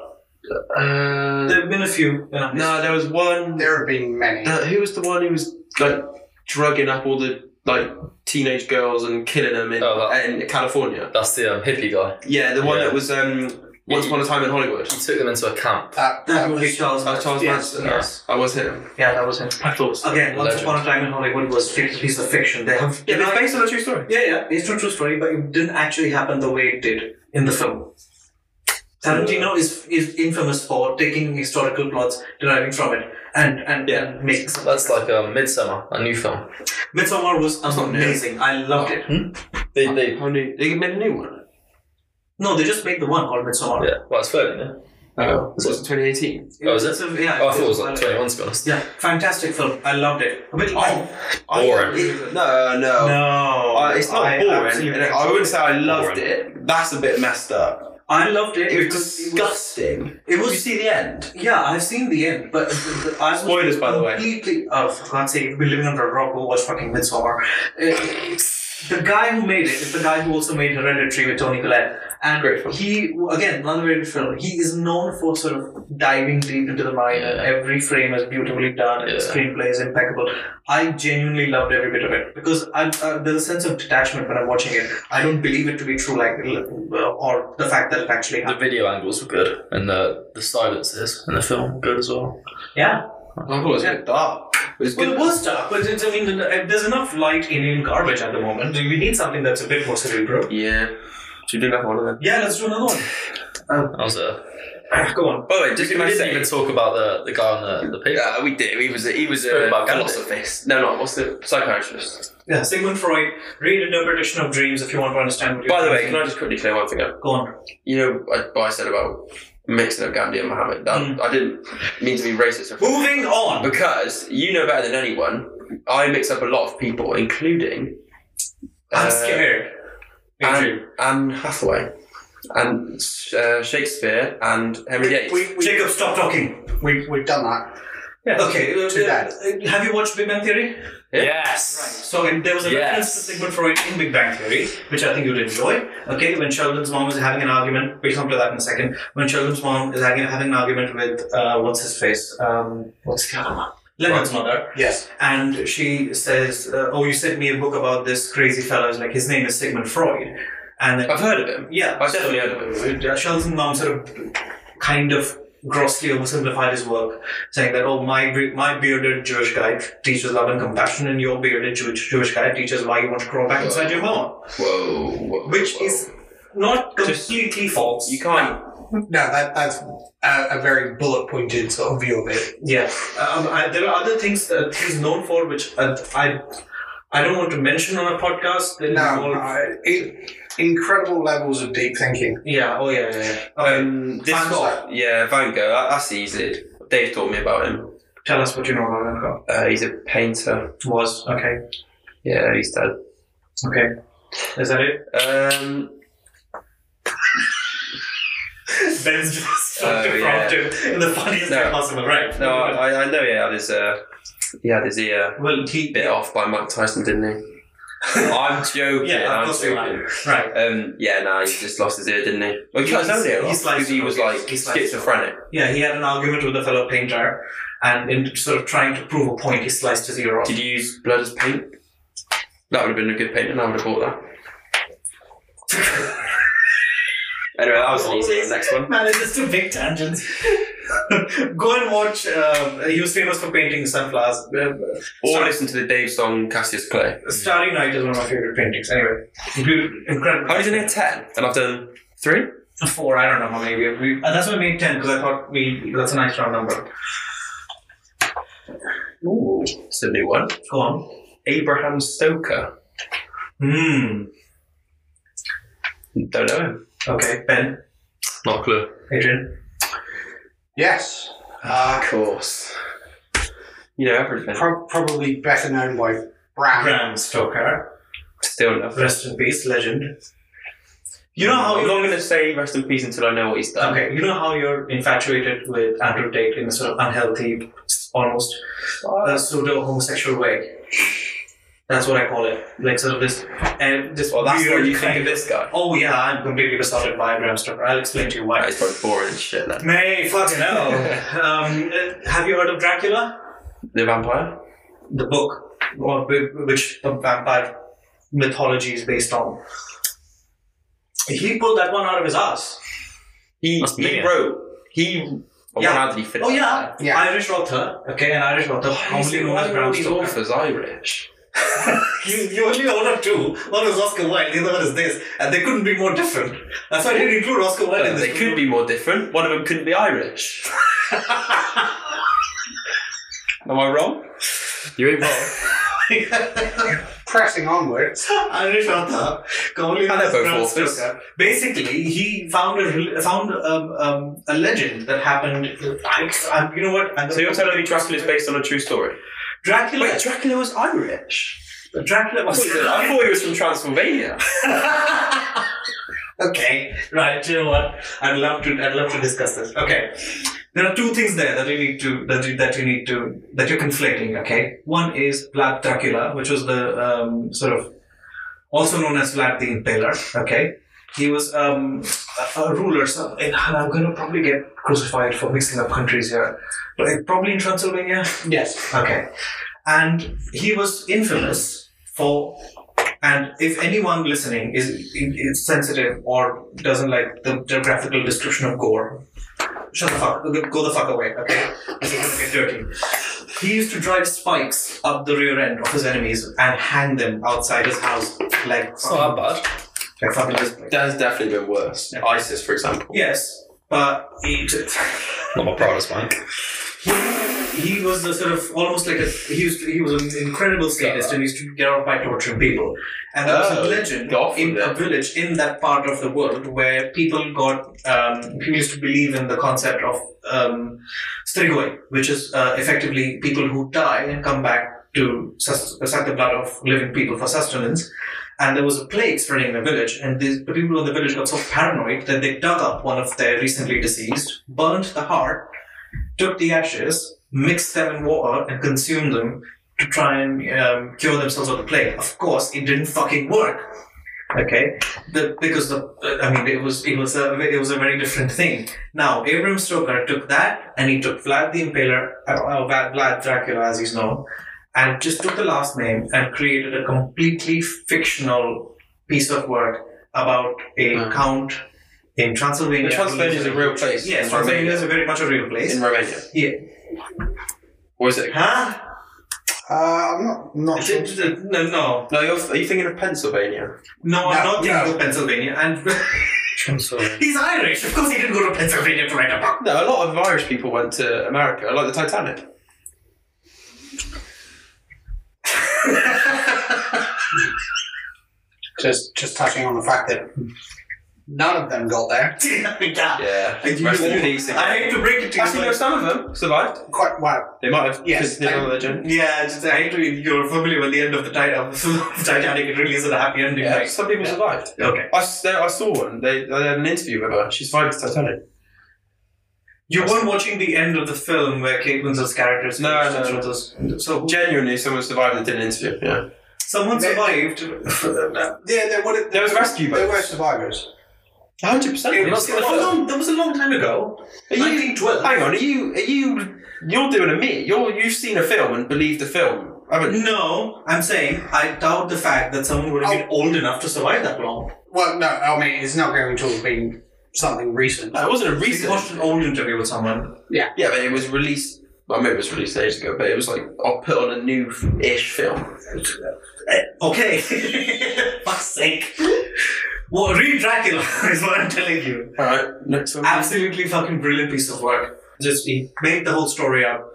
[SPEAKER 4] Uh,
[SPEAKER 2] There have been a few. Yeah.
[SPEAKER 4] no, there was one.
[SPEAKER 2] there have been many.
[SPEAKER 4] Uh, who was the one who was like drugging up all the like teenage girls and killing them in,
[SPEAKER 5] Oh, that-
[SPEAKER 4] in California?
[SPEAKER 5] that's the um, hippie guy.
[SPEAKER 4] Yeah, the one
[SPEAKER 5] Yeah.
[SPEAKER 4] that was um, once upon a time in Hollywood.
[SPEAKER 5] He took them into a camp.
[SPEAKER 2] That,
[SPEAKER 7] That
[SPEAKER 2] that
[SPEAKER 7] would be
[SPEAKER 2] was
[SPEAKER 7] Charles.
[SPEAKER 4] Oh, Charles
[SPEAKER 7] Yes,
[SPEAKER 4] Manson.
[SPEAKER 7] yes.
[SPEAKER 4] I was him.
[SPEAKER 2] yeah, that was him.
[SPEAKER 4] I thought. So.
[SPEAKER 2] Again, once
[SPEAKER 5] Legend.
[SPEAKER 2] upon a time in Hollywood was a piece of fiction. They have
[SPEAKER 4] Yeah, but it's based on a true story.
[SPEAKER 2] yeah, yeah, it's a true story, but it didn't actually happen the way it did in the film. Tarantino is is infamous for taking historical plots, deriving from it, and and,
[SPEAKER 4] Yeah.
[SPEAKER 2] and making something.
[SPEAKER 5] That's like um, Midsummer, a new film.
[SPEAKER 2] Midsommar was
[SPEAKER 4] not new.
[SPEAKER 2] amazing. I loved it.
[SPEAKER 5] They, they,
[SPEAKER 4] How new? They made a new one.
[SPEAKER 2] No, they just made the one called Midsommar.
[SPEAKER 5] yeah. Well, it's third, yeah.
[SPEAKER 4] Oh, this was 2018.
[SPEAKER 5] Oh, is it?
[SPEAKER 2] It's a- yeah,
[SPEAKER 5] Oh, I thought it was
[SPEAKER 2] well-
[SPEAKER 5] like 21 to be honest.
[SPEAKER 2] Yeah, fantastic film. I loved it. A bit long.
[SPEAKER 5] Boring.
[SPEAKER 4] Oh, No, no.
[SPEAKER 7] No,
[SPEAKER 4] I, Uh, it's not
[SPEAKER 7] I
[SPEAKER 4] boring.
[SPEAKER 7] absolutely-
[SPEAKER 4] and I wouldn't say I loved
[SPEAKER 5] Boring.
[SPEAKER 4] it. That's a bit messed up.
[SPEAKER 2] I loved it.
[SPEAKER 4] It was
[SPEAKER 2] because
[SPEAKER 4] disgusting.
[SPEAKER 2] It
[SPEAKER 4] you
[SPEAKER 2] was.
[SPEAKER 4] see the end?
[SPEAKER 2] Yeah, I've seen the end, but but I was
[SPEAKER 4] Spoilers, by the way.
[SPEAKER 2] Completely. Oh, for God's sake! We're living under a rock. We'll watch fucking Midsommar. Uh, The guy who made it is the guy who also made Hereditary with Tony Collette, and
[SPEAKER 4] Great film.
[SPEAKER 2] he again another very good film. He is known for sort of diving deep into the mind, and
[SPEAKER 5] Yeah.
[SPEAKER 2] every frame is beautifully done, and the
[SPEAKER 5] Yeah.
[SPEAKER 2] screenplay is impeccable. I genuinely loved every bit of it because I, uh, there's a sense of detachment when I'm watching it. I don't believe it to be true, like l- uh, or the fact that it actually
[SPEAKER 5] The
[SPEAKER 2] happened.
[SPEAKER 5] video angles were good, and uh, the, the silences in the film were good as well.
[SPEAKER 2] Yeah,
[SPEAKER 4] I thought it was a bit dark. It was
[SPEAKER 7] Well,
[SPEAKER 4] good.
[SPEAKER 7] it was dark, but it's, I mean, uh, there's enough light in, in garbage at the moment. We need something that's a bit more cerebral.
[SPEAKER 4] yeah. Should we do that one of them?
[SPEAKER 7] Yeah, let's do another one. Ah,
[SPEAKER 5] That was a.
[SPEAKER 7] Go on.
[SPEAKER 4] By the way,
[SPEAKER 5] We
[SPEAKER 4] just can I
[SPEAKER 5] didn't
[SPEAKER 4] say?
[SPEAKER 5] even talk about the, the guy on the, the paper.
[SPEAKER 4] Yeah, we did. He was a, he was
[SPEAKER 5] Spoke
[SPEAKER 4] a
[SPEAKER 5] about Gandhi.
[SPEAKER 4] philosophist. No, not what's the psychiatrist.
[SPEAKER 7] Yeah, Sigmund Freud, reinterpretation of dreams if you want to understand what you're
[SPEAKER 4] By the way,
[SPEAKER 7] thinking.
[SPEAKER 4] can I just quickly clear one thing up?
[SPEAKER 7] Go on.
[SPEAKER 4] You know what I said about mixing up Gandhi and Muhammad. That,
[SPEAKER 7] Mm.
[SPEAKER 4] I didn't mean to be racist.
[SPEAKER 7] Moving on.
[SPEAKER 4] Because you know better than anyone, I mix up a lot of people, including.
[SPEAKER 7] I'm
[SPEAKER 4] uh,
[SPEAKER 7] scared.
[SPEAKER 4] Anne, Anne Hathaway, and uh, Shakespeare, and Henry Yates.
[SPEAKER 2] We, we,
[SPEAKER 7] Jacob, stop talking.
[SPEAKER 2] we, we've done that.
[SPEAKER 7] Okay, uh,
[SPEAKER 2] Too
[SPEAKER 7] uh,
[SPEAKER 2] bad.
[SPEAKER 7] uh, have you watched Big Bang Theory?
[SPEAKER 5] Yes!
[SPEAKER 7] So and there was a
[SPEAKER 5] Yes.
[SPEAKER 7] reference to Sigmund Freud in Big Bang Theory, which I think you'd enjoy. Okay, when Sheldon's mom is having an argument, we'll come to that in a second. When Sheldon's mom is having, having an argument with uh, what's his face, um, what's the other one? Leonard's mother,
[SPEAKER 2] Yes.
[SPEAKER 7] and she says, uh, "Oh, you sent me a book about this crazy fellow. It's Like his name is Sigmund Freud," and then
[SPEAKER 4] I've heard of him.
[SPEAKER 7] yeah,
[SPEAKER 4] I've definitely heard of him.
[SPEAKER 7] uh, Sheldon's mom sort of kind of grossly oversimplified his work, saying that, oh, my be- my bearded Jewish guy teaches love and compassion, and your bearded Jewish, Jewish guy teaches why you want to crawl back inside your mom,
[SPEAKER 4] Whoa, whoa,
[SPEAKER 7] which
[SPEAKER 4] whoa.
[SPEAKER 7] is not completely false.
[SPEAKER 4] you can't.
[SPEAKER 2] No, that, that's a, a very bullet pointed sort of view of it.
[SPEAKER 7] Yeah. Um, I, there are other things that he's known for, which uh, I
[SPEAKER 3] I don't want to mention on a podcast. that
[SPEAKER 7] No,
[SPEAKER 3] involve-
[SPEAKER 2] uh,
[SPEAKER 7] I, it, incredible levels of deep thinking.
[SPEAKER 3] yeah. Oh yeah. Yeah. yeah.
[SPEAKER 4] Um, this
[SPEAKER 7] Van Gogh.
[SPEAKER 4] one- yeah, Van Gogh. That, that's easy. Dave taught me about him.
[SPEAKER 3] Tell us what you know about Van Gogh.
[SPEAKER 4] Uh, he's a painter.
[SPEAKER 3] Was okay.
[SPEAKER 4] Yeah, he's dead.
[SPEAKER 3] Okay. Is that it?
[SPEAKER 4] Um,
[SPEAKER 2] Ben's just
[SPEAKER 4] Oh, yeah.
[SPEAKER 2] in the funniest
[SPEAKER 4] No.
[SPEAKER 2] possible, right?
[SPEAKER 4] no, I, I know he had his uh, he had his ear
[SPEAKER 3] Well, he.
[SPEAKER 4] bit off by Mike Tyson, didn't he? I'm joking.
[SPEAKER 2] Yeah, of
[SPEAKER 4] I'm
[SPEAKER 2] course you are.
[SPEAKER 4] joking.
[SPEAKER 3] Right.
[SPEAKER 4] Um, yeah, nah, he just lost his ear, didn't he? Well, you
[SPEAKER 2] He's-
[SPEAKER 4] guys know the
[SPEAKER 2] he
[SPEAKER 4] because
[SPEAKER 2] sliced
[SPEAKER 4] he
[SPEAKER 2] it
[SPEAKER 4] was
[SPEAKER 2] off.
[SPEAKER 4] like
[SPEAKER 2] He sliced it off.
[SPEAKER 4] schizophrenic.
[SPEAKER 2] Yeah, he had an argument with a fellow painter, and in sort of trying to prove a point, he sliced his ear off.
[SPEAKER 4] Did you use blood as paint? That would have been a good painting. I would have bought that. anyway, that was an easy. Next one.
[SPEAKER 2] Man, it's just two big tangents. Go and watch. Um, he was famous for painting sunflowers. Uh,
[SPEAKER 4] Or
[SPEAKER 2] Sorry.
[SPEAKER 4] listen to the Dave song Cassius Clay.
[SPEAKER 3] Starry Night is one of my favorite paintings. Anyway, Beaut- incredible.
[SPEAKER 4] How many's in here? Ten. And I've done three?
[SPEAKER 3] Four. I don't know how many. We, we,
[SPEAKER 2] uh,
[SPEAKER 3] and that's why I made ten because I thought we that's a nice round number.
[SPEAKER 4] Ooh. It's a new one.
[SPEAKER 3] Go on.
[SPEAKER 4] Abraham Stoker.
[SPEAKER 3] Hmm.
[SPEAKER 4] Don't know him.
[SPEAKER 3] Okay. Ben.
[SPEAKER 5] Not a clue.
[SPEAKER 3] Adrian.
[SPEAKER 7] Yes.
[SPEAKER 2] Uh,
[SPEAKER 4] of course. You know everything.
[SPEAKER 7] Pro- probably better known by Bram.
[SPEAKER 3] Bram Stoker.
[SPEAKER 4] Still nothing.
[SPEAKER 3] Rest in peace, legend.
[SPEAKER 4] You know how I'm not going to say rest in peace until I know what he's done.
[SPEAKER 3] Okay, you know how you're infatuated with Andrew Tate in a sort of unhealthy, almost uh, pseudo homosexual way. That's what I call it. Like sort of this, and this.
[SPEAKER 4] Well, that's
[SPEAKER 3] weird
[SPEAKER 4] what you think
[SPEAKER 3] kind
[SPEAKER 4] of this guy.
[SPEAKER 3] Oh yeah, I'm completely besotted by Bram Stoker. I'll explain to you
[SPEAKER 4] That
[SPEAKER 3] why.
[SPEAKER 4] is probably boring as shit then.
[SPEAKER 3] May fucking hell. um, uh, have you heard of Dracula?
[SPEAKER 4] The vampire?
[SPEAKER 3] The book, or whi- which the vampire mythology is based on. He pulled that one out of his ass.
[SPEAKER 4] He,
[SPEAKER 5] Must be
[SPEAKER 4] he
[SPEAKER 5] it.
[SPEAKER 4] wrote. He. Oh,
[SPEAKER 3] Yeah.
[SPEAKER 4] How did he fit
[SPEAKER 3] Oh
[SPEAKER 4] that
[SPEAKER 3] yeah,
[SPEAKER 7] Yeah.
[SPEAKER 3] Irish author. Okay, an Irish author.
[SPEAKER 4] How
[SPEAKER 3] Only
[SPEAKER 4] many
[SPEAKER 3] known as Bram
[SPEAKER 4] these
[SPEAKER 3] Stoker.
[SPEAKER 4] authors Irish?
[SPEAKER 2] you, you only ordered two. One is Oscar Wilde, the other one is this, and they couldn't be more different. That's why I didn't include Oscar Wilde in
[SPEAKER 4] Well,
[SPEAKER 2] this.
[SPEAKER 4] they could be more different. One of them couldn't be Irish. Am I wrong?
[SPEAKER 5] You ain't wrong.
[SPEAKER 7] Pressing onwards.
[SPEAKER 2] Irish author, commonly known
[SPEAKER 4] And they're
[SPEAKER 2] as
[SPEAKER 4] both
[SPEAKER 2] Bram
[SPEAKER 4] authors.
[SPEAKER 2] Stoker. Basically, he found a rel- found um, um, a legend that happened. I, I, you know what? I'm
[SPEAKER 4] So you're telling me Dracula is based on a true story?
[SPEAKER 2] Dracula.
[SPEAKER 4] Wait, Dracula was Irish. Oh,
[SPEAKER 2] Dracula
[SPEAKER 4] I
[SPEAKER 2] was.
[SPEAKER 4] thought he was, I thought he was from Transylvania.
[SPEAKER 2] okay, right. You know what? I'd love to. I'd love to discuss this. Okay, there are two things there that you need to that you, that you need to that you're conflating. Okay, one is Vlad Dracula, which was the um, sort of also known as Vlad the Impaler. Okay, he was um, a, a ruler. So, and I'm going to probably get crucified for mixing up countries here, but it- probably in Transylvania.
[SPEAKER 7] Yes.
[SPEAKER 2] Okay. And he was infamous for, and if anyone listening is, is sensitive or doesn't like the geographical description of gore, shut the fuck, go the fuck away, okay? This is gonna get dirty. He used to drive spikes up the rear end of his enemies and hang them outside his house, like
[SPEAKER 5] It's not that bad.
[SPEAKER 2] like fucking this. place.
[SPEAKER 4] That has definitely been worse. ISIS, for example.
[SPEAKER 2] Yes, but he,
[SPEAKER 5] Not my proudest man.
[SPEAKER 2] he was the sort of almost like a he was he was an incredible sadist and used to get off by torturing people. And there was
[SPEAKER 4] Oh,
[SPEAKER 2] a legend
[SPEAKER 4] got off
[SPEAKER 2] in
[SPEAKER 4] with it.
[SPEAKER 2] a village in that part of the world where people got um, people used to believe in the concept of um, strigoi, which is uh, effectively people who die and come back to sus- suck the blood of living people for sustenance. And there was a plague spreading in the village, and these, the people in the village got so paranoid that they dug up one of their recently deceased, burned the heart, took the ashes, mixed them in water, and consumed them to try and um, cure themselves of the plague. Of course, it didn't fucking work. Okay, the, because the I mean it was it was a it was a very different thing. Now Abraham Stoker took that and he took Vlad the Impaler, uh, uh, Vlad Vlad Dracula as he's known, and just took the last name and created a completely fictional piece of work about a
[SPEAKER 4] Wow.
[SPEAKER 2] count in Transylvania.
[SPEAKER 4] But Transylvania is a real place.
[SPEAKER 2] Yes,
[SPEAKER 4] In
[SPEAKER 2] Transylvania
[SPEAKER 4] Romania.
[SPEAKER 2] is a very much a real place.
[SPEAKER 4] In Romania.
[SPEAKER 2] Yeah.
[SPEAKER 4] Or is it?
[SPEAKER 2] Huh?
[SPEAKER 7] Uh, I'm not, not sure.
[SPEAKER 2] No, no,
[SPEAKER 4] No, you're, are you thinking of Pennsylvania?
[SPEAKER 2] no. I'm
[SPEAKER 7] No,
[SPEAKER 2] not thinking
[SPEAKER 7] no.
[SPEAKER 2] of Pennsylvania. And he's Irish. Of course, he didn't go to Pennsylvania to write a book.
[SPEAKER 4] No, a lot of Irish people went to America, like the Titanic.
[SPEAKER 7] Just just touching on the fact that none of them got there.
[SPEAKER 2] yeah.
[SPEAKER 4] Yeah.
[SPEAKER 2] And you
[SPEAKER 4] Rest in
[SPEAKER 2] all-
[SPEAKER 4] peace.
[SPEAKER 2] I hate to break it to you.
[SPEAKER 4] Actually, no,
[SPEAKER 2] like-
[SPEAKER 4] some of them survived.
[SPEAKER 7] Quite wow.
[SPEAKER 4] They might have.
[SPEAKER 7] Yes,
[SPEAKER 4] because They
[SPEAKER 7] I-
[SPEAKER 4] were legend.
[SPEAKER 2] yeah, just, I hate to. You're familiar with the end of the Titanic. the Titanic it really isn't a happy ending.
[SPEAKER 4] Yeah,
[SPEAKER 2] right?
[SPEAKER 4] some people
[SPEAKER 2] Yeah.
[SPEAKER 4] survived.
[SPEAKER 2] Okay.
[SPEAKER 4] I, s- I saw one. They, they had an interview with her. She survived the Titanic.
[SPEAKER 2] You weren't watching the end of the film where Kate Winslet's character is
[SPEAKER 4] No,
[SPEAKER 2] finished and
[SPEAKER 4] no, no.
[SPEAKER 2] those- So
[SPEAKER 4] Genuinely, someone survived and did an interview. Yeah.
[SPEAKER 2] someone
[SPEAKER 7] They-
[SPEAKER 2] survived.
[SPEAKER 7] Yeah, there were
[SPEAKER 4] There was rescue
[SPEAKER 7] there were
[SPEAKER 4] boats.
[SPEAKER 7] survivors.
[SPEAKER 4] Hundred
[SPEAKER 2] It
[SPEAKER 4] percent.
[SPEAKER 2] was, it was a long, that was a long time ago.
[SPEAKER 4] Are you?
[SPEAKER 2] 1912.
[SPEAKER 4] Hang on. Are you? Are you? You're doing a me. You're. You've seen a film and believed the film, haven't you?
[SPEAKER 2] No, I'm saying I doubt the fact that someone would have been old enough to survive that long.
[SPEAKER 7] Well, no, I mean it's not going to have been something recent.
[SPEAKER 4] It wasn't a
[SPEAKER 2] We
[SPEAKER 4] recent.
[SPEAKER 2] watched an old interview with someone.
[SPEAKER 4] Yeah, but it was released. Well, maybe it was released ages ago, but it was like I put on a new-ish film.
[SPEAKER 2] Eh, Okay. Fuck's sake. Well, read Dracula is what I'm telling you.
[SPEAKER 4] All right, next one.
[SPEAKER 2] Absolutely fucking brilliant piece of work. Just he made the whole story up.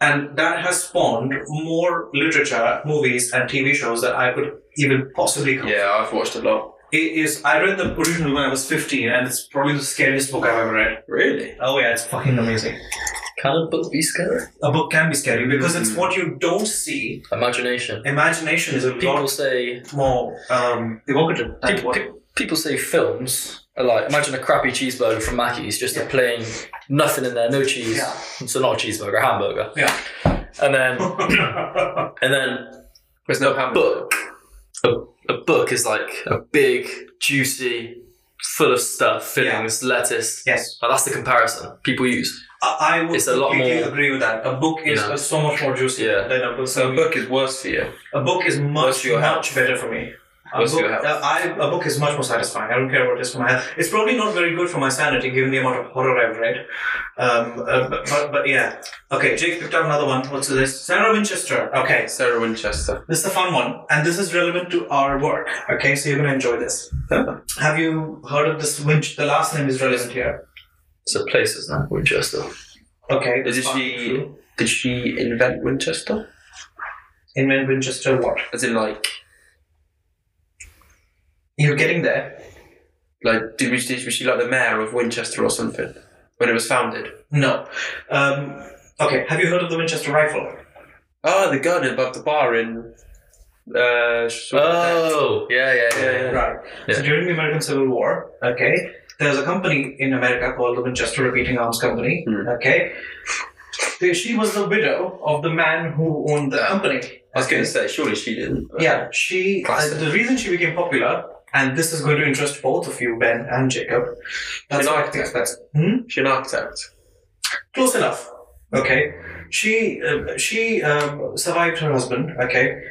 [SPEAKER 2] And that has spawned more literature, movies, and TV shows that I could even possibly come
[SPEAKER 4] Yeah, I've watched a lot.
[SPEAKER 2] It is. I read the original when I was 15, and it's probably the scariest book I've ever read.
[SPEAKER 4] Really?
[SPEAKER 2] Oh yeah, it's fucking amazing.
[SPEAKER 5] Can a book be scary?
[SPEAKER 2] A book can be scary because it's what you don't see.
[SPEAKER 5] Imagination.
[SPEAKER 2] Imagination is a
[SPEAKER 5] People
[SPEAKER 2] lot
[SPEAKER 5] say
[SPEAKER 2] more um, evocative. than
[SPEAKER 5] people,
[SPEAKER 2] what-
[SPEAKER 5] pe- people say films are like imagine a crappy cheeseburger from Mackey's, just a plain nothing in there, no cheese.
[SPEAKER 7] Yeah.
[SPEAKER 5] So not a cheeseburger, a hamburger.
[SPEAKER 2] Yeah.
[SPEAKER 5] And then and then
[SPEAKER 4] There's no
[SPEAKER 5] a
[SPEAKER 4] hammer.
[SPEAKER 5] book a, a book is like a big juicy full of stuff fillings lettuce
[SPEAKER 2] yes,
[SPEAKER 5] Like, that's the comparison people use
[SPEAKER 2] I, I would
[SPEAKER 5] It's a lot
[SPEAKER 2] completely
[SPEAKER 5] more-
[SPEAKER 2] agree with that. A book is
[SPEAKER 5] Yeah.
[SPEAKER 2] uh, so much more juicy
[SPEAKER 5] Yeah.
[SPEAKER 2] than a book.
[SPEAKER 4] So a book is worse for you.
[SPEAKER 2] a book is much
[SPEAKER 4] What's your
[SPEAKER 2] much better for me. A
[SPEAKER 4] What's
[SPEAKER 2] book,
[SPEAKER 4] your health?
[SPEAKER 2] uh, I, a book is much more satisfying. I don't care what it is for my health. It's probably not very good for my sanity given the amount of horror I've read. Um, uh, but, but, but yeah. Okay, Jake picked up another one. What's this? Sarah Winchester. Okay,
[SPEAKER 4] Sarah Winchester.
[SPEAKER 2] this is a fun one. And this is relevant to our work. Okay, so you're going to enjoy this. Have you heard of this Winch? The last name is relevant here.
[SPEAKER 5] it's a place isn't it Winchester
[SPEAKER 2] Okay.
[SPEAKER 4] Did she? Did she invent Winchester?
[SPEAKER 2] Invent Winchester what?
[SPEAKER 4] As in, like,
[SPEAKER 2] You're getting there.
[SPEAKER 4] like, did we, did, was she like the mayor of Winchester or something when it was founded?
[SPEAKER 2] No. Um, okay, have you heard of the Winchester rifle?
[SPEAKER 4] Oh, the gun above the bar in. Uh, sort of
[SPEAKER 5] oh yeah yeah yeah, yeah.
[SPEAKER 2] Right.
[SPEAKER 5] Yeah.
[SPEAKER 2] So during the American Civil War, okay, there's a company in America called the Winchester Repeating Arms Company,
[SPEAKER 4] Hmm.
[SPEAKER 2] okay. They- She was the widow of the man who owned the company.
[SPEAKER 4] I was going to say, surely she didn't. but-
[SPEAKER 2] Yeah, she. Uh,
[SPEAKER 4] Classic.
[SPEAKER 2] the reason she became popular, and this is going to interest both of you, Ben and Jacob. That's
[SPEAKER 4] An
[SPEAKER 2] why I
[SPEAKER 4] architect.
[SPEAKER 2] think that's hmm?
[SPEAKER 4] She an architect.
[SPEAKER 2] close enough. Okay, she uh, she um, survived her husband. Okay,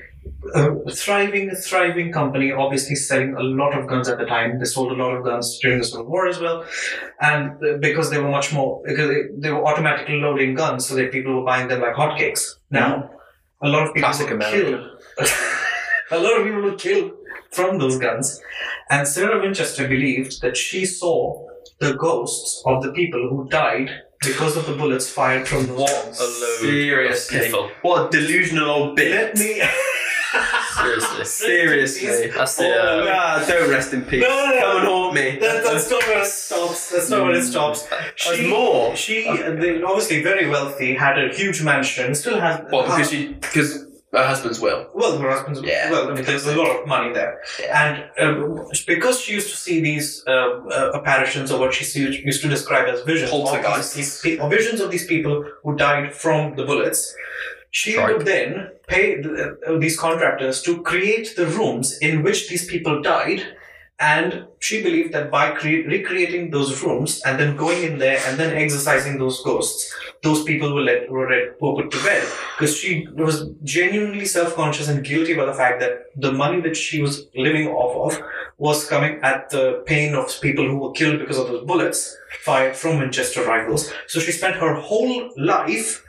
[SPEAKER 2] uh, thriving thriving company, obviously selling a lot of guns at the time. They sold a lot of guns during the Civil War as well, and uh, because they were much more because they, they were automatically loading guns, so that people were buying them like hotcakes. Now, a lot of people
[SPEAKER 4] Classic
[SPEAKER 2] were
[SPEAKER 4] America.
[SPEAKER 2] killed. a lot of people were killed from those guns, and Sarah Winchester believed that she saw the ghosts of the people who died because of the bullets fired from the walls.
[SPEAKER 4] Seriously.
[SPEAKER 5] Piffle.
[SPEAKER 4] What a delusional old bitch.
[SPEAKER 2] Let me.
[SPEAKER 5] seriously
[SPEAKER 4] Seriously.
[SPEAKER 5] that's the uh,
[SPEAKER 4] Ah, don't rest in peace.
[SPEAKER 2] No, no, no.
[SPEAKER 4] Come and haunt me.
[SPEAKER 2] That, that's not where it stops. That's not where it stops.
[SPEAKER 4] There's more.
[SPEAKER 2] She, uh, they, obviously very wealthy, had a huge mansion, still has.
[SPEAKER 4] Well, because she, because her husband's will.
[SPEAKER 2] Well, her husband's.
[SPEAKER 4] Yeah.
[SPEAKER 2] Well, I mean, there's a lot of money there, and um, because she used to see these um, uh, apparitions, or what she see- used to describe as visions, of these,
[SPEAKER 4] Poltergeists.
[SPEAKER 2] these pe- or visions of these people who died from the bullets. She would then pay the, uh, these contractors to create the rooms in which these people died, and she believed that by cre- recreating those rooms and then going in there and then exercising those ghosts, those people were let were, let, were put to bed because she was genuinely self-conscious and guilty about the fact that the money that she was living off of was coming at the pain of people who were killed because of those bullets fired from Winchester rifles. So she spent her whole life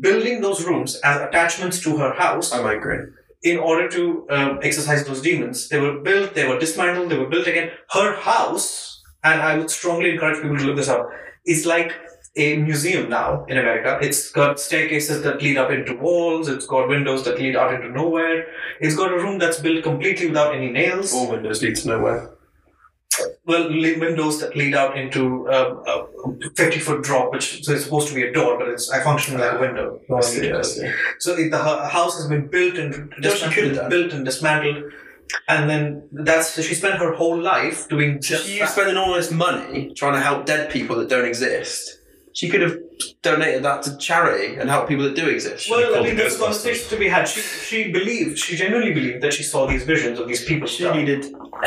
[SPEAKER 2] building those rooms as attachments to her house
[SPEAKER 4] I'm angry.
[SPEAKER 2] in order to um, exercise those demons. They were built, they were dismantled, they were built again. Her house, and I would strongly encourage people to look this up, is like a museum now in America. It's got staircases that lead up into walls. It's got windows that lead out into nowhere. It's got a room that's built completely without any nails.
[SPEAKER 4] Oh.
[SPEAKER 8] All windows lead to nowhere.
[SPEAKER 2] Well, li- windows that lead out into um, a fifty-foot drop, which so it's supposed to be a door, but it's I function like a window.
[SPEAKER 4] Oh,
[SPEAKER 2] So it, the hu- house has been built and
[SPEAKER 8] could've
[SPEAKER 2] dismantled,
[SPEAKER 8] done.
[SPEAKER 2] built and dismantled, and then that's she spent her whole life doing just
[SPEAKER 4] She's
[SPEAKER 2] that.
[SPEAKER 4] spending all this money trying to help dead people that don't exist. She could have donated that to charity and helped people that do exist.
[SPEAKER 2] Well, I
[SPEAKER 8] called
[SPEAKER 2] mean, there's
[SPEAKER 8] Ghostbusters.
[SPEAKER 2] conversation to be had. She, she believed, she genuinely believed that she saw these visions of these people.
[SPEAKER 4] she needed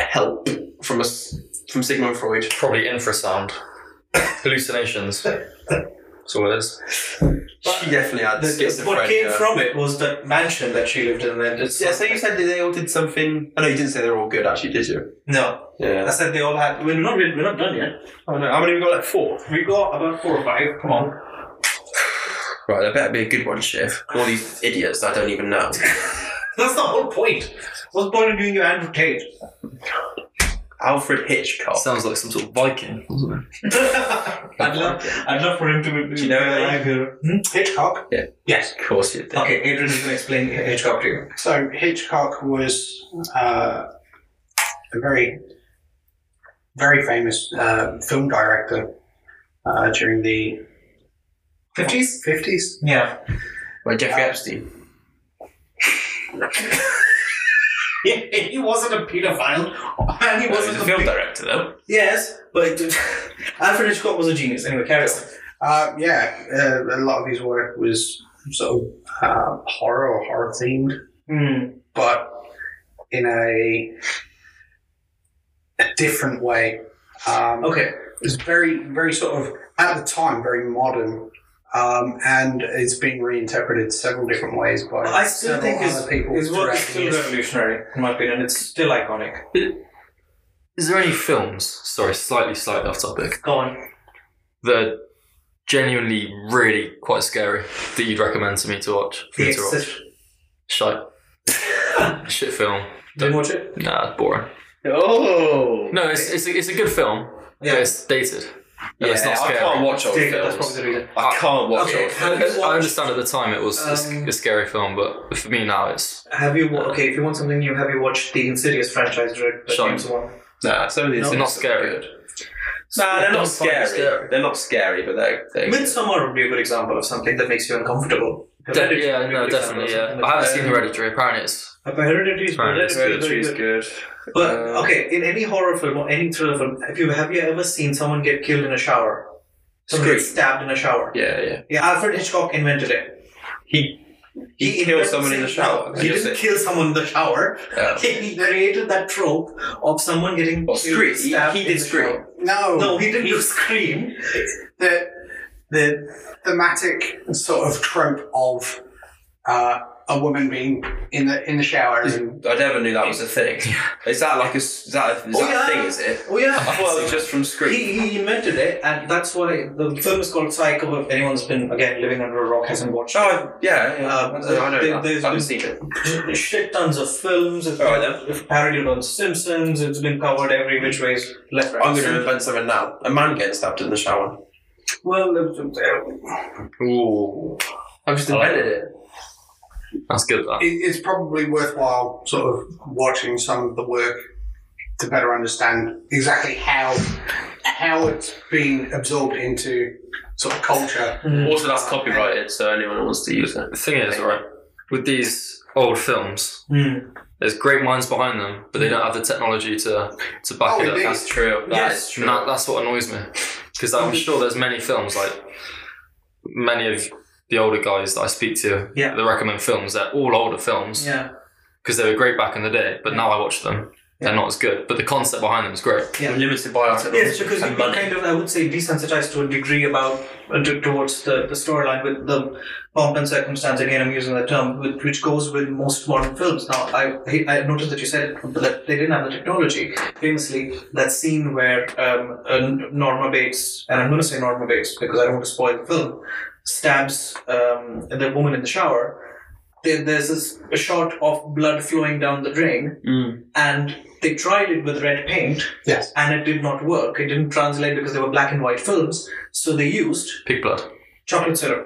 [SPEAKER 4] help from us, from Sigmund Freud.
[SPEAKER 5] Probably infrasound. Hallucinations. That's all it is.
[SPEAKER 4] She definitely had
[SPEAKER 2] The- the-
[SPEAKER 4] schizophrenia.
[SPEAKER 2] what came from it was that mansion that she lived in. And it's
[SPEAKER 4] Yeah, so you said that they all did something. I know you didn't say they're all good, actually, did you?
[SPEAKER 2] no. I
[SPEAKER 4] Yeah.
[SPEAKER 2] said they all had. We're not. We're not done yet.
[SPEAKER 4] Oh no, how many have we got? Like four.
[SPEAKER 2] We got about four or five. Come on.
[SPEAKER 4] Right, there better be a good one, Shiv. All these idiots that I don't even know.
[SPEAKER 2] That's the whole point. What's the point of doing your Andrew Tate?
[SPEAKER 4] Alfred Hitchcock.
[SPEAKER 5] Sounds like some sort of Viking.
[SPEAKER 2] I'd love. I'd love for him to be.
[SPEAKER 4] Do you know him?
[SPEAKER 2] alive here. Hmm? Hitchcock.
[SPEAKER 4] Yeah.
[SPEAKER 2] Yes.
[SPEAKER 4] of course you did.
[SPEAKER 2] Okay, Adrian is going to explain Hitchcock to you.
[SPEAKER 7] So Hitchcock was uh, a very, very famous uh, film director uh, during the
[SPEAKER 2] Fifties.
[SPEAKER 7] fifties.
[SPEAKER 2] Yeah.
[SPEAKER 4] By Jeffrey Epstein.
[SPEAKER 2] he wasn't a pedophile, and he wasn't a big-
[SPEAKER 4] director, though.
[SPEAKER 2] Yes, but Alfred Hitchcock was a genius. Anyway, carry on.
[SPEAKER 7] Uh, yeah, uh, a lot of his work was sort of uh, horror or horror themed.
[SPEAKER 2] Hmm,
[SPEAKER 7] but in a, a different way. Um,
[SPEAKER 2] Okay.
[SPEAKER 7] It was very, very sort of, at the time, very modern. Um, and it's been reinterpreted several different ways by
[SPEAKER 2] I still
[SPEAKER 7] several
[SPEAKER 2] think his,
[SPEAKER 7] other people.
[SPEAKER 2] his work is
[SPEAKER 7] throughout the
[SPEAKER 2] still
[SPEAKER 7] years.
[SPEAKER 2] revolutionary, in my opinion. It's still iconic.
[SPEAKER 5] Is there any films, sorry, slightly, slightly off topic,
[SPEAKER 2] Go on.
[SPEAKER 5] that are genuinely really quite scary that you'd recommend to me to watch? For
[SPEAKER 2] The
[SPEAKER 5] me to watch?
[SPEAKER 2] Exorcist.
[SPEAKER 5] Shite. Shit film.
[SPEAKER 2] Didn't watch it?
[SPEAKER 5] Nah, it's boring.
[SPEAKER 4] Oh!
[SPEAKER 5] No, it's, it's, a, it's a good film, but
[SPEAKER 2] Yeah.
[SPEAKER 5] it's dated.
[SPEAKER 4] Yeah,
[SPEAKER 5] And it's not
[SPEAKER 4] I can't
[SPEAKER 5] scary.
[SPEAKER 4] watch old
[SPEAKER 2] Dick, that's
[SPEAKER 4] films.
[SPEAKER 2] probably the reason.
[SPEAKER 4] I can't watch
[SPEAKER 2] Okay,
[SPEAKER 4] old
[SPEAKER 2] have
[SPEAKER 4] films.
[SPEAKER 2] you
[SPEAKER 5] I
[SPEAKER 2] watched-
[SPEAKER 5] understand at the time it was a sc-
[SPEAKER 2] Um,
[SPEAKER 5] a scary film, but for me now it's
[SPEAKER 2] Have you wa- okay? If you want something new, have you watched the Insidious franchise directed by
[SPEAKER 5] Sean.
[SPEAKER 2] James Wan?
[SPEAKER 4] Nah, some of these
[SPEAKER 5] No.
[SPEAKER 4] things
[SPEAKER 5] Not
[SPEAKER 4] are
[SPEAKER 5] scary.
[SPEAKER 4] Good. Nah, they're
[SPEAKER 5] I
[SPEAKER 4] not
[SPEAKER 5] don't find
[SPEAKER 4] scary.
[SPEAKER 5] it scary.
[SPEAKER 4] They're not scary, but they're. they're
[SPEAKER 2] Midsummer would be a good example of something that makes you uncomfortable.
[SPEAKER 5] De-
[SPEAKER 2] Hereditary
[SPEAKER 5] yeah,
[SPEAKER 2] would be a
[SPEAKER 5] no,
[SPEAKER 2] good example of
[SPEAKER 5] definitely, yeah.
[SPEAKER 2] something
[SPEAKER 5] I
[SPEAKER 2] that-
[SPEAKER 5] haven't seen
[SPEAKER 4] Um,
[SPEAKER 5] Hereditary. Apparently, it's
[SPEAKER 2] Uh, Hereditary is
[SPEAKER 5] Sorry,
[SPEAKER 2] Hereditary is very
[SPEAKER 4] Hereditary's
[SPEAKER 2] good.
[SPEAKER 4] good.
[SPEAKER 2] But
[SPEAKER 4] Uh,
[SPEAKER 2] okay, in any horror film or any thriller film, have you have you ever seen someone get killed in a shower? Someone get
[SPEAKER 4] Scream.
[SPEAKER 2] stabbed in a shower.
[SPEAKER 4] Yeah, yeah.
[SPEAKER 2] Yeah, Alfred Hitchcock invented it.
[SPEAKER 4] He he, killed
[SPEAKER 2] invented-
[SPEAKER 4] someone in the shower.
[SPEAKER 2] No, he
[SPEAKER 4] You'll
[SPEAKER 2] didn't
[SPEAKER 4] see.
[SPEAKER 2] kill someone in the shower.
[SPEAKER 4] Yeah.
[SPEAKER 2] He narrated that trope of someone getting
[SPEAKER 4] Well,
[SPEAKER 2] killed,
[SPEAKER 4] Scream. He-
[SPEAKER 2] stabbed
[SPEAKER 4] he
[SPEAKER 2] in
[SPEAKER 4] did
[SPEAKER 2] the
[SPEAKER 4] Scream.
[SPEAKER 2] shower.
[SPEAKER 7] No,
[SPEAKER 2] No, he didn't do Scream.
[SPEAKER 7] the the thematic sort of trope of uh, a woman being in the in the shower and
[SPEAKER 4] I never knew that was a thing. Is that like a s- is that, a- is
[SPEAKER 2] Oh,
[SPEAKER 4] that
[SPEAKER 2] yeah.
[SPEAKER 4] a thing? Is it?
[SPEAKER 2] Oh yeah.
[SPEAKER 4] I thought it was just from Scream.
[SPEAKER 2] He, he invented it, and that's why the film is called Psycho. If anyone's been again living under a rock hasn't watched
[SPEAKER 4] Oh,
[SPEAKER 2] it,
[SPEAKER 4] I- yeah, yeah.
[SPEAKER 2] Um,
[SPEAKER 4] I know.
[SPEAKER 2] there-
[SPEAKER 4] that.
[SPEAKER 2] there's
[SPEAKER 4] I haven't
[SPEAKER 2] been-
[SPEAKER 4] seen it.
[SPEAKER 2] shit tons of films. It's,
[SPEAKER 4] Alright then.
[SPEAKER 2] it's parodied on Simpsons. It's been covered every which way, left, right.
[SPEAKER 4] I'm going to
[SPEAKER 2] center.
[SPEAKER 4] invent something now. A man getting stabbed in the shower.
[SPEAKER 2] Well, uh,
[SPEAKER 4] Ooh. I've just invented Oh, it.
[SPEAKER 5] that's good. That.
[SPEAKER 7] it, it's probably worthwhile sort of watching some of the work to better understand exactly how how it's been absorbed into sort of culture.
[SPEAKER 4] Also, that's copyrighted, so anyone who wants to use it.
[SPEAKER 5] The thing is, right, with these old films,
[SPEAKER 2] Hmm.
[SPEAKER 5] there's great minds behind them, but they don't have the technology to to back
[SPEAKER 7] Oh,
[SPEAKER 5] it up.
[SPEAKER 7] indeed.
[SPEAKER 4] That's true. That is
[SPEAKER 5] And that, that's what annoys me, because I'm
[SPEAKER 2] Hmm.
[SPEAKER 5] sure there's many films like many of the older guys that I speak to
[SPEAKER 2] Yeah.
[SPEAKER 5] that recommend films. They're all older films
[SPEAKER 2] yeah,
[SPEAKER 5] because they were great back in the day, but now I watch them. They're not as good, but the concept behind them is great.
[SPEAKER 2] yeah.
[SPEAKER 4] Limited by our
[SPEAKER 2] Yes, because
[SPEAKER 4] and
[SPEAKER 2] you've been
[SPEAKER 4] money.
[SPEAKER 2] kind of, I would say, desensitized to a degree about uh, to- towards the, the storyline with the pomp and circumstance. Again, I'm using that term, with, which goes with most modern films. Now, I I noticed that you said that they didn't have the technology. Famously, that scene where um, uh, Norma Bates, and I'm going to say Norma Bates because I don't want to spoil the film, stabs um, the woman in the shower. There, there's this, a shot of blood flowing down the drain, and they tried it with red paint
[SPEAKER 7] Yes.
[SPEAKER 2] and it did not work. It didn't translate because they were black and white films. So they used
[SPEAKER 5] Pig blood.
[SPEAKER 2] chocolate syrup.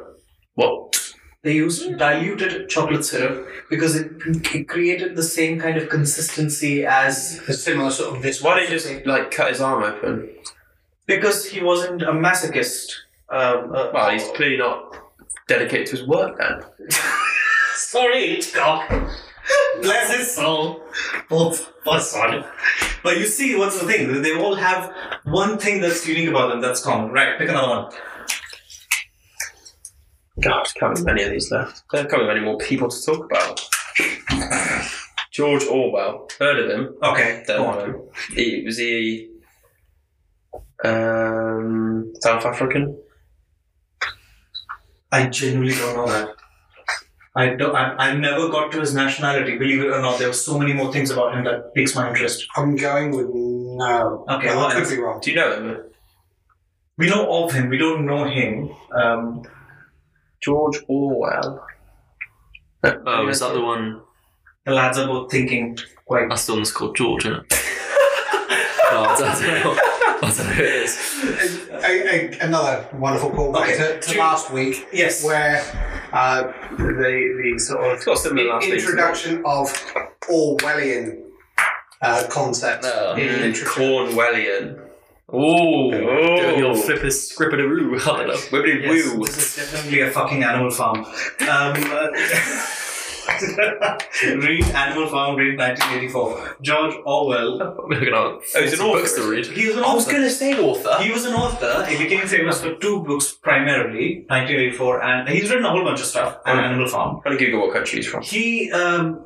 [SPEAKER 5] What?
[SPEAKER 2] They used diluted chocolate syrup because it, it created the same kind of consistency as
[SPEAKER 7] It's similar sort of this
[SPEAKER 4] Why don't you just like cut his arm open?
[SPEAKER 2] because he wasn't a masochist. Um, uh,
[SPEAKER 4] Well, he's clearly not dedicated to his work then.
[SPEAKER 2] Sorry, Hitchcock. Bless his soul. Both of us on. But you see, what's the thing? They all have one thing that's unique about them that's common. Right, pick another one.
[SPEAKER 4] God, can't be many of these left. There can't be many more people to talk about. George Orwell. Heard of him?
[SPEAKER 2] Okay,
[SPEAKER 4] Don't
[SPEAKER 2] go on.
[SPEAKER 4] know him. He was he um, South African?
[SPEAKER 2] I genuinely don't know that. I don't. I, I never got to his nationality. Believe it or not, there were so many more things about him that piques my interest.
[SPEAKER 7] I'm going with no.
[SPEAKER 2] Okay,
[SPEAKER 7] Well,
[SPEAKER 2] well,
[SPEAKER 7] I could be wrong.
[SPEAKER 4] Do you know him?
[SPEAKER 2] We know of him. We don't know him. Um,
[SPEAKER 4] George Orwell.
[SPEAKER 5] Oh, is that the one?
[SPEAKER 2] the lads are both thinking quite.
[SPEAKER 5] That's the one that's called George, isn't it? no, I don't know. I don't know who it is.
[SPEAKER 7] A, a, another wonderful callback
[SPEAKER 2] Okay,
[SPEAKER 7] to, to
[SPEAKER 2] do-
[SPEAKER 7] last week,
[SPEAKER 2] Yes.
[SPEAKER 7] where uh, the the sort of
[SPEAKER 4] It's got similar last name.
[SPEAKER 7] introduction of Orwellian uh, concepts.
[SPEAKER 5] No.
[SPEAKER 7] in
[SPEAKER 4] Mm,
[SPEAKER 7] literature.
[SPEAKER 4] Cornwellian.
[SPEAKER 5] Ooh,
[SPEAKER 4] Oh.
[SPEAKER 5] doing your flipper scripperoo. I don't know.
[SPEAKER 4] Wibbly
[SPEAKER 2] Yes,
[SPEAKER 4] woo.
[SPEAKER 2] This is definitely a fucking animal farm. Um, uh, read Animal Farm, read 1984. George Orwell.
[SPEAKER 5] We're gonna
[SPEAKER 4] Oh, he's an
[SPEAKER 5] books
[SPEAKER 4] author,
[SPEAKER 5] to read.
[SPEAKER 2] He was an author.
[SPEAKER 4] to say author.
[SPEAKER 2] He was an author. He became famous for two books primarily, 1984, and he's written a whole bunch of stuff on
[SPEAKER 4] Right.
[SPEAKER 2] Animal Farm.
[SPEAKER 4] I'm trying to Google what country he's from.
[SPEAKER 2] He um,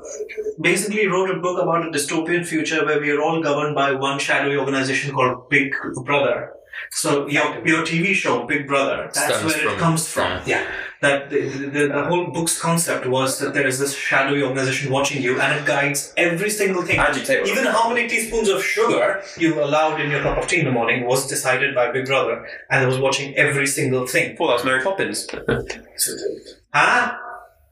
[SPEAKER 2] basically wrote a book about a dystopian future where we are all governed by one shadowy organization called Big Brother. So your, your TV show Big Brother, that's
[SPEAKER 5] Stems
[SPEAKER 2] where it
[SPEAKER 5] from-
[SPEAKER 2] comes from.
[SPEAKER 7] Yeah.
[SPEAKER 2] That the, the, the, the whole book's concept was that there is this shadowy organization watching you, and it guides every single thing.
[SPEAKER 4] Agitator.
[SPEAKER 2] Even how many teaspoons of sugar you allowed in your cup of tea in the morning was decided by Big Brother, and it was watching every single thing.
[SPEAKER 4] Well, that's Mary Poppins.
[SPEAKER 2] Huh?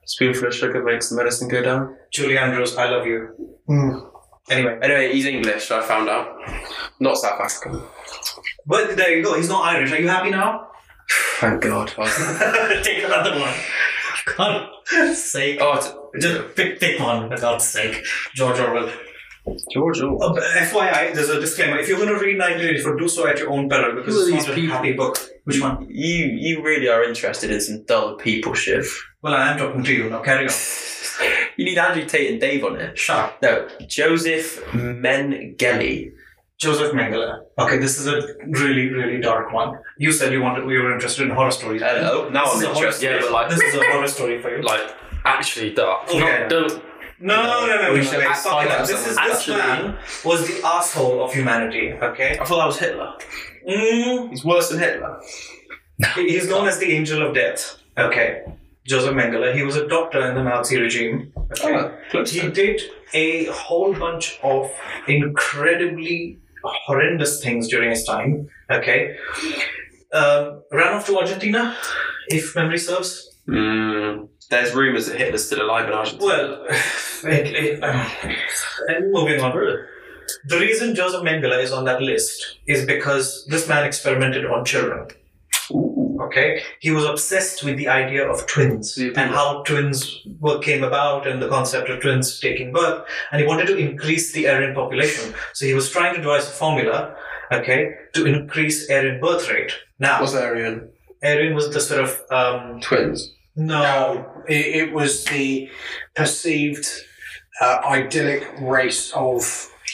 [SPEAKER 4] Spoonful of sugar makes the medicine go down.
[SPEAKER 2] Julie Andrews, I love you.
[SPEAKER 7] Mm.
[SPEAKER 2] Anyway,
[SPEAKER 4] Anyway, he's English, I found out. Not South African.
[SPEAKER 2] but there you go. He's not Irish. Are you happy now?
[SPEAKER 4] Thank God. oh,
[SPEAKER 2] Take another one. For God's sake.
[SPEAKER 4] it's,
[SPEAKER 2] Just pick, pick one, for God's sake. George Orwell.
[SPEAKER 4] George Orwell.
[SPEAKER 2] Uh, but FYI, there's a disclaimer. If you're going to read 1984, do so at your own peril because it's not a happy book. Which one?
[SPEAKER 4] You you really are interested in some dull people shit.
[SPEAKER 2] Well, I am talking to you now. Carry on.
[SPEAKER 4] You need Andrew Tate and Dave on it.
[SPEAKER 2] Shut up.
[SPEAKER 4] No, Joseph Mengele.
[SPEAKER 2] Joseph Mengele. Okay, this is a really, really dark one. You said you wanted, we were interested in horror stories.
[SPEAKER 4] Hello. Uh, oh, Now
[SPEAKER 2] This is
[SPEAKER 4] I'm
[SPEAKER 2] a horror
[SPEAKER 4] interested.
[SPEAKER 5] Yeah, but like,
[SPEAKER 2] This is a horror story for you.
[SPEAKER 5] like actually dark.
[SPEAKER 2] Oh,
[SPEAKER 5] Not-
[SPEAKER 2] yeah.
[SPEAKER 5] Don't.
[SPEAKER 2] No, no, no, no.
[SPEAKER 4] We
[SPEAKER 2] no,
[SPEAKER 4] should
[SPEAKER 2] no,
[SPEAKER 4] actually
[SPEAKER 2] fuck
[SPEAKER 4] find
[SPEAKER 2] that.
[SPEAKER 4] out
[SPEAKER 2] This is
[SPEAKER 4] something.
[SPEAKER 2] this
[SPEAKER 5] Actually-
[SPEAKER 2] man was the asshole of humanity. Okay.
[SPEAKER 4] I thought that was Hitler.
[SPEAKER 2] Mm,
[SPEAKER 4] He's worse than Hitler.
[SPEAKER 2] He- He's known as the Angel of Death. Okay. Joseph Mengele. He was a doctor in the Nazi regime. Okay.
[SPEAKER 4] Oh,
[SPEAKER 2] he did a whole bunch of incredibly horrendous things during his time. Okay. Um, ran off to Argentina, if memory serves.
[SPEAKER 4] Mm, there's rumours that Hitler's still alive in Argentina.
[SPEAKER 2] Well, it, it, um, and moving on. The reason Joseph Mengele is on that list is because this man experimented on children. Okay, he was obsessed with the idea of twins
[SPEAKER 4] Yeah.
[SPEAKER 2] and how twins were, came about and the concept of twins taking birth, and he wanted to increase the Aryan population. So he was trying to devise a formula, okay, to increase Aryan birth rate. Now,
[SPEAKER 4] what's Aryan?
[SPEAKER 2] Aryan was the sort of um,
[SPEAKER 4] Twins.
[SPEAKER 2] no,
[SPEAKER 7] No, it, it was the perceived uh, idyllic race of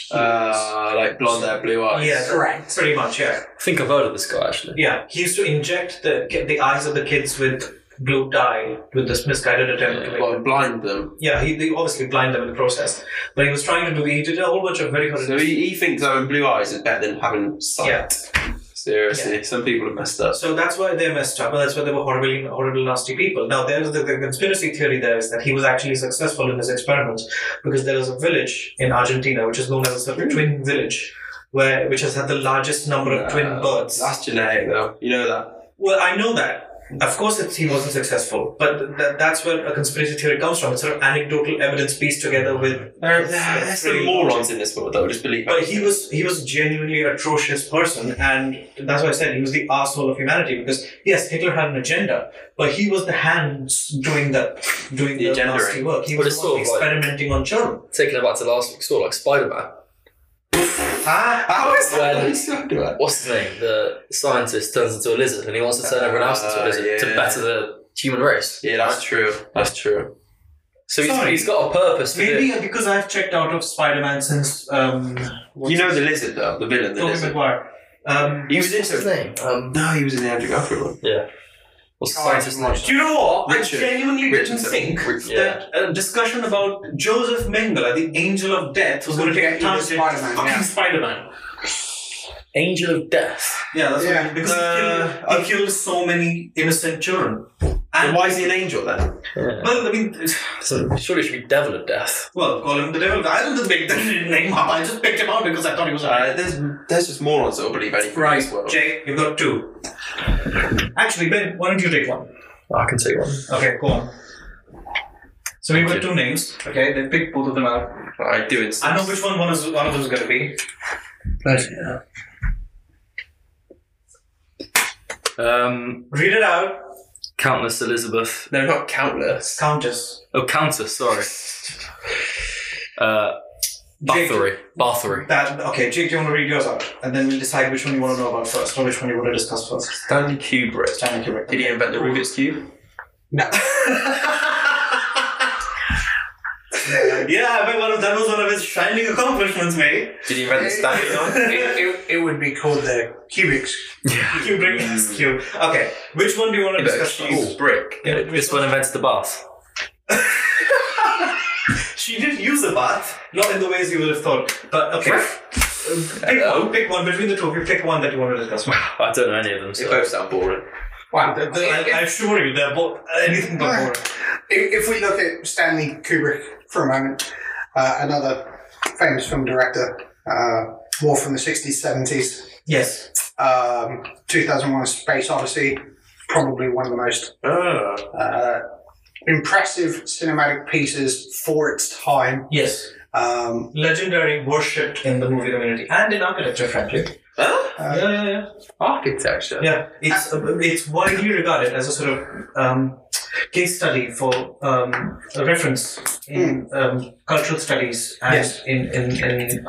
[SPEAKER 7] humans.
[SPEAKER 4] Uh, like blonde hair, blue eyes.
[SPEAKER 2] yeah,
[SPEAKER 7] Correct.
[SPEAKER 2] pretty much, yeah.
[SPEAKER 5] I think I've heard of this guy actually.
[SPEAKER 2] Yeah, he used to inject the ki- the eyes of the kids with blue dye with this misguided attempt to make
[SPEAKER 4] Well, blind them.
[SPEAKER 2] Yeah, he they obviously blind them in the process, but he was trying to do. He did a whole bunch of very horrendous.
[SPEAKER 4] So he, he thinks having blue eyes is better than having sight.
[SPEAKER 2] Yeah.
[SPEAKER 4] Seriously, some people have messed up.
[SPEAKER 2] So that's why they messed up. and That's why they were horrible, horrible, nasty people. Now, there's the, the conspiracy theory there is that he was actually successful in his experiments because there is a village in Argentina which is known as a sort
[SPEAKER 4] Hmm.
[SPEAKER 2] of twin village, where which has had the largest number of twin
[SPEAKER 4] Uh,
[SPEAKER 2] births.
[SPEAKER 4] That's genetic, though. You know that.
[SPEAKER 2] Well, I know that. Of course, it's, he wasn't successful, but th- th- that's where a conspiracy theory comes from. It's sort of anecdotal evidence pieced together with.
[SPEAKER 4] There's,
[SPEAKER 2] it's- it's
[SPEAKER 4] some
[SPEAKER 2] really
[SPEAKER 4] morons in this world, though. Just believe.
[SPEAKER 2] But he was he was genuinely atrocious person, and that's why I said he was the asshole of humanity. Because yes, Hitler had an agenda, but he was the hands doing the doing
[SPEAKER 4] The
[SPEAKER 2] the,
[SPEAKER 4] agenda,
[SPEAKER 2] nasty work. He
[SPEAKER 5] But
[SPEAKER 2] was
[SPEAKER 5] it's
[SPEAKER 2] the one
[SPEAKER 5] sort of like-
[SPEAKER 2] experimenting on children.
[SPEAKER 5] Taking it back to last week, sort of like Spider Man.
[SPEAKER 2] Ah,
[SPEAKER 4] How is
[SPEAKER 5] that what
[SPEAKER 4] he's talking about?
[SPEAKER 5] What's his name? The scientist turns into a lizard and he wants to turn everyone else into a
[SPEAKER 4] Ah,
[SPEAKER 5] lizard to
[SPEAKER 4] yeah.
[SPEAKER 5] better the human race.
[SPEAKER 4] Yeah, that's true. That's true.
[SPEAKER 5] So he's,
[SPEAKER 2] Sorry.
[SPEAKER 5] he's got a purpose for
[SPEAKER 2] maybe
[SPEAKER 5] doing-
[SPEAKER 2] because I've checked out of Spider-Man since um, what's
[SPEAKER 4] You know
[SPEAKER 2] his-
[SPEAKER 4] the lizard though, the villain, the
[SPEAKER 2] Tobey
[SPEAKER 4] lizard.
[SPEAKER 2] Maguire. Um,
[SPEAKER 4] He was
[SPEAKER 5] What's his
[SPEAKER 4] into.
[SPEAKER 5] name? Um,
[SPEAKER 4] No, he was in the Andrew Garfield one.
[SPEAKER 5] what's the
[SPEAKER 7] Oh, I
[SPEAKER 5] scientist's
[SPEAKER 7] haven't
[SPEAKER 5] name?
[SPEAKER 2] do you know what?
[SPEAKER 4] Richard.
[SPEAKER 2] I genuinely
[SPEAKER 4] Richardson.
[SPEAKER 2] didn't think
[SPEAKER 4] Richardson.
[SPEAKER 2] that a discussion about Joseph Mengele, the angel of death, was going to take a
[SPEAKER 7] Fucking
[SPEAKER 2] time
[SPEAKER 7] Spider-Man,
[SPEAKER 2] Fucking
[SPEAKER 7] yeah.
[SPEAKER 2] Spider-Man.
[SPEAKER 5] Angel of Death.
[SPEAKER 2] Yeah, that's
[SPEAKER 7] Yeah.
[SPEAKER 2] what, because
[SPEAKER 4] Uh,
[SPEAKER 2] he, killed, he killed so many innocent children.
[SPEAKER 4] And
[SPEAKER 2] And
[SPEAKER 4] why is he an angel then?
[SPEAKER 2] Well, I mean,
[SPEAKER 5] So surely it should be Devil of Death.
[SPEAKER 2] well, call him the devil. I didn't make the name up. I just picked him out because I thought he was
[SPEAKER 4] Uh, there's there's just morons that will believe anything in this world.
[SPEAKER 2] Jake, you've got two. Actually, Ben, why don't you take one?
[SPEAKER 5] I can take one.
[SPEAKER 2] Okay, go on. So we've got two names. Okay, then pick both of them out.
[SPEAKER 4] I do it.
[SPEAKER 2] I know which one one, is, one of them is going to be.
[SPEAKER 5] Um,
[SPEAKER 2] Read it out.
[SPEAKER 5] Countess Elizabeth.
[SPEAKER 4] They're not countless.
[SPEAKER 2] Countess.
[SPEAKER 5] Oh, Countess, sorry. Uh,
[SPEAKER 2] Jake-
[SPEAKER 5] Bathory. Bathory.
[SPEAKER 2] That, okay, Jake, do you want to read yours out? And then we'll decide which one you want to know about first or which one you want to discuss first.
[SPEAKER 4] Stanley Kubrick.
[SPEAKER 2] Stanley Kubrick.
[SPEAKER 4] Did he invent the Rubik's cube?
[SPEAKER 7] No.
[SPEAKER 2] yeah, I mean, one of, that was one of his shining accomplishments, mate.
[SPEAKER 4] Did he invent the Stanley line?
[SPEAKER 7] it, it, it would be called the cubics.
[SPEAKER 2] Kubrick S Q. Mm. Okay, which one do you want to discuss first?
[SPEAKER 4] Kubrick.
[SPEAKER 2] Yeah,
[SPEAKER 5] This one invented the bath.
[SPEAKER 2] She did use a bath, not in the ways you would have thought. But okay, Uh, pick one. Pick one between the two. of you pick one that you want to discuss. Well,
[SPEAKER 5] I don't know any of them,
[SPEAKER 4] They
[SPEAKER 5] so.
[SPEAKER 4] both sound boring.
[SPEAKER 7] Wow.
[SPEAKER 2] I, I assure you, they're both anything but boring.
[SPEAKER 7] If, if we look at Stanley Kubrick for a moment, uh, another famous film director, uh, more from the 60s, 70s,
[SPEAKER 2] Yes.
[SPEAKER 7] um, 2001 A Space Odyssey, probably one of the most
[SPEAKER 4] Oh.
[SPEAKER 7] uh, impressive cinematic pieces for its time.
[SPEAKER 2] Yes.
[SPEAKER 7] Um,
[SPEAKER 2] Legendary, worshipped in the movie community and in architecture, frankly.
[SPEAKER 4] Huh?
[SPEAKER 7] uh,
[SPEAKER 2] Yeah, yeah, yeah.
[SPEAKER 4] Architecture.
[SPEAKER 2] Yeah, it's uh, it's widely regarded as a sort of um, case study for um, a reference in um, cultural studies and
[SPEAKER 7] Yes.
[SPEAKER 2] in in in,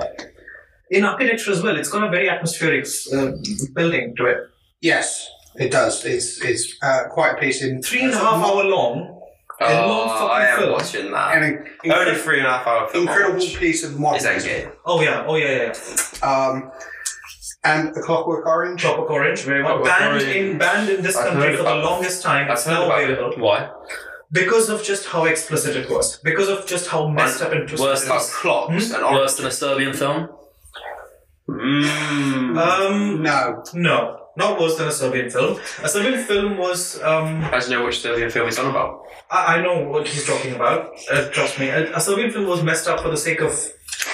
[SPEAKER 2] in architecture as well. It's got a very atmospheric uh, building to it.
[SPEAKER 7] yes, it does. It's, it's uh, quite a piece in
[SPEAKER 2] Three and a half hour long. A long
[SPEAKER 4] Oh,
[SPEAKER 2] fucking
[SPEAKER 4] I am
[SPEAKER 2] film.
[SPEAKER 4] watching that.
[SPEAKER 7] and an
[SPEAKER 4] Only
[SPEAKER 7] incre-
[SPEAKER 4] three and a half hour film.
[SPEAKER 7] incredible piece of modern
[SPEAKER 4] Is that good?
[SPEAKER 2] Oh yeah, oh yeah, yeah.
[SPEAKER 7] um, and A Clockwork Orange.
[SPEAKER 2] Clockwork Orange, very well.
[SPEAKER 4] Clockwork
[SPEAKER 2] Banned
[SPEAKER 4] Orange.
[SPEAKER 2] in banned in this
[SPEAKER 4] I've
[SPEAKER 2] country
[SPEAKER 4] heard
[SPEAKER 2] for the
[SPEAKER 4] about it.
[SPEAKER 2] longest time.
[SPEAKER 4] I've
[SPEAKER 2] It's
[SPEAKER 4] heard
[SPEAKER 2] now
[SPEAKER 4] about it.
[SPEAKER 2] available
[SPEAKER 5] Why?
[SPEAKER 2] because of just how explicit it was. Because of just how messed up and twisted
[SPEAKER 5] worse
[SPEAKER 2] it
[SPEAKER 4] About
[SPEAKER 2] was.
[SPEAKER 4] clocks and
[SPEAKER 5] Worse than a Serbian film?
[SPEAKER 4] Mmm.
[SPEAKER 2] Um,
[SPEAKER 7] No,
[SPEAKER 2] No, not worse than a Serbian film. A Serbian film was. Um,
[SPEAKER 4] I don't know which Serbian film he's on about.
[SPEAKER 2] I, I know what he's talking about. Uh, trust me. A, a Serbian film was messed up for the sake of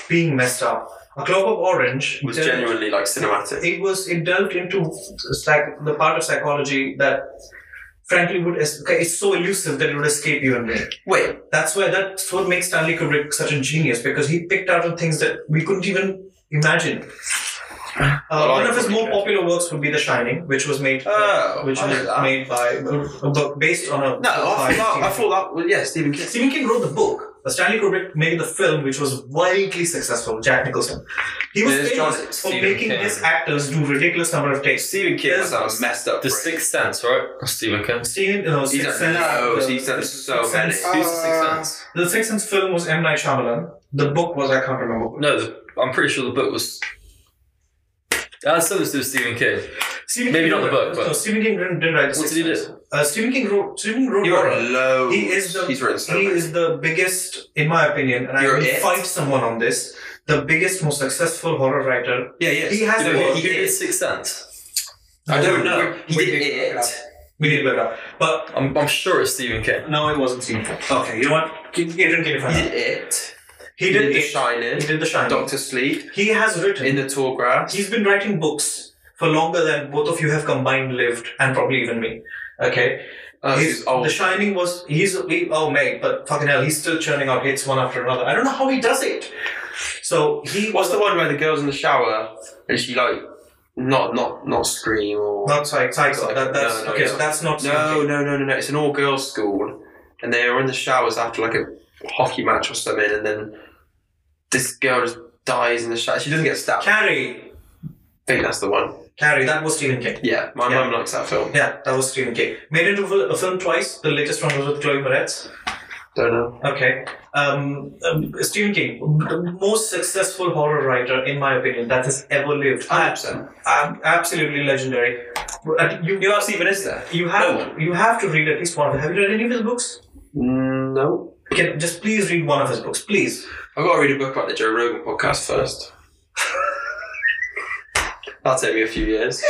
[SPEAKER 2] being messed up. A Clockwork Orange
[SPEAKER 4] It was
[SPEAKER 2] delved-
[SPEAKER 4] genuinely like cinematic.
[SPEAKER 2] It was. It delved into psych, the part of psychology that, frankly, would es- okay, it's so elusive that it would escape you and me.
[SPEAKER 4] Wait,
[SPEAKER 2] That's why that's what makes Stanley Kubrick such a genius because he picked out on things that we couldn't even imagine. Uh,
[SPEAKER 4] Well, I
[SPEAKER 2] one of his
[SPEAKER 4] couldn't
[SPEAKER 2] more
[SPEAKER 4] imagine.
[SPEAKER 2] popular works would be The Shining, which was made
[SPEAKER 4] Oh,
[SPEAKER 2] Uh, which
[SPEAKER 4] I know
[SPEAKER 2] was
[SPEAKER 4] that.
[SPEAKER 2] made by a book based on a
[SPEAKER 4] No,
[SPEAKER 2] by
[SPEAKER 4] I thought,
[SPEAKER 2] Stephen
[SPEAKER 4] that, I thought that. Well, yeah, Stephen King.
[SPEAKER 2] Stephen King wrote the book. but Stanley Kubrick made the film, which was wildly successful. Jack Nicholson. He was
[SPEAKER 4] There's
[SPEAKER 2] famous
[SPEAKER 4] John-
[SPEAKER 2] for
[SPEAKER 4] Stephen
[SPEAKER 2] making
[SPEAKER 5] King.
[SPEAKER 2] his actors do ridiculous number of takes.
[SPEAKER 4] Stephen King
[SPEAKER 2] There's-
[SPEAKER 4] was on a messed up.
[SPEAKER 5] The
[SPEAKER 4] brain.
[SPEAKER 5] Sixth Sense, right? Stephen King.
[SPEAKER 2] Stephen, no,
[SPEAKER 4] He's
[SPEAKER 2] Sixth
[SPEAKER 4] done-
[SPEAKER 2] Sense,
[SPEAKER 4] no,
[SPEAKER 2] the-
[SPEAKER 4] he's done
[SPEAKER 2] the
[SPEAKER 4] so
[SPEAKER 2] Sixth
[SPEAKER 4] many.
[SPEAKER 2] Sense-
[SPEAKER 4] Who's the Sixth
[SPEAKER 7] Uh,
[SPEAKER 4] Sense?
[SPEAKER 2] The Sixth Sense film was M Night Shyamalan. The book was I can't remember.
[SPEAKER 5] No, the, I'm pretty sure the book was. I said this to Stephen King.
[SPEAKER 2] Stephen
[SPEAKER 5] Maybe
[SPEAKER 2] King
[SPEAKER 5] not the
[SPEAKER 2] wrote-
[SPEAKER 5] book, but-
[SPEAKER 2] no, Stephen King didn't, didn't write the
[SPEAKER 5] What
[SPEAKER 2] Sixth
[SPEAKER 5] did he
[SPEAKER 2] Sense. Uh, Stephen King wrote. Stephen King wrote.
[SPEAKER 4] You're
[SPEAKER 2] Warren.
[SPEAKER 4] low.
[SPEAKER 2] He is the
[SPEAKER 4] He's written so
[SPEAKER 2] he
[SPEAKER 4] many.
[SPEAKER 2] is the biggest, in my opinion, and
[SPEAKER 4] You're
[SPEAKER 2] I will
[SPEAKER 4] it.
[SPEAKER 2] fight someone on this. The biggest, most successful horror writer.
[SPEAKER 4] Yeah, yeah.
[SPEAKER 2] He has
[SPEAKER 4] You
[SPEAKER 2] the
[SPEAKER 4] know,
[SPEAKER 2] word.
[SPEAKER 5] Who
[SPEAKER 4] he
[SPEAKER 5] did
[SPEAKER 4] is.
[SPEAKER 5] Sixth Sense?
[SPEAKER 4] I don't know. He
[SPEAKER 7] We
[SPEAKER 4] did
[SPEAKER 7] did look it up.
[SPEAKER 4] it.
[SPEAKER 2] We need to look it up. But
[SPEAKER 5] I'm, I'm sure it's Stephen King.
[SPEAKER 2] no, it wasn't seen. Okay, you know what? He he didn't get it. for
[SPEAKER 4] He
[SPEAKER 2] that.
[SPEAKER 4] did it.
[SPEAKER 2] He did
[SPEAKER 4] The
[SPEAKER 2] it.
[SPEAKER 4] Shining.
[SPEAKER 2] He did the shining.
[SPEAKER 4] Doctor Sleep.
[SPEAKER 2] He has written.
[SPEAKER 4] In the Tall Grass.
[SPEAKER 2] he's been writing books for longer than both of you have combined lived, and probably even me. Okay,
[SPEAKER 4] Oh,
[SPEAKER 2] He's-
[SPEAKER 4] he's old.
[SPEAKER 2] The Shining was he's he, oh mate, but fucking hell, he's still churning out hits one after another. I don't know how he does it. So he
[SPEAKER 4] What's the one where the girl's in the shower and she like not not not scream or
[SPEAKER 2] not psych psycho.
[SPEAKER 4] Psycho,
[SPEAKER 2] That, that's
[SPEAKER 4] no, no,
[SPEAKER 2] okay.
[SPEAKER 4] yeah.
[SPEAKER 2] So that's not
[SPEAKER 4] no no no no no it's an all girls school and they were in the showers after like a hockey match or something and then this girl just dies in the shower she doesn't get stabbed I
[SPEAKER 2] Carrie,
[SPEAKER 4] think that's the one
[SPEAKER 2] Carrie, that was Stephen King.
[SPEAKER 4] yeah my
[SPEAKER 2] Yeah.
[SPEAKER 4] mum likes that film
[SPEAKER 2] Yeah, that was Stephen King. Made into fil- a film twice. The latest one was with Chloe Moretz.
[SPEAKER 4] don't know
[SPEAKER 2] Okay. Um, um, Stephen King, the most successful horror writer, in my opinion, that has ever lived. Ab-
[SPEAKER 4] 100%
[SPEAKER 2] ab- absolutely legendary. Uh, You,
[SPEAKER 4] who else even is there
[SPEAKER 2] you have
[SPEAKER 4] No
[SPEAKER 2] you have to read at least one of them. Have you read any of his books?
[SPEAKER 4] Mm, no
[SPEAKER 2] Can, just please read one of his books, please.
[SPEAKER 4] I've got to read a book about the Joe Rogan podcast first that'll take me a few years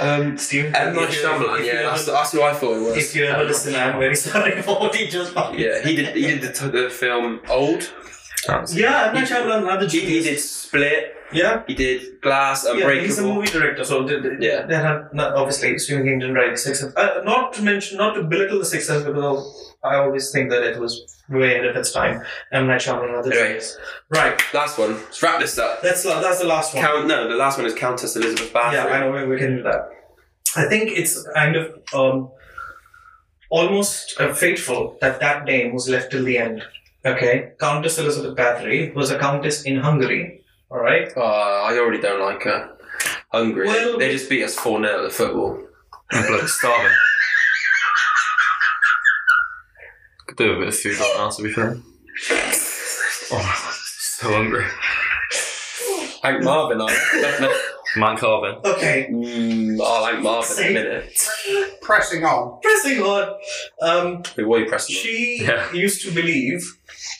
[SPEAKER 4] um
[SPEAKER 2] Stephen
[SPEAKER 4] M.
[SPEAKER 2] King,
[SPEAKER 4] Night
[SPEAKER 2] if you- if
[SPEAKER 4] Shyamalan,
[SPEAKER 2] you
[SPEAKER 4] yeah,
[SPEAKER 2] ever-
[SPEAKER 4] that's, that's who I thought it was.
[SPEAKER 2] If you ever listen, I'm very sorry for what he just done.
[SPEAKER 4] Yeah, he did. He did the, t- the film Old.
[SPEAKER 2] Yeah, I'm not sure about another
[SPEAKER 4] He, he
[SPEAKER 2] genius.
[SPEAKER 4] did Split.
[SPEAKER 2] Yeah,
[SPEAKER 4] He did Glass,
[SPEAKER 2] yeah, he's a
[SPEAKER 4] Unbreakable.
[SPEAKER 2] movie director, so th- th-
[SPEAKER 4] Yeah.
[SPEAKER 2] there are not, obviously Stephen King didn't write the Sixth Sense. Uh, not to mention, not to belittle the Sixth Sense, because I always think that it was way ahead of its time. I'm not sure about another
[SPEAKER 4] Anyway.
[SPEAKER 2] genius. Right,
[SPEAKER 4] last one. Let's wrap this up.
[SPEAKER 2] that's la- that's the last one.
[SPEAKER 4] Count. No, the last one is Countess Elizabeth
[SPEAKER 2] yeah,
[SPEAKER 4] Bathory.
[SPEAKER 2] I know we- we can do that. I think it's kind of um, almost uh, fateful that that name was left till the end. Okay, Countess Elizabeth Bathory was a countess in Hungary. All right.
[SPEAKER 4] Oh, I already don't like her. Hungry.
[SPEAKER 2] Well-
[SPEAKER 4] they just beat us four 0 at football.
[SPEAKER 5] I'm bloody starving. Could do with a bit of food right now, to be fair. Oh, so hungry.
[SPEAKER 4] Hank Marvin. I.
[SPEAKER 5] Man carving.
[SPEAKER 2] Okay.
[SPEAKER 4] mm, oh, Hank Marvin. In
[SPEAKER 2] See?
[SPEAKER 4] a minute.
[SPEAKER 7] Pressing on.
[SPEAKER 2] Pressing on. Um,
[SPEAKER 4] Wait, what are you pressing? on?
[SPEAKER 2] she
[SPEAKER 5] Yeah.
[SPEAKER 2] used to believe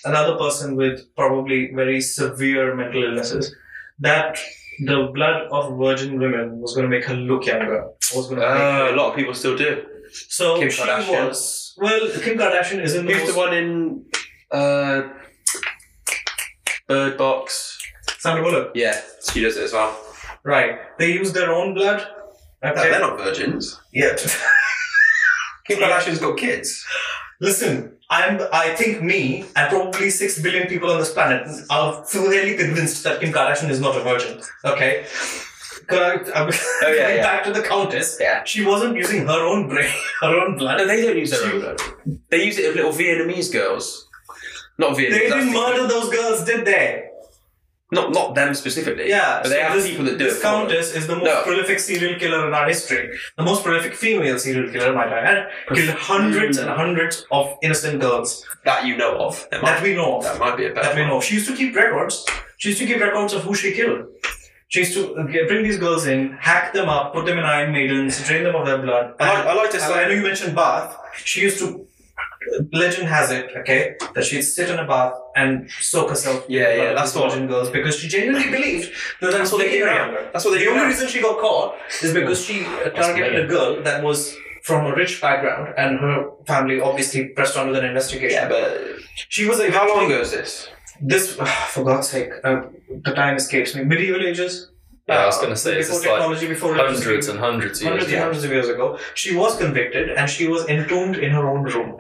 [SPEAKER 2] another person with probably very severe mental illnesses that the blood of virgin women was going to make her look younger. Was going to make her
[SPEAKER 4] Uh, a lot of people still do.
[SPEAKER 2] So
[SPEAKER 4] Kim
[SPEAKER 2] she
[SPEAKER 4] Kardashian.
[SPEAKER 2] was. Well, Kim Kardashian is in the,
[SPEAKER 4] Who's
[SPEAKER 2] most,
[SPEAKER 4] the one in uh, Bird Box?
[SPEAKER 2] Sandra Bullock.
[SPEAKER 4] Yeah, she does it as well.
[SPEAKER 2] Right. They use their own blood.
[SPEAKER 4] No,
[SPEAKER 2] Okay.
[SPEAKER 4] they're not virgins.
[SPEAKER 2] Yeah.
[SPEAKER 4] Kim Kardashian's got kids.
[SPEAKER 2] Listen, I'm. I think me and probably six billion people on this planet are thoroughly convinced that Kim Kardashian is not a virgin. Okay. Correct. I'm
[SPEAKER 5] Oh,
[SPEAKER 4] yeah, yeah.
[SPEAKER 2] back to the Countess.
[SPEAKER 4] Yeah.
[SPEAKER 2] She wasn't using her own brain, her own blood.
[SPEAKER 4] No, they don't use their
[SPEAKER 2] She-
[SPEAKER 4] own blood. They use it of little Vietnamese girls. Not Vietnamese.
[SPEAKER 2] They didn't
[SPEAKER 4] that's the-
[SPEAKER 2] murder those girls, did they?
[SPEAKER 4] Not not them specifically.
[SPEAKER 2] Yeah,
[SPEAKER 4] But they
[SPEAKER 2] so
[SPEAKER 4] have
[SPEAKER 2] this,
[SPEAKER 4] people that do
[SPEAKER 2] this
[SPEAKER 4] it. for them.
[SPEAKER 2] countess is the most
[SPEAKER 4] No.
[SPEAKER 2] prolific serial killer in our history. The most prolific female serial killer, might I add, killed hundreds and hundreds of innocent girls
[SPEAKER 4] That you know of.
[SPEAKER 2] that
[SPEAKER 4] That might,
[SPEAKER 2] we know of.
[SPEAKER 4] that might be a better
[SPEAKER 2] That we
[SPEAKER 4] one.
[SPEAKER 2] know. of. She used to keep records. She used to keep records of who she killed. She used to uh, get- bring these girls in, hack them up, put them in iron maidens, drain them of their blood.
[SPEAKER 4] I like, I like to
[SPEAKER 2] And I know
[SPEAKER 4] say.
[SPEAKER 2] you mentioned bath. Uh, She used to. Legend has it, okay, that she'd sit in a bath and soak herself. in the
[SPEAKER 4] Yeah, yeah,
[SPEAKER 2] blood of
[SPEAKER 4] that's
[SPEAKER 2] the
[SPEAKER 4] what-
[SPEAKER 2] virgin girls because she genuinely believed that that's what they
[SPEAKER 4] do
[SPEAKER 2] did.
[SPEAKER 4] now. That's what they
[SPEAKER 2] The
[SPEAKER 4] do
[SPEAKER 2] only
[SPEAKER 4] now.
[SPEAKER 2] reason she got caught is because she uh, targeted a girl that was from a rich background, and her family obviously pressed on with an investigation.
[SPEAKER 4] Yeah, but
[SPEAKER 2] She was a
[SPEAKER 4] how long ago is this?
[SPEAKER 2] This, for God's sake, uh, the time escapes me. Medieval ages.
[SPEAKER 5] Yeah, I was
[SPEAKER 2] Uh,
[SPEAKER 5] gonna say, is
[SPEAKER 2] before
[SPEAKER 5] this like
[SPEAKER 2] technology, before
[SPEAKER 5] Hundreds and hundreds of
[SPEAKER 2] hundreds
[SPEAKER 5] years.
[SPEAKER 2] and hundreds of years ago, she was convicted and she was entombed in her own room.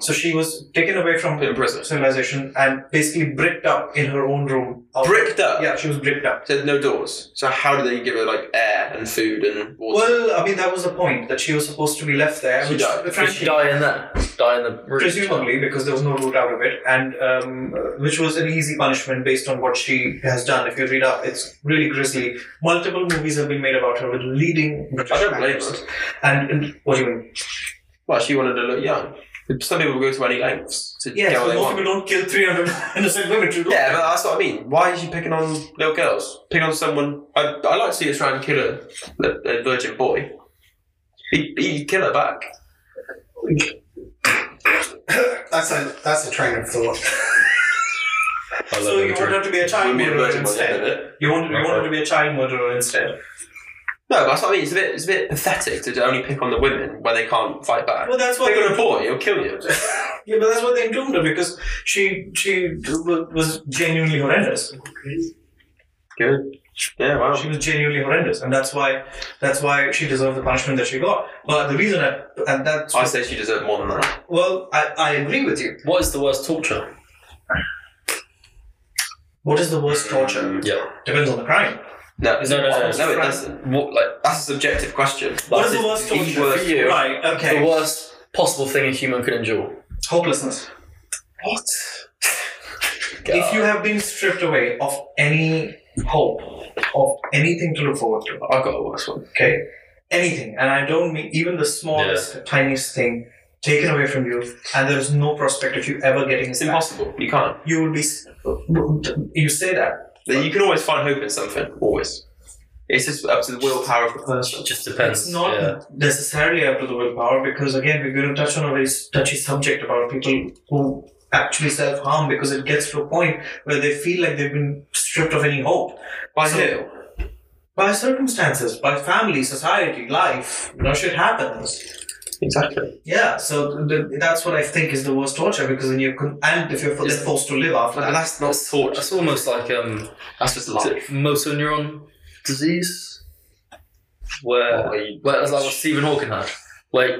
[SPEAKER 2] So she was taken away from
[SPEAKER 4] In prison.
[SPEAKER 2] civilization and basically bricked up in her own room.
[SPEAKER 4] Bricked up.
[SPEAKER 2] Yeah, she was bricked up.
[SPEAKER 4] So no doors. So how do they give her like air and food and water?
[SPEAKER 2] Well, I mean, that was the point that she was supposed to be left there.
[SPEAKER 4] She
[SPEAKER 2] which,
[SPEAKER 4] died.
[SPEAKER 5] Did
[SPEAKER 2] frankly,
[SPEAKER 5] she die in there? Die in the room?
[SPEAKER 2] presumably because there was no route out of it, and um, uh, which was an easy punishment based on what she has done. If you read up, it's really grisly. Multiple movies have been made about her with leading British
[SPEAKER 4] I don't blame
[SPEAKER 2] actors.
[SPEAKER 4] her.
[SPEAKER 2] And, and what do you mean?
[SPEAKER 4] Well, she wanted to look young. Some people go to any lengths to
[SPEAKER 2] Yeah,
[SPEAKER 4] get what
[SPEAKER 2] so
[SPEAKER 4] they
[SPEAKER 2] most
[SPEAKER 4] want.
[SPEAKER 2] people don't kill 300 innocent women to do
[SPEAKER 4] Yeah, but
[SPEAKER 2] that.
[SPEAKER 4] that's what I mean. Why is she picking on little girls? Picking on someone. I, I like to see her try and kill a, a, a virgin boy. He, he'd kill her back.
[SPEAKER 7] That's a that's a train of thought.
[SPEAKER 2] So you want her to be a child
[SPEAKER 4] Wouldn't be a
[SPEAKER 2] murderer
[SPEAKER 4] virgin by the end of
[SPEAKER 2] instead.
[SPEAKER 4] it.
[SPEAKER 2] You want, you want her to be a child murderer instead.
[SPEAKER 4] No, but that's what I mean. It's a bit, it's a bit pathetic to only pick on the women when they can't fight back.
[SPEAKER 2] Well, that's what
[SPEAKER 4] pick on a boy, he'll kill you.
[SPEAKER 2] yeah, but that's what they entombed her because she she was genuinely horrendous.
[SPEAKER 4] Good. Yeah, wow.
[SPEAKER 2] She was genuinely horrendous, and that's why that's why she deserved the punishment that she got. But the reason, I, and that's
[SPEAKER 4] I say she deserved more than that.
[SPEAKER 2] well, I, I agree with you.
[SPEAKER 5] What is the worst torture?
[SPEAKER 2] What is the worst torture?
[SPEAKER 5] Yeah.
[SPEAKER 2] Depends on the crime.
[SPEAKER 4] No,
[SPEAKER 5] No, no, no,
[SPEAKER 4] no, it doesn't.
[SPEAKER 5] What, like,
[SPEAKER 4] That's a subjective question.
[SPEAKER 2] What
[SPEAKER 5] That's
[SPEAKER 2] is the
[SPEAKER 5] it.
[SPEAKER 2] worst
[SPEAKER 5] The
[SPEAKER 2] torture?
[SPEAKER 5] worst- for you.
[SPEAKER 2] Right. Okay.
[SPEAKER 5] the worst possible thing a human could endure?
[SPEAKER 2] Hopelessness.
[SPEAKER 4] What?
[SPEAKER 2] If you have been stripped away of any hope, of anything to look forward to,
[SPEAKER 4] I've got a worse one.
[SPEAKER 2] okay, anything, and I don't mean even the smallest, tiniest thing taken away from you, and there is no prospect of you ever getting it
[SPEAKER 4] It's
[SPEAKER 2] back.
[SPEAKER 4] impossible. You can't.
[SPEAKER 2] You will be. s- You say that.
[SPEAKER 4] You can always find hope in something. Always. It's just up to the willpower of the person.
[SPEAKER 5] It just depends.
[SPEAKER 2] It's not
[SPEAKER 5] yeah.
[SPEAKER 2] necessarily up to the willpower because again, we're going to touch on a very touchy subject about people who actually self harm because it gets to a point where they feel like they've been stripped of any hope.
[SPEAKER 4] By
[SPEAKER 2] So-
[SPEAKER 4] who?
[SPEAKER 2] by circumstances, by family, society, life. You know, shit happens.
[SPEAKER 4] Exactly.
[SPEAKER 2] Yeah, so th- th- that's what I think is the worst torture because then you con- and if you're
[SPEAKER 4] Yeah.
[SPEAKER 2] forced to live after
[SPEAKER 4] But
[SPEAKER 2] that.
[SPEAKER 4] that's not torture.
[SPEAKER 5] That's almost like um,
[SPEAKER 4] That's just life.
[SPEAKER 5] motor neuron disease, where
[SPEAKER 4] What are you-
[SPEAKER 5] Well, that's like what Stephen Hawking had. Like,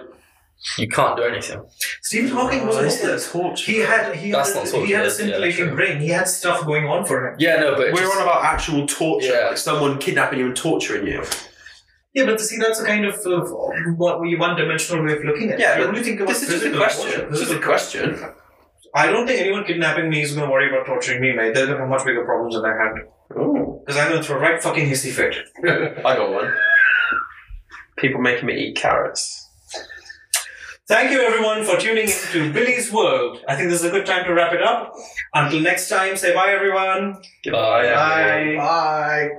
[SPEAKER 5] you can't do anything.
[SPEAKER 2] Stephen Hawking was
[SPEAKER 4] Isn't
[SPEAKER 2] hopeless.
[SPEAKER 4] it torture?
[SPEAKER 2] He had he
[SPEAKER 5] Oh, That's
[SPEAKER 2] had,
[SPEAKER 5] not torture,
[SPEAKER 2] he had a
[SPEAKER 5] is it? Yeah,
[SPEAKER 2] scintillating
[SPEAKER 5] true.
[SPEAKER 2] brain. He had stuff going on for him.
[SPEAKER 5] Yeah, no, but
[SPEAKER 4] We're on about actual torture,
[SPEAKER 5] Yeah.
[SPEAKER 4] like someone kidnapping you and torturing you.
[SPEAKER 2] Yeah, but see, that's a kind of uh, what we one-dimensional way of looking at.
[SPEAKER 4] Yeah,
[SPEAKER 2] it. I
[SPEAKER 4] but
[SPEAKER 2] only think about
[SPEAKER 4] This is just a
[SPEAKER 2] physical
[SPEAKER 4] question.
[SPEAKER 2] torture.
[SPEAKER 4] This is a question.
[SPEAKER 2] I don't think anyone kidnapping me is going to worry about torturing me, mate. They're going to have much bigger problems than I had
[SPEAKER 4] Ooh.
[SPEAKER 2] because I'm going to throw a right fucking hissy fit.
[SPEAKER 4] I got one. People making me eat carrots.
[SPEAKER 2] Thank you everyone for tuning in to Billy's World. I think this is a good time to wrap it up. Until next time, say bye everyone.
[SPEAKER 5] Bye.
[SPEAKER 4] everyone.
[SPEAKER 7] Bye.